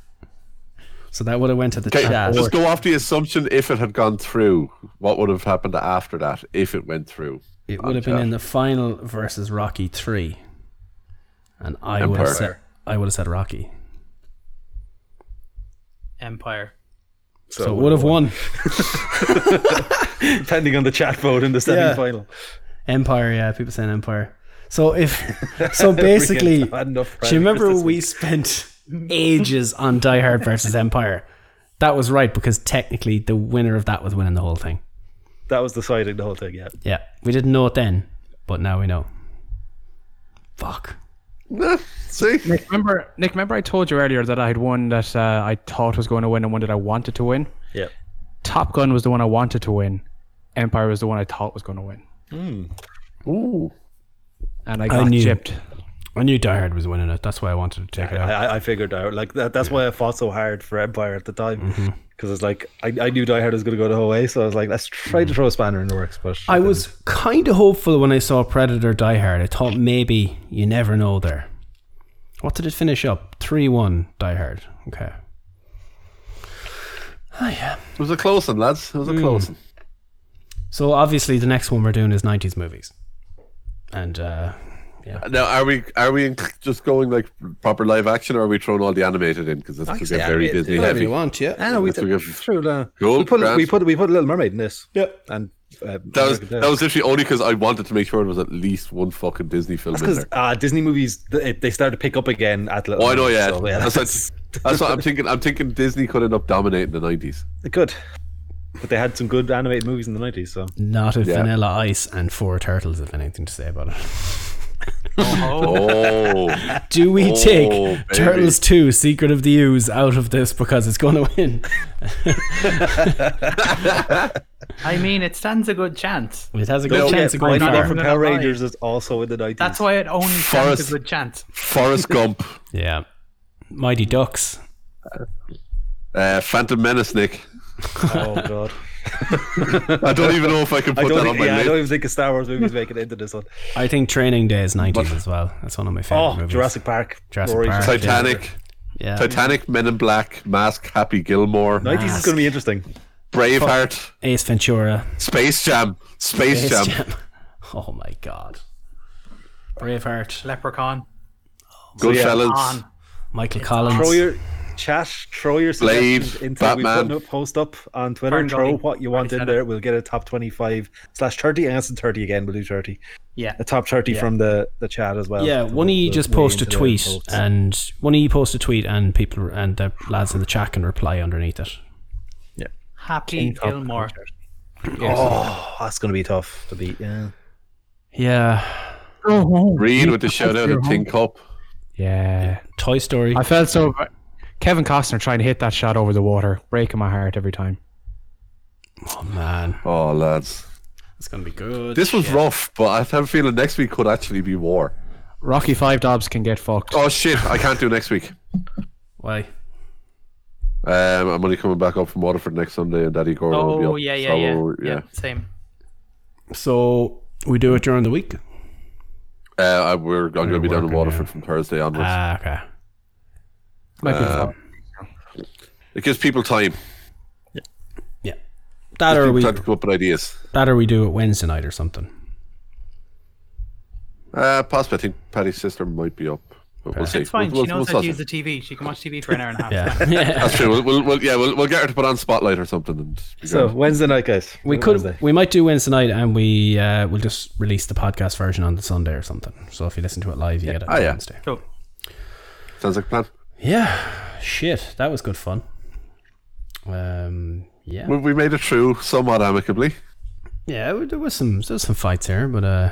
So that would have went to the Okay, chat. just go off the assumption if it had gone through, what would have happened after that if it went through? It would have been in the final versus Rocky 3. And I would have Empire. said I would have said Rocky. Empire. So, it would have won. Depending on the chat vote in the semi-final. Empire, yeah, people saying Empire. So if so basically We had enough Do you remember predators this we spent ages on Die Hard versus Empire? That was right because technically the winner of that was winning the whole thing. That was deciding the whole thing. Yeah. Yeah. We didn't know it then, but now we know. Fuck. Nah, see? Nick, remember, Nick, remember I told you earlier that I had one that uh, I thought was going to win and one that I wanted to win? Yeah. Top Gun was the one I wanted to win. Empire was the one I thought was going to win. Ooh. And I got knew. gypped. I knew Die Hard was winning it. That's why I wanted to check it out. I, I figured out like that. That's why I fought so hard for Empire at the time Mm-hmm. because it's like I, I knew Die Hard was going to go the whole way, so I was like, let's try to throw a spanner in the works. But I was kind of hopeful when I saw Predator Die Hard. I thought maybe you never know there. What did it finish up? 3 1 Die Hard. Okay. It was a close one, lads. It was a Hmm. close one. So obviously the next one we're doing is 90s movies. And uh, Now, are we are we in- just going like proper live action, or are we throwing all the animated in? Because that's say get very animated. Disney heavy. want, yeah. I know we That's did what we have- through the Cool, we put grand. we put we put a Little Mermaid in this. Yep. and uh, That was American that was literally only because I wanted to make sure there was at least one fucking Disney film in because there. uh, Disney movies th- it- they started to pick up again at Little. Oh, I know, Mermaid, yeah. so, yeah, that's, that's what, that's what I'm thinking. I'm thinking Disney could end up dominating the '90s. good. But they had some good animated movies in the nineties, so Not a Yeah. vanilla ice and four turtles, if anything to say about it. Oh, Oh, Do we Oh, take baby. Turtles 2 Secret of the Ooze out of this because it's going to win? I mean, it stands a good chance. It has a good No, chance yeah, of going Point Blank far. from Not Power alive. Rangers is also in the nineties. That's why it only stands Forrest. a good chance. Forrest Gump, Yeah. Mighty Ducks. uh, Phantom Menace, Nick. oh god. I don't even know if I can I put that don't, on think, my yeah, I list. don't even think a Star Wars movie is making it into this one. I think Training Day is 90s as well. That's one of my favorite Oh, movies. Jurassic Park. Jurassic Rory's- Park. Titanic, Yeah. Titanic, Men in Black, Mask, Happy Gilmore, 90s is going to be interesting. Braveheart, Ace Ventura. Space Jam, Space, Space Jam. Jam. Oh my god. Braveheart. Leprechaun. Goodfellas, On. Michael Collins. Throw your chat, throw your Blade, suggestions into we put Batman. up, post up on Twitter. Fern throw Gully. what you want Already in said there. We'll get a top 25 slash 30. And it's a 30 again. We'll do 30. Yeah. A top 30 from the, the chat as well. yeah, one of you just post a tweet, and one of you post a tweet, and people and the lads in the chat can reply underneath it. Happy Gilmore. Oh, that's going to be tough to beat. Yeah. Yeah, Reed with the shout out at Tin Cup. Yeah. Toy Story. I felt so. ba- Kevin Costner trying to hit that shot over the water, breaking my heart every time. oh man, Oh, lads. it's gonna be good. This was rough, but I have a feeling next week could actually be war. Rocky Five Dobbs can get fucked. Oh, shit. I can't do next week. Why? Um, I'm only coming back up from Waterford next Sunday, and Daddy Gordon will be Oh up. yeah, yeah, yeah, So, yeah. Same. So we do it during the week. Uh, I- we're, I'm going to be down in working, Waterford yeah. from Thursday onwards. Uh, Ah, okay. Might be fun. it gives people time. Yeah, that or People we time to come up with ideas. that or we do it Wednesday night or something. Uh, possibly, I think Patty's sister might be up, but we'll see. It's fine. We'll, she we'll, knows we'll how to use suss the it. TV. She can watch TV for an hour and a half. It's Yeah, fine. That's true. We'll, we'll, we'll, yeah, we'll, we'll get her to put on Spotlight or something. And be So, grand. Wednesday night, guys. we Do could Wednesday. we might do Wednesday night, and we uh, we'll just release the podcast version on the Sunday or something. So if you listen to it live, you get it on Ah, yeah. Wednesday. Cool. sounds like a plan. Yeah, shit, that was good fun. Um, yeah, We, we made it through somewhat amicably. yeah, there was some there was some fights here, but uh,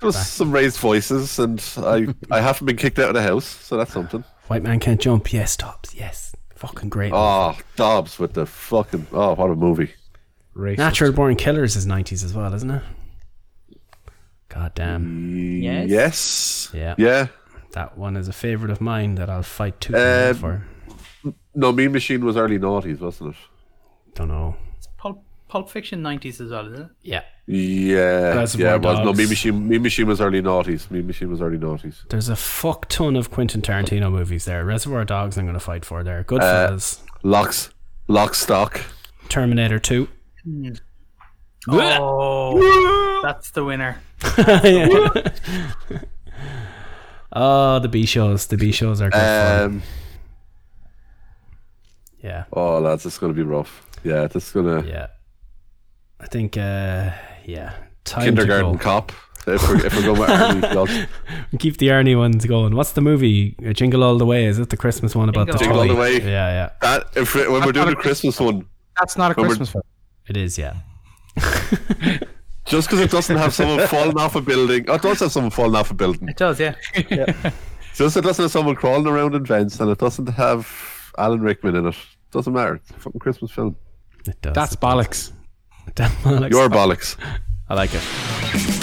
There was some raised voices, and I, I haven't been kicked out of the house, so that's something. white man can't jump. Yes, tops. Yes, fucking great. Oh, Dobbs with the fucking oh, what a movie! Natural born killers is nineties as well, isn't it? God damn, Yes. Yes, Yeah. yeah. that one is a favorite of mine that I'll fight too Um, for. No, Mean Machine was early noughties, wasn't Don't know. Pulp, Pulp Fiction nineties as well, isn't it? Yeah, it? Yeah, Reservoir yeah, it was. No, Dogs. Mean Machine, Mean Machine was early noughties. Mean Machine was early noughties. there's a fuck ton of Quentin Tarantino movies there. Reservoir Dogs, I'm gonna fight for there. Goodfellas, Locks, lock, stock. Terminator Two. Oh, that's the winner. Oh, the B shows. The B shows are good fun. Um, Yeah. oh lads, it's gonna be rough. Yeah, that's gonna Yeah. I think, uh, yeah. Time kindergarten to go. cop. If we're, if we're going with early noughties. Keep the Arnie ones going. What's the movie? Uh, Jingle All the Way. Is it the Christmas one about the Jingle All toy? the Way. Yeah, yeah. that if we, when we're doing the Christmas one, That's not a Remember- Christmas film. It is, yeah. just because it doesn't have someone falling off a building, or it does have someone falling off a building. It does, yeah. Just it doesn't have someone crawling around in vents, and it doesn't have Alan Rickman in it. Doesn't matter. It's a fucking Christmas film. It does. That's bollocks. Damn, Alex. Your bollocks. I like it.